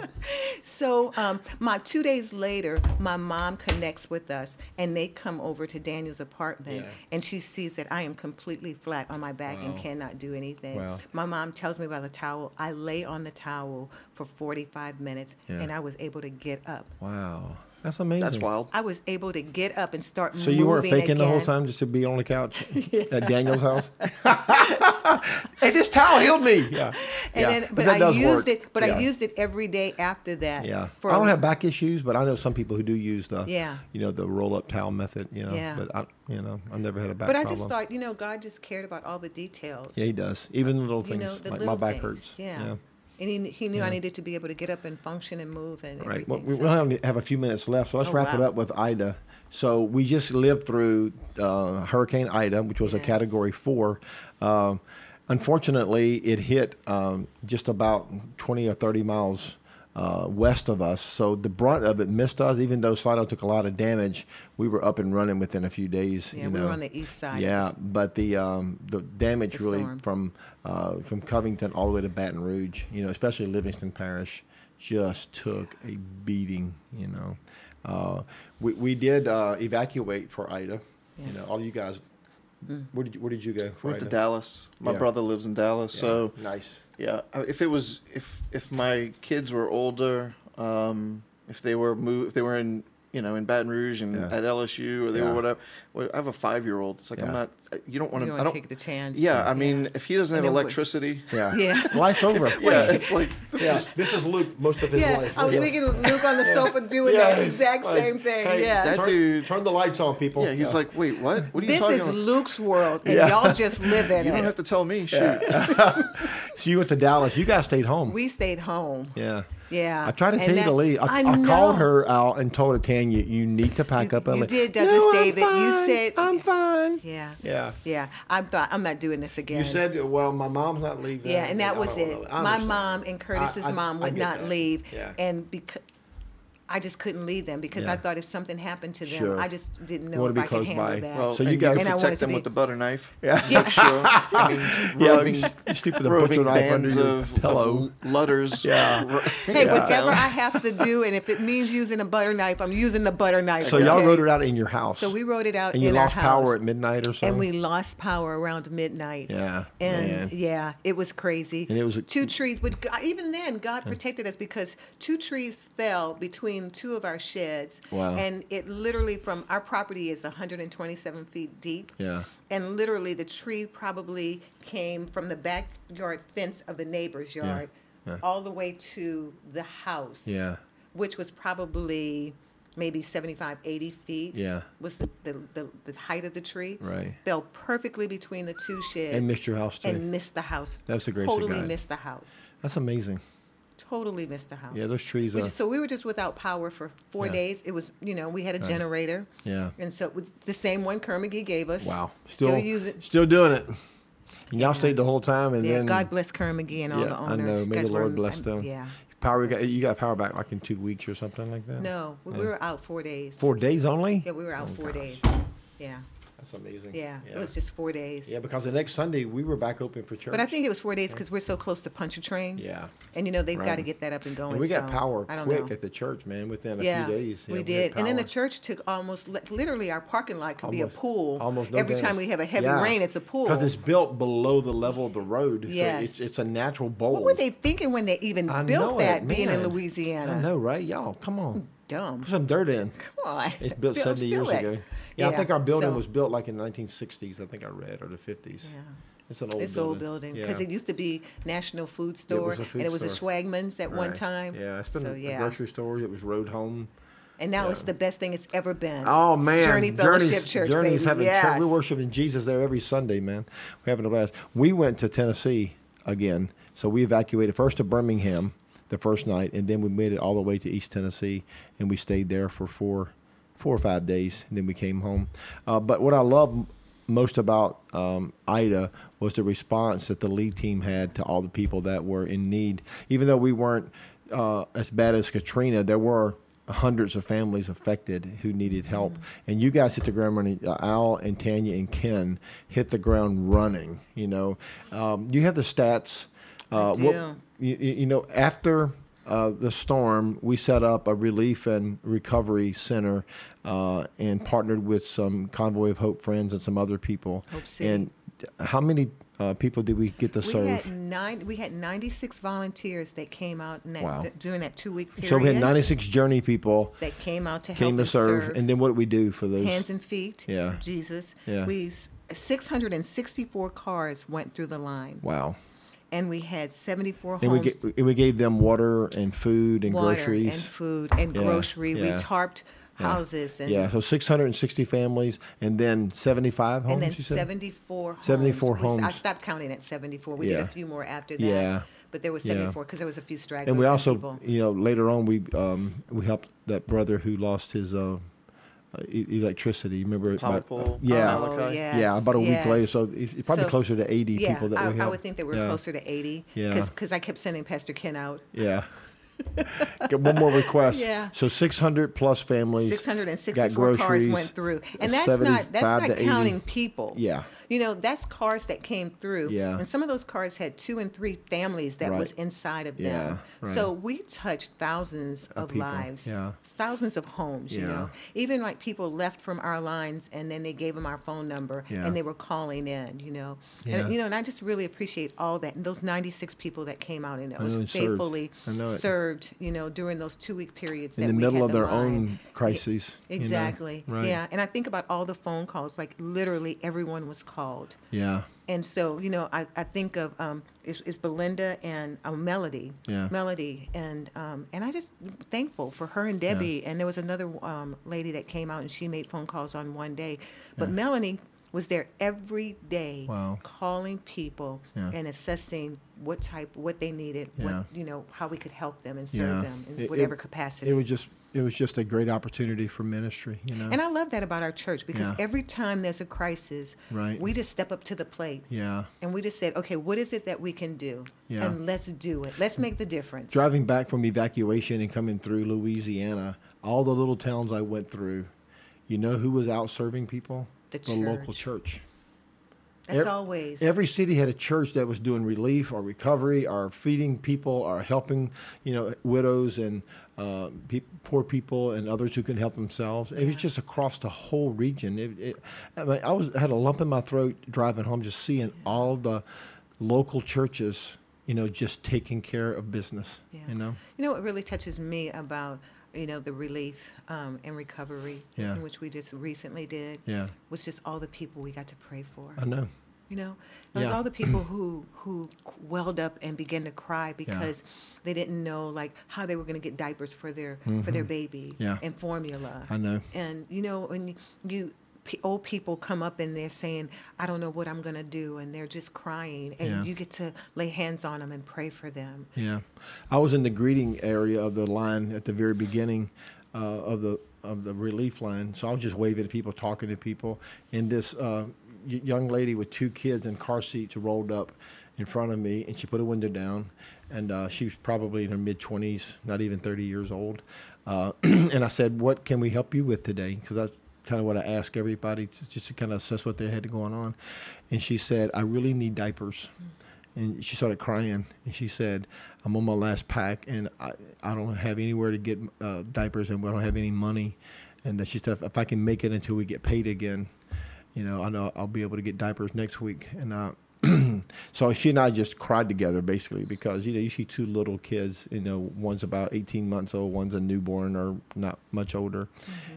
[SPEAKER 2] So, um, my two days later, my mom connects with us, and they come over to Daniel's apartment,
[SPEAKER 1] Yeah.
[SPEAKER 2] and she sees that I am completely flat on my back and cannot do anything.
[SPEAKER 1] Wow.
[SPEAKER 2] My mom tells me about the towel. I lay on the towel for 45 minutes,
[SPEAKER 1] Yeah.
[SPEAKER 2] and I was able to get up.
[SPEAKER 1] Wow. That's amazing.
[SPEAKER 3] That's wild.
[SPEAKER 2] I was able to get up and start
[SPEAKER 1] So you weren't
[SPEAKER 2] moving
[SPEAKER 1] faking the whole
[SPEAKER 2] again.
[SPEAKER 1] time just to be on the couch at Daniel's house? hey, this towel healed me. Yeah.
[SPEAKER 2] And
[SPEAKER 1] yeah.
[SPEAKER 2] then, but,
[SPEAKER 1] that
[SPEAKER 2] I
[SPEAKER 1] does
[SPEAKER 2] used
[SPEAKER 1] work.
[SPEAKER 2] it. But
[SPEAKER 1] yeah.
[SPEAKER 2] I used it every day after that.
[SPEAKER 1] Yeah,
[SPEAKER 2] for
[SPEAKER 1] I
[SPEAKER 2] a-
[SPEAKER 1] don't have back issues, but I know some people who do use the,
[SPEAKER 2] Yeah.
[SPEAKER 1] you know, the roll up towel method. You know,
[SPEAKER 2] Yeah.
[SPEAKER 1] but I, you know, I've never had a back
[SPEAKER 2] But I
[SPEAKER 1] problem.
[SPEAKER 2] just thought, you know, God just cared about all the details.
[SPEAKER 1] yeah, he does. Even the little
[SPEAKER 2] you
[SPEAKER 1] things,
[SPEAKER 2] know, the
[SPEAKER 1] like
[SPEAKER 2] little
[SPEAKER 1] my back
[SPEAKER 2] things.
[SPEAKER 1] hurts.
[SPEAKER 2] Yeah.
[SPEAKER 1] yeah.
[SPEAKER 2] And he, he knew I needed to be able to get up and function and move and
[SPEAKER 1] Right. Well, we
[SPEAKER 2] everything,
[SPEAKER 1] we only have a few minutes left, so let's
[SPEAKER 2] Oh,
[SPEAKER 1] wrap it
[SPEAKER 2] wow.
[SPEAKER 1] up with Ida. So we just lived through uh, Hurricane Ida, which was a
[SPEAKER 2] Yes.
[SPEAKER 1] Category Four. Um, unfortunately, it hit um, just about twenty or thirty miles uh, west of us. So the brunt of it missed us, even though Slido took a lot of damage. We were up and running within a few days.
[SPEAKER 2] Yeah,
[SPEAKER 1] you
[SPEAKER 2] we
[SPEAKER 1] know.
[SPEAKER 2] were on the east side.
[SPEAKER 1] Yeah, but the um, the damage
[SPEAKER 2] The
[SPEAKER 1] really
[SPEAKER 2] storm.
[SPEAKER 1] from uh, from Covington all the way to Baton Rouge, you know, especially Livingston Parish, just took a beating. You know, uh, we we did uh, evacuate for Ida. You know, all you guys.
[SPEAKER 2] Mm.
[SPEAKER 1] Where did you, where did you go? For
[SPEAKER 3] We're to
[SPEAKER 1] Ida?
[SPEAKER 3] Dallas. My
[SPEAKER 1] Yeah.
[SPEAKER 3] brother lives in Dallas, so
[SPEAKER 1] nice.
[SPEAKER 3] yeah. I- Uh, If it was if if my kids were older, um, if they were move if they were in you know in Baton Rouge and
[SPEAKER 1] Yeah.
[SPEAKER 3] at LSU or they
[SPEAKER 1] Yeah.
[SPEAKER 3] were whatever. Well, I have a five year old. It's like
[SPEAKER 1] Yeah.
[SPEAKER 3] I'm not. I- You don't want
[SPEAKER 2] You
[SPEAKER 3] to.
[SPEAKER 2] don't
[SPEAKER 3] I
[SPEAKER 2] wanna take
[SPEAKER 3] don't.
[SPEAKER 2] the chance.
[SPEAKER 3] yeah, I mean, if he doesn't have
[SPEAKER 2] then what-
[SPEAKER 3] electricity,
[SPEAKER 1] Yeah.
[SPEAKER 2] Yeah.
[SPEAKER 1] Life's over.
[SPEAKER 3] yeah, it's like this
[SPEAKER 1] Yeah,
[SPEAKER 3] is
[SPEAKER 1] this is Luke most of his
[SPEAKER 2] Yeah,
[SPEAKER 1] life.
[SPEAKER 2] I was thinking Luke on the sofa doing
[SPEAKER 1] Yes,
[SPEAKER 2] that exact
[SPEAKER 1] like,
[SPEAKER 2] same thing.
[SPEAKER 1] hey,
[SPEAKER 2] yes.
[SPEAKER 3] That
[SPEAKER 1] turn,
[SPEAKER 3] dude-
[SPEAKER 1] turn the lights on, people.
[SPEAKER 3] yeah. He's like, wait, what? What are you
[SPEAKER 2] This
[SPEAKER 3] talking
[SPEAKER 2] is
[SPEAKER 3] about?
[SPEAKER 2] Luke's world, and
[SPEAKER 1] Yeah.
[SPEAKER 2] y'all just live in
[SPEAKER 3] you
[SPEAKER 2] it.
[SPEAKER 3] don't have to tell me. Shoot.
[SPEAKER 1] so you went to Dallas. You guys stayed home.
[SPEAKER 2] we stayed home.
[SPEAKER 1] yeah.
[SPEAKER 2] Yeah.
[SPEAKER 1] I tried to
[SPEAKER 2] And
[SPEAKER 1] tell you
[SPEAKER 2] that-
[SPEAKER 1] to leave. I,
[SPEAKER 2] I
[SPEAKER 1] I called
[SPEAKER 2] know.
[SPEAKER 1] her out and told her, Tanya, you need to pack up.
[SPEAKER 2] you
[SPEAKER 1] I'm like,
[SPEAKER 2] did, Douglas
[SPEAKER 1] "No, I'm
[SPEAKER 2] David. You
[SPEAKER 1] fine.
[SPEAKER 2] said-
[SPEAKER 1] I'm fine.
[SPEAKER 2] Yeah.
[SPEAKER 1] Yeah.
[SPEAKER 2] Yeah. I thought I'm not doing this again.
[SPEAKER 1] You said, well, my mom's not leaving.
[SPEAKER 2] Yeah, and
[SPEAKER 1] I
[SPEAKER 2] that
[SPEAKER 1] don't
[SPEAKER 2] was
[SPEAKER 1] wanna
[SPEAKER 2] it.
[SPEAKER 1] leave." I
[SPEAKER 2] My
[SPEAKER 1] understand.
[SPEAKER 2] mom and Curtis's
[SPEAKER 1] I-
[SPEAKER 2] mom
[SPEAKER 1] I
[SPEAKER 2] would
[SPEAKER 1] get
[SPEAKER 2] not
[SPEAKER 1] that.
[SPEAKER 2] leave,
[SPEAKER 1] Yeah.
[SPEAKER 2] and because I just couldn't leave them because
[SPEAKER 1] Yeah.
[SPEAKER 2] I thought if something happened to them,
[SPEAKER 1] Sure.
[SPEAKER 2] I just didn't know
[SPEAKER 1] Wanna
[SPEAKER 2] if
[SPEAKER 1] be
[SPEAKER 2] I could
[SPEAKER 1] close
[SPEAKER 2] handle
[SPEAKER 1] by.
[SPEAKER 2] that.
[SPEAKER 1] Well,
[SPEAKER 3] so
[SPEAKER 1] And
[SPEAKER 3] you
[SPEAKER 1] you guys-
[SPEAKER 3] guys
[SPEAKER 1] And I
[SPEAKER 2] wanted
[SPEAKER 3] protect
[SPEAKER 2] to
[SPEAKER 3] them
[SPEAKER 2] be-
[SPEAKER 3] with the butter knife.
[SPEAKER 1] Yeah.
[SPEAKER 3] Make sure. I mean,
[SPEAKER 1] Yeah,
[SPEAKER 3] roving,
[SPEAKER 1] you stupid the butcher
[SPEAKER 3] roving
[SPEAKER 1] knife under
[SPEAKER 3] bands
[SPEAKER 1] your
[SPEAKER 3] of,
[SPEAKER 1] pillow.
[SPEAKER 3] of lutters.
[SPEAKER 1] Yeah.
[SPEAKER 3] ro-
[SPEAKER 2] Hey,
[SPEAKER 3] yeah.
[SPEAKER 2] whatever I have to do, and if it means using a butter knife, I'm using the butter knife.
[SPEAKER 1] So y'all
[SPEAKER 2] okay?
[SPEAKER 1] wrote it out in your house.
[SPEAKER 2] So we wrote it out
[SPEAKER 1] and you
[SPEAKER 2] in
[SPEAKER 1] lost
[SPEAKER 2] our house,
[SPEAKER 1] power at midnight or something.
[SPEAKER 2] and we lost power around midnight.
[SPEAKER 1] Yeah,
[SPEAKER 2] and
[SPEAKER 1] man.
[SPEAKER 2] yeah, it was crazy.
[SPEAKER 1] And it was a-
[SPEAKER 2] two trees, but g- even then, God protected us because two trees fell between two of our sheds.
[SPEAKER 1] Wow.
[SPEAKER 2] And it literally from our property is 127 feet deep.
[SPEAKER 1] Yeah.
[SPEAKER 2] And literally, the tree probably came from the backyard fence of the neighbor's yard
[SPEAKER 1] yeah.
[SPEAKER 2] all the way to the house
[SPEAKER 1] Yeah.
[SPEAKER 2] which was probably maybe 75, 80 feet.
[SPEAKER 1] Yeah.
[SPEAKER 2] Was the, the, the, the height of the tree.
[SPEAKER 1] Right.
[SPEAKER 2] Fell perfectly between the two sheds.
[SPEAKER 1] And missed your house, too.
[SPEAKER 2] And missed the house.
[SPEAKER 1] That's the grace of
[SPEAKER 2] Totally
[SPEAKER 1] God.
[SPEAKER 2] missed the house.
[SPEAKER 1] That's amazing.
[SPEAKER 2] Totally missed the house.
[SPEAKER 1] Yeah, those trees
[SPEAKER 2] We
[SPEAKER 1] are-
[SPEAKER 2] just- so we were just without power for four
[SPEAKER 1] Yeah.
[SPEAKER 2] days. It was, you know, we had a generator.
[SPEAKER 1] Yeah.
[SPEAKER 2] And so it was the same one Kermagee gave us.
[SPEAKER 1] Wow. Still, still
[SPEAKER 2] using.
[SPEAKER 1] doing it. And y'all stayed the whole time, and
[SPEAKER 2] yeah,
[SPEAKER 1] then
[SPEAKER 2] God bless Kermagee and all
[SPEAKER 1] yeah,
[SPEAKER 2] the
[SPEAKER 1] I
[SPEAKER 2] owners.
[SPEAKER 1] know. May
[SPEAKER 2] Guys
[SPEAKER 1] the Lord
[SPEAKER 2] were-
[SPEAKER 1] bless them.
[SPEAKER 2] Yeah.
[SPEAKER 1] Power you got, you got power back like in two weeks or something like that.
[SPEAKER 2] No, we,
[SPEAKER 1] Yeah.
[SPEAKER 2] we were out four days.
[SPEAKER 1] Four days only.
[SPEAKER 2] Yeah, we were out
[SPEAKER 1] Oh,
[SPEAKER 2] four
[SPEAKER 1] gosh.
[SPEAKER 2] days. Yeah.
[SPEAKER 1] That's amazing.
[SPEAKER 2] Yeah,
[SPEAKER 1] Yeah.
[SPEAKER 2] it was just four days.
[SPEAKER 1] Yeah, because the next Sunday we were back open for church.
[SPEAKER 2] But I think it was four days because we're so close to Pontchartrain.
[SPEAKER 1] Yeah.
[SPEAKER 2] And you know they've got to
[SPEAKER 1] Right.
[SPEAKER 2] get that up and going.
[SPEAKER 1] And we got
[SPEAKER 2] so
[SPEAKER 1] power
[SPEAKER 2] I don't
[SPEAKER 1] quick
[SPEAKER 2] know.
[SPEAKER 1] at the church, man. Within a
[SPEAKER 2] yeah,
[SPEAKER 1] few days, Yeah,
[SPEAKER 2] we
[SPEAKER 1] had
[SPEAKER 2] did. and then the
[SPEAKER 1] power.
[SPEAKER 2] church took almost li- literally our parking lot could be a
[SPEAKER 1] Almost-
[SPEAKER 2] pool.
[SPEAKER 1] Almost no
[SPEAKER 2] every
[SPEAKER 1] damage.
[SPEAKER 2] time we have a heavy
[SPEAKER 1] Yeah.
[SPEAKER 2] rain, it's a pool.
[SPEAKER 1] Because it's built below the level of the road.
[SPEAKER 2] Yes.
[SPEAKER 1] So it's, it's a natural bowl.
[SPEAKER 2] what were they thinking when they even
[SPEAKER 1] I know
[SPEAKER 2] built that?
[SPEAKER 1] it,
[SPEAKER 2] being in
[SPEAKER 1] man.
[SPEAKER 2] Louisiana,
[SPEAKER 1] I know, right? Y'all, come on.
[SPEAKER 2] dumb.
[SPEAKER 1] Put some dirt in.
[SPEAKER 2] Come on,
[SPEAKER 1] It's built
[SPEAKER 2] Build-
[SPEAKER 1] 70 years
[SPEAKER 2] build it.
[SPEAKER 1] ago. Yeah, I think our building
[SPEAKER 2] so
[SPEAKER 1] was built like in the 1960s, I think I read, or the 50s.
[SPEAKER 2] Yeah.
[SPEAKER 1] It's an old
[SPEAKER 2] It's
[SPEAKER 1] building.
[SPEAKER 2] old building
[SPEAKER 1] Yeah.
[SPEAKER 2] because it used to be National Food Store
[SPEAKER 1] a food
[SPEAKER 2] and it was
[SPEAKER 1] store.
[SPEAKER 2] a Schwagman's at one
[SPEAKER 1] Right.
[SPEAKER 2] time.
[SPEAKER 1] Yeah, it's been
[SPEAKER 2] so,
[SPEAKER 1] a
[SPEAKER 2] yeah.
[SPEAKER 1] grocery store. It was Road Home.
[SPEAKER 2] And now
[SPEAKER 1] Yeah.
[SPEAKER 2] it's the best thing it's ever been.
[SPEAKER 1] Oh
[SPEAKER 2] It's
[SPEAKER 1] man,
[SPEAKER 2] Journey Fellowship Church,
[SPEAKER 1] Journey's
[SPEAKER 2] baby.
[SPEAKER 1] having
[SPEAKER 2] yes.
[SPEAKER 1] church. We're worshiping Jesus there every Sunday, man. We're having a blast. We went to Tennessee again, so we evacuated first to Birmingham the first night, and then we made it all the way to East Tennessee, and we stayed there for four, four or five days, and then we came home. Uh, but what I love m- most about um, Ida was the response that the lead team had to all the people that were in need. Even though we weren't uh, as bad as Katrina, there were hundreds of families affected who needed help. And you guys hit the ground running. Uh, Al and Tanya and Ken hit the ground running. You know, um, you have the stats. Uh,
[SPEAKER 2] I
[SPEAKER 1] what-
[SPEAKER 2] do.
[SPEAKER 1] you, you- you know, after uh, the storm, we set up a relief and recovery center uh, and partnered with some Convoy of Hope friends and some other people.
[SPEAKER 2] Hope City.
[SPEAKER 1] and how many uh, people did we get to
[SPEAKER 2] We
[SPEAKER 1] serve?
[SPEAKER 2] had nine. We had ninety-six volunteers that came out in that,
[SPEAKER 1] Wow.
[SPEAKER 2] during that two-week period.
[SPEAKER 1] so we had 96 journey people
[SPEAKER 2] that came out to help
[SPEAKER 1] came to
[SPEAKER 2] and
[SPEAKER 1] serve. And then what did we do for those?
[SPEAKER 2] hands and feet.
[SPEAKER 1] Yeah.
[SPEAKER 2] Jesus.
[SPEAKER 1] Yeah.
[SPEAKER 2] We six hundred and sixty-four cars went through the line,
[SPEAKER 1] wow.
[SPEAKER 2] and we had seventy-four
[SPEAKER 1] And we,
[SPEAKER 2] homes.
[SPEAKER 1] ga- and we gave them water and food and
[SPEAKER 2] water
[SPEAKER 1] groceries.
[SPEAKER 2] and food and
[SPEAKER 1] Yeah,
[SPEAKER 2] grocery. We
[SPEAKER 1] yeah.
[SPEAKER 2] tarped houses and
[SPEAKER 1] yeah, so 660 families and then 75 homes.
[SPEAKER 2] and then
[SPEAKER 1] you said?
[SPEAKER 2] 74 homes.
[SPEAKER 1] 74
[SPEAKER 2] was- I
[SPEAKER 1] homes.
[SPEAKER 2] stopped counting at 74. We did
[SPEAKER 1] Yeah.
[SPEAKER 2] a few more after that.
[SPEAKER 1] Yeah.
[SPEAKER 2] But there were
[SPEAKER 1] Yeah.
[SPEAKER 2] 74 because there was a few stragglers.
[SPEAKER 1] and we also,
[SPEAKER 2] people.
[SPEAKER 1] you know, later on we um, we helped that brother who lost his uh, uh, e- electricity. Remember?
[SPEAKER 3] Power
[SPEAKER 1] about- uh,
[SPEAKER 3] pole.
[SPEAKER 1] yeah,
[SPEAKER 3] Oh, okay.
[SPEAKER 2] yes,
[SPEAKER 1] yeah. About a week
[SPEAKER 2] yes.
[SPEAKER 1] later, so it's it's probably
[SPEAKER 2] So-
[SPEAKER 1] closer to eighty
[SPEAKER 2] yeah,
[SPEAKER 1] people that
[SPEAKER 2] I,
[SPEAKER 1] we
[SPEAKER 2] I
[SPEAKER 1] helped.
[SPEAKER 2] would think that we're
[SPEAKER 1] yeah.
[SPEAKER 2] closer to 80
[SPEAKER 1] Yeah.
[SPEAKER 2] because I kept sending Pastor Ken out.
[SPEAKER 1] Yeah, Get one more request.
[SPEAKER 2] Yeah.
[SPEAKER 1] So 600 plus families.
[SPEAKER 2] Six hundred and
[SPEAKER 1] got
[SPEAKER 2] sixty-four cars
[SPEAKER 1] groceries,
[SPEAKER 2] went through, and
[SPEAKER 1] uh,
[SPEAKER 2] that's not
[SPEAKER 1] 75
[SPEAKER 2] that's
[SPEAKER 1] to
[SPEAKER 2] not
[SPEAKER 1] 80.
[SPEAKER 2] counting people.
[SPEAKER 1] Yeah.
[SPEAKER 2] you know that's cars that came through.
[SPEAKER 1] Yeah.
[SPEAKER 2] and some of those cars had two and three families that was
[SPEAKER 1] Right.
[SPEAKER 2] inside of them.
[SPEAKER 1] Yeah, right.
[SPEAKER 2] So we touched thousands of,
[SPEAKER 1] people,
[SPEAKER 2] lives.
[SPEAKER 1] yeah.
[SPEAKER 2] thousands of homes. You
[SPEAKER 1] Yeah.
[SPEAKER 2] know, even like people left from our lines, and then they gave them our phone number,
[SPEAKER 1] Yeah.
[SPEAKER 2] and they were calling in. You know,
[SPEAKER 1] Yeah.
[SPEAKER 2] and, you know, and I just really appreciate all that and those ninety-six people that came out and that
[SPEAKER 1] know, and
[SPEAKER 2] was
[SPEAKER 1] served.
[SPEAKER 2] faithfully
[SPEAKER 1] I know it.
[SPEAKER 2] served. You know, during those two-week periods
[SPEAKER 1] In
[SPEAKER 2] that
[SPEAKER 1] the
[SPEAKER 2] we
[SPEAKER 1] middle
[SPEAKER 2] had
[SPEAKER 1] of their
[SPEAKER 2] them
[SPEAKER 1] own
[SPEAKER 2] on.
[SPEAKER 1] crises, you know?
[SPEAKER 2] Exactly.
[SPEAKER 1] Right.
[SPEAKER 2] Yeah. And I think about all the phone calls, like literally everyone was called.
[SPEAKER 1] Yeah.
[SPEAKER 2] And so, you know, I, I think of um, it's, it's Belinda and uh, Melody.
[SPEAKER 1] Yeah.
[SPEAKER 2] Melody. And um, and I just thankful for her and Debbie. And there was another um, lady that came out and she made phone calls on one day. But Melanie was there every day
[SPEAKER 1] Wow.
[SPEAKER 2] calling people
[SPEAKER 1] Yeah.
[SPEAKER 2] and assessing what type, what they needed,
[SPEAKER 1] Yeah.
[SPEAKER 2] what, you know, how we could help them and serve them in
[SPEAKER 1] It- it-
[SPEAKER 2] whatever capacity.
[SPEAKER 1] It was just it was just a great opportunity for ministry, you know.
[SPEAKER 2] And I love that about our church because
[SPEAKER 1] Yeah.
[SPEAKER 2] every time there's a crisis,
[SPEAKER 1] Right.
[SPEAKER 2] we just step up to the plate.
[SPEAKER 1] yeah.
[SPEAKER 2] And we just said, okay, what is it that we can do?
[SPEAKER 1] Yeah.
[SPEAKER 2] And let's do it. Let's make the difference.
[SPEAKER 1] Driving back from evacuation and coming through Louisiana, all the little towns I went through, you know who was out serving people?
[SPEAKER 2] The
[SPEAKER 1] local
[SPEAKER 2] church.
[SPEAKER 1] church.
[SPEAKER 2] That's
[SPEAKER 1] Ev-
[SPEAKER 2] always.
[SPEAKER 1] Every city had a church that was doing relief or recovery or feeding people or helping, you know, widows and uh, pe- poor people and others who can help themselves. It was just across the whole region. It, it, I, mean, I was I had a lump in my throat driving home just seeing all the local churches, you know, just taking care of business.
[SPEAKER 2] Yeah.
[SPEAKER 1] You know,
[SPEAKER 2] You know what really touches me about you know the relief um, and recovery,
[SPEAKER 1] Yeah.
[SPEAKER 2] in which we just recently did,
[SPEAKER 1] Yeah.
[SPEAKER 2] was just all the people we got to pray for.
[SPEAKER 1] I know.
[SPEAKER 2] You know, it was
[SPEAKER 1] Yeah.
[SPEAKER 2] all the people who who welled up and began to cry because they didn't know like how they were going to get diapers for their for their baby
[SPEAKER 1] Mm-hmm. Yeah.
[SPEAKER 2] and formula.
[SPEAKER 1] I know.
[SPEAKER 2] And you know, when you, you pe- old people come up and they're saying, "I don't know what I'm going to do," and they're just crying, and
[SPEAKER 1] Yeah.
[SPEAKER 2] you get to lay hands on them and pray for them.
[SPEAKER 1] Yeah, I was in the greeting area of the line at the very beginning uh, of the of the relief line, so I was just waving at people, talking to people, and this uh, y- young lady with two kids in car seats rolled up in front of me, and she put a window down, and uh, she was probably in her mid twenties, not even thirty years old, uh, and I said, "What can we help you with today?" Because that's kind of what I ask everybody, just just to kind of assess what they had going on, and she said, "I really need diapers." and she started crying and she said i'm on my last pack and i, I don't have anywhere to get uh, diapers and we don't have any money and she said if i can make it until we get paid again you know i know i'll be able to get diapers next week and uh, so she and i just cried together basically because you know you see two little kids you know one's about 18 months old one's a newborn or not much older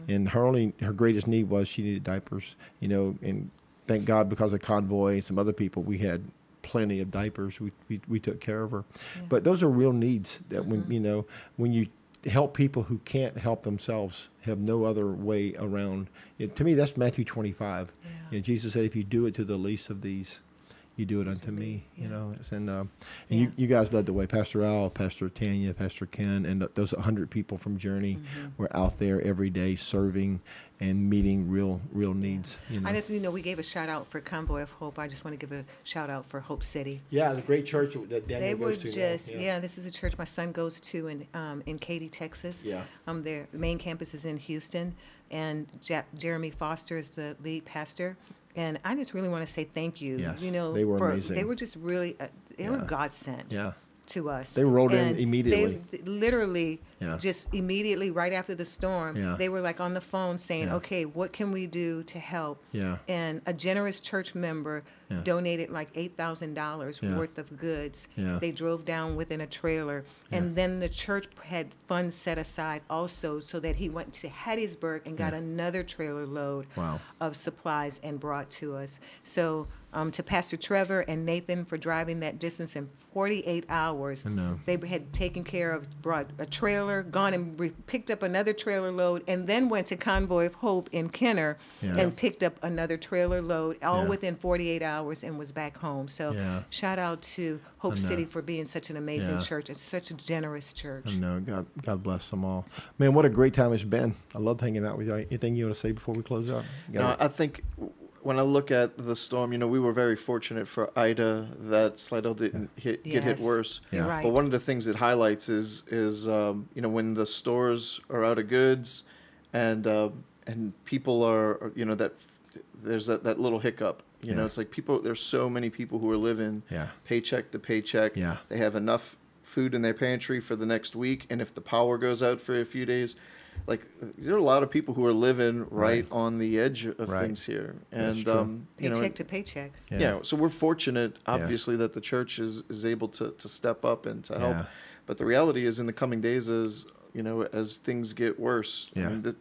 [SPEAKER 1] and her only her greatest need was she needed diapers you know and thank god because of convoy and some other people we had plenty of diapers. We, we, we took care of her. But those are real needs that when, you know, when you help people who can't help themselves, have no other way around. It, to me, that's Matthew 25. You know, Jesus said, if you do it to the least of these, you do it unto me, you know. It's- And um, and you, you guys led the way. Pastor Al, Pastor Tanya, Pastor Ken, and th- those 100 people from Journey
[SPEAKER 2] Mm-hmm.
[SPEAKER 1] were out there every day serving and meeting real real needs. You know?
[SPEAKER 2] I just, you know, we gave a shout out for Convoy of Hope. I just want to give a shout out for Hope City.
[SPEAKER 1] yeah, the great church that Daniel
[SPEAKER 2] They were
[SPEAKER 1] goes to. uh, now,
[SPEAKER 2] just, yeah. this is a church my son goes to in, um, in Katy, Texas.
[SPEAKER 1] Yeah.
[SPEAKER 2] Um, their main campus is in Houston, and Ja- Jeremy Foster is the lead pastor. And I just really want to say thank you.
[SPEAKER 1] Yes,
[SPEAKER 2] you know,
[SPEAKER 1] they were
[SPEAKER 2] for, They
[SPEAKER 1] amazing.
[SPEAKER 2] were just really, uh, they were
[SPEAKER 1] Yeah.
[SPEAKER 2] God sent.
[SPEAKER 1] Yeah.
[SPEAKER 2] To us,
[SPEAKER 1] They rolled in
[SPEAKER 2] And they
[SPEAKER 1] immediately.
[SPEAKER 2] th- literally,
[SPEAKER 1] Yeah.
[SPEAKER 2] just immediately right after the storm,
[SPEAKER 1] Yeah.
[SPEAKER 2] they were like on the phone saying,
[SPEAKER 1] Yeah.
[SPEAKER 2] "Okay, what can we do to help?"
[SPEAKER 1] Yeah.
[SPEAKER 2] And a generous church member
[SPEAKER 1] Yeah.
[SPEAKER 2] donated like eight thousand dollars
[SPEAKER 1] Yeah.
[SPEAKER 2] worth of goods.
[SPEAKER 1] Yeah.
[SPEAKER 2] They drove down within a trailer, and then the church had funds set aside also so that he went to Hattiesburg and got
[SPEAKER 1] Yeah.
[SPEAKER 2] another trailer load
[SPEAKER 1] Wow.
[SPEAKER 2] of supplies and brought to us. So um, to Pastor Trevor and Nathan for driving that distance in 48 hours.
[SPEAKER 1] know.
[SPEAKER 2] They had taken care of, brought a trailer, gone and re- picked up another trailer load, and then went to Convoy of Hope in Kenner
[SPEAKER 1] Yeah.
[SPEAKER 2] and picked up another trailer load, all
[SPEAKER 1] Yeah.
[SPEAKER 2] within 48 hours, and was back home. So
[SPEAKER 1] Yeah.
[SPEAKER 2] shout out to
[SPEAKER 1] I
[SPEAKER 2] Hope
[SPEAKER 1] know.
[SPEAKER 2] City for being such an amazing
[SPEAKER 1] Yeah.
[SPEAKER 2] church. It's such a generous church.
[SPEAKER 1] I know. God, God bless them all. Man, what a great time it's been. I love hanging out with you. Anything you want to say before we close out?
[SPEAKER 3] No, I think when I look at the storm, you know, we were very fortunate for Ida that Slidell didn't hit, get hit
[SPEAKER 2] Yes.
[SPEAKER 3] worse.
[SPEAKER 2] You're Yeah.
[SPEAKER 3] But
[SPEAKER 2] right.
[SPEAKER 3] one of the things it highlights is is um, you know when the stores are out of goods, and uh, and people are are, you know that f- there's that, that little hiccup. You know,
[SPEAKER 1] Yeah.
[SPEAKER 3] it's like people. There's so many people who are living
[SPEAKER 1] Yeah.
[SPEAKER 3] paycheck to paycheck.
[SPEAKER 1] Yeah.
[SPEAKER 3] They have enough food in their pantry for the next week, and if the power goes out for a few days, like there are a lot of people who are living right,
[SPEAKER 1] Right.
[SPEAKER 3] on the edge of
[SPEAKER 1] Right.
[SPEAKER 3] things here,
[SPEAKER 1] That's
[SPEAKER 3] and
[SPEAKER 1] true.
[SPEAKER 3] um, you know,
[SPEAKER 2] Paycheck to paycheck.
[SPEAKER 1] Yeah.
[SPEAKER 3] yeah. so we're fortunate obviously that the church is, is able to, to step up and to help
[SPEAKER 1] Yeah.
[SPEAKER 3] but the reality is in the coming days is you know as things get worse I
[SPEAKER 1] Yeah.
[SPEAKER 3] mean, the,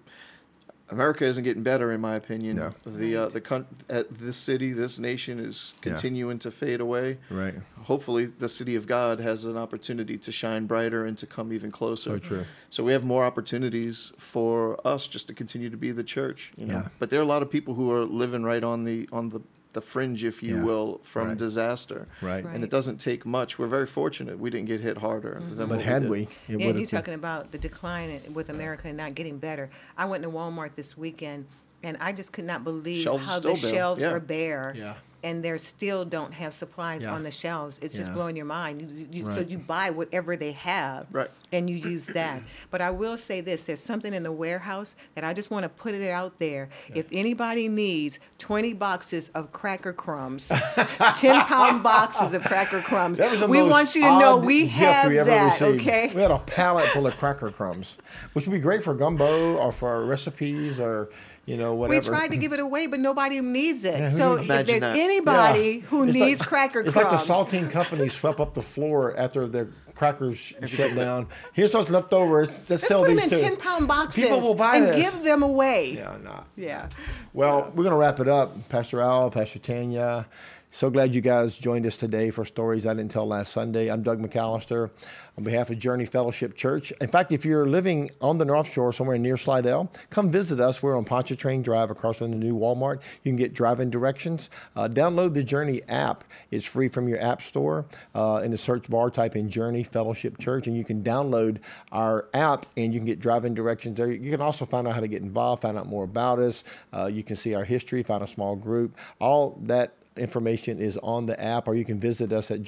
[SPEAKER 3] america isn't getting better in my opinion
[SPEAKER 1] No.
[SPEAKER 3] the uh, the con- at this city this nation is
[SPEAKER 1] Yeah.
[SPEAKER 3] continuing to fade away
[SPEAKER 1] Right.
[SPEAKER 3] hopefully the city of god has an opportunity to shine brighter and to come even closer
[SPEAKER 1] So true.
[SPEAKER 3] so we have more opportunities for us just to continue to be the church. You know?
[SPEAKER 1] Yeah.
[SPEAKER 3] But there are a lot of people who are living right on the on the, the fringe, if you
[SPEAKER 1] Yeah.
[SPEAKER 3] will, from
[SPEAKER 1] Right.
[SPEAKER 3] disaster.
[SPEAKER 1] Right.
[SPEAKER 2] Right.
[SPEAKER 3] And it doesn't take much. We're very fortunate. We didn't get hit harder than what
[SPEAKER 1] But had
[SPEAKER 3] did.
[SPEAKER 1] we, it
[SPEAKER 2] Yeah,
[SPEAKER 1] would
[SPEAKER 2] and you're
[SPEAKER 1] have been.
[SPEAKER 2] talking about the decline in- with America and not getting better. I went to Walmart this weekend, and I just could not believe
[SPEAKER 3] Shelves
[SPEAKER 2] how
[SPEAKER 3] still
[SPEAKER 2] the
[SPEAKER 3] bare,
[SPEAKER 2] shelves
[SPEAKER 3] yeah.
[SPEAKER 2] are bare.
[SPEAKER 1] Yeah.
[SPEAKER 2] And they still don't have supplies
[SPEAKER 1] Yeah.
[SPEAKER 2] on the shelves. It's just
[SPEAKER 1] Yeah.
[SPEAKER 2] blowing your mind. You- You, you, so
[SPEAKER 1] Right.
[SPEAKER 2] you buy whatever they have,
[SPEAKER 3] Right.
[SPEAKER 2] and you use that. but I will say this: there's something in the warehouse that I just want to put it out there. If anybody needs 20 boxes of cracker crumbs, 10 pound boxes of cracker crumbs,
[SPEAKER 1] That was the
[SPEAKER 2] we
[SPEAKER 1] most
[SPEAKER 2] want you to know
[SPEAKER 1] odd
[SPEAKER 2] we
[SPEAKER 1] gift
[SPEAKER 2] have
[SPEAKER 1] we ever
[SPEAKER 2] that.
[SPEAKER 1] received.
[SPEAKER 2] Okay.
[SPEAKER 1] We had a pallet full of cracker crumbs, which would be great for gumbo or for recipes or you know
[SPEAKER 2] We
[SPEAKER 1] whatever.
[SPEAKER 2] tried to give it away, but nobody needs it.
[SPEAKER 1] who
[SPEAKER 2] so
[SPEAKER 1] needs-
[SPEAKER 2] if
[SPEAKER 3] Imagine
[SPEAKER 2] there's
[SPEAKER 3] that.
[SPEAKER 2] anybody
[SPEAKER 1] Yeah.
[SPEAKER 2] who
[SPEAKER 1] It's like-
[SPEAKER 2] needs cracker
[SPEAKER 1] it's
[SPEAKER 2] crumbs,
[SPEAKER 1] like the saltine company swept up the floor after their crackers sh- shut down. Here's what's left over. Let's, sell
[SPEAKER 2] put them
[SPEAKER 1] these
[SPEAKER 2] in
[SPEAKER 1] too.
[SPEAKER 2] ten pound boxes.
[SPEAKER 1] People will buy
[SPEAKER 2] and
[SPEAKER 1] this.
[SPEAKER 2] give them away.
[SPEAKER 1] Yeah, nah.
[SPEAKER 2] Yeah.
[SPEAKER 1] Well, we're going to wrap it up. Pastor Al, Pastor Tanya, so glad you guys joined us today for Stories I Didn't Tell Last Sunday. I'm Doug McAllister on behalf of Journey Fellowship Church. In fact, if you're living on the North Shore somewhere near Slidell, come visit us. We're on Pontchartrain Drive across from the new Walmart. You can get driving directions. Uh, download the Journey app. It's free from your app store. Uh, in the search bar, type in Journey Fellowship Church, and you can download our app and you can get driving directions there. You can also find out how to get involved, find out more about us. Uh, you can see our history, find a small group. All that information is on the app, or you can visit us at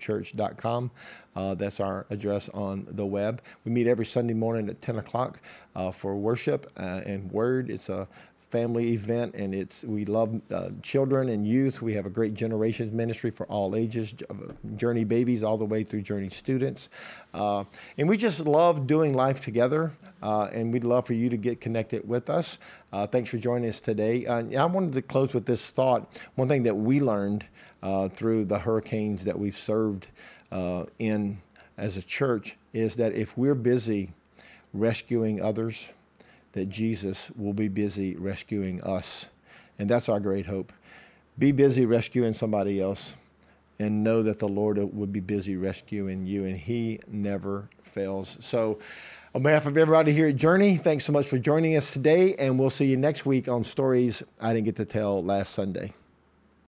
[SPEAKER 1] journeyfellowshipchurch.com. Uh, that's our address on the web. We meet every Sunday morning at 10 o'clock uh, for worship uh, and word. It's a family event and it's we love uh, children and youth we have a great generations ministry for all ages j- uh, journey babies all the way through journey students uh, and we just love doing life together uh, and we'd love for you to get connected with us uh, thanks for joining us today uh, and i wanted to close with this thought one thing that we learned uh, through the hurricanes that we've served uh, in as a church is that if we're busy rescuing others that Jesus will be busy rescuing us. And that's our great hope. Be busy rescuing somebody else and know that the Lord will be busy rescuing you, and He never fails. So, on behalf of everybody here at Journey, thanks so much for joining us today, and we'll see you next week on Stories I Didn't Get to Tell Last Sunday.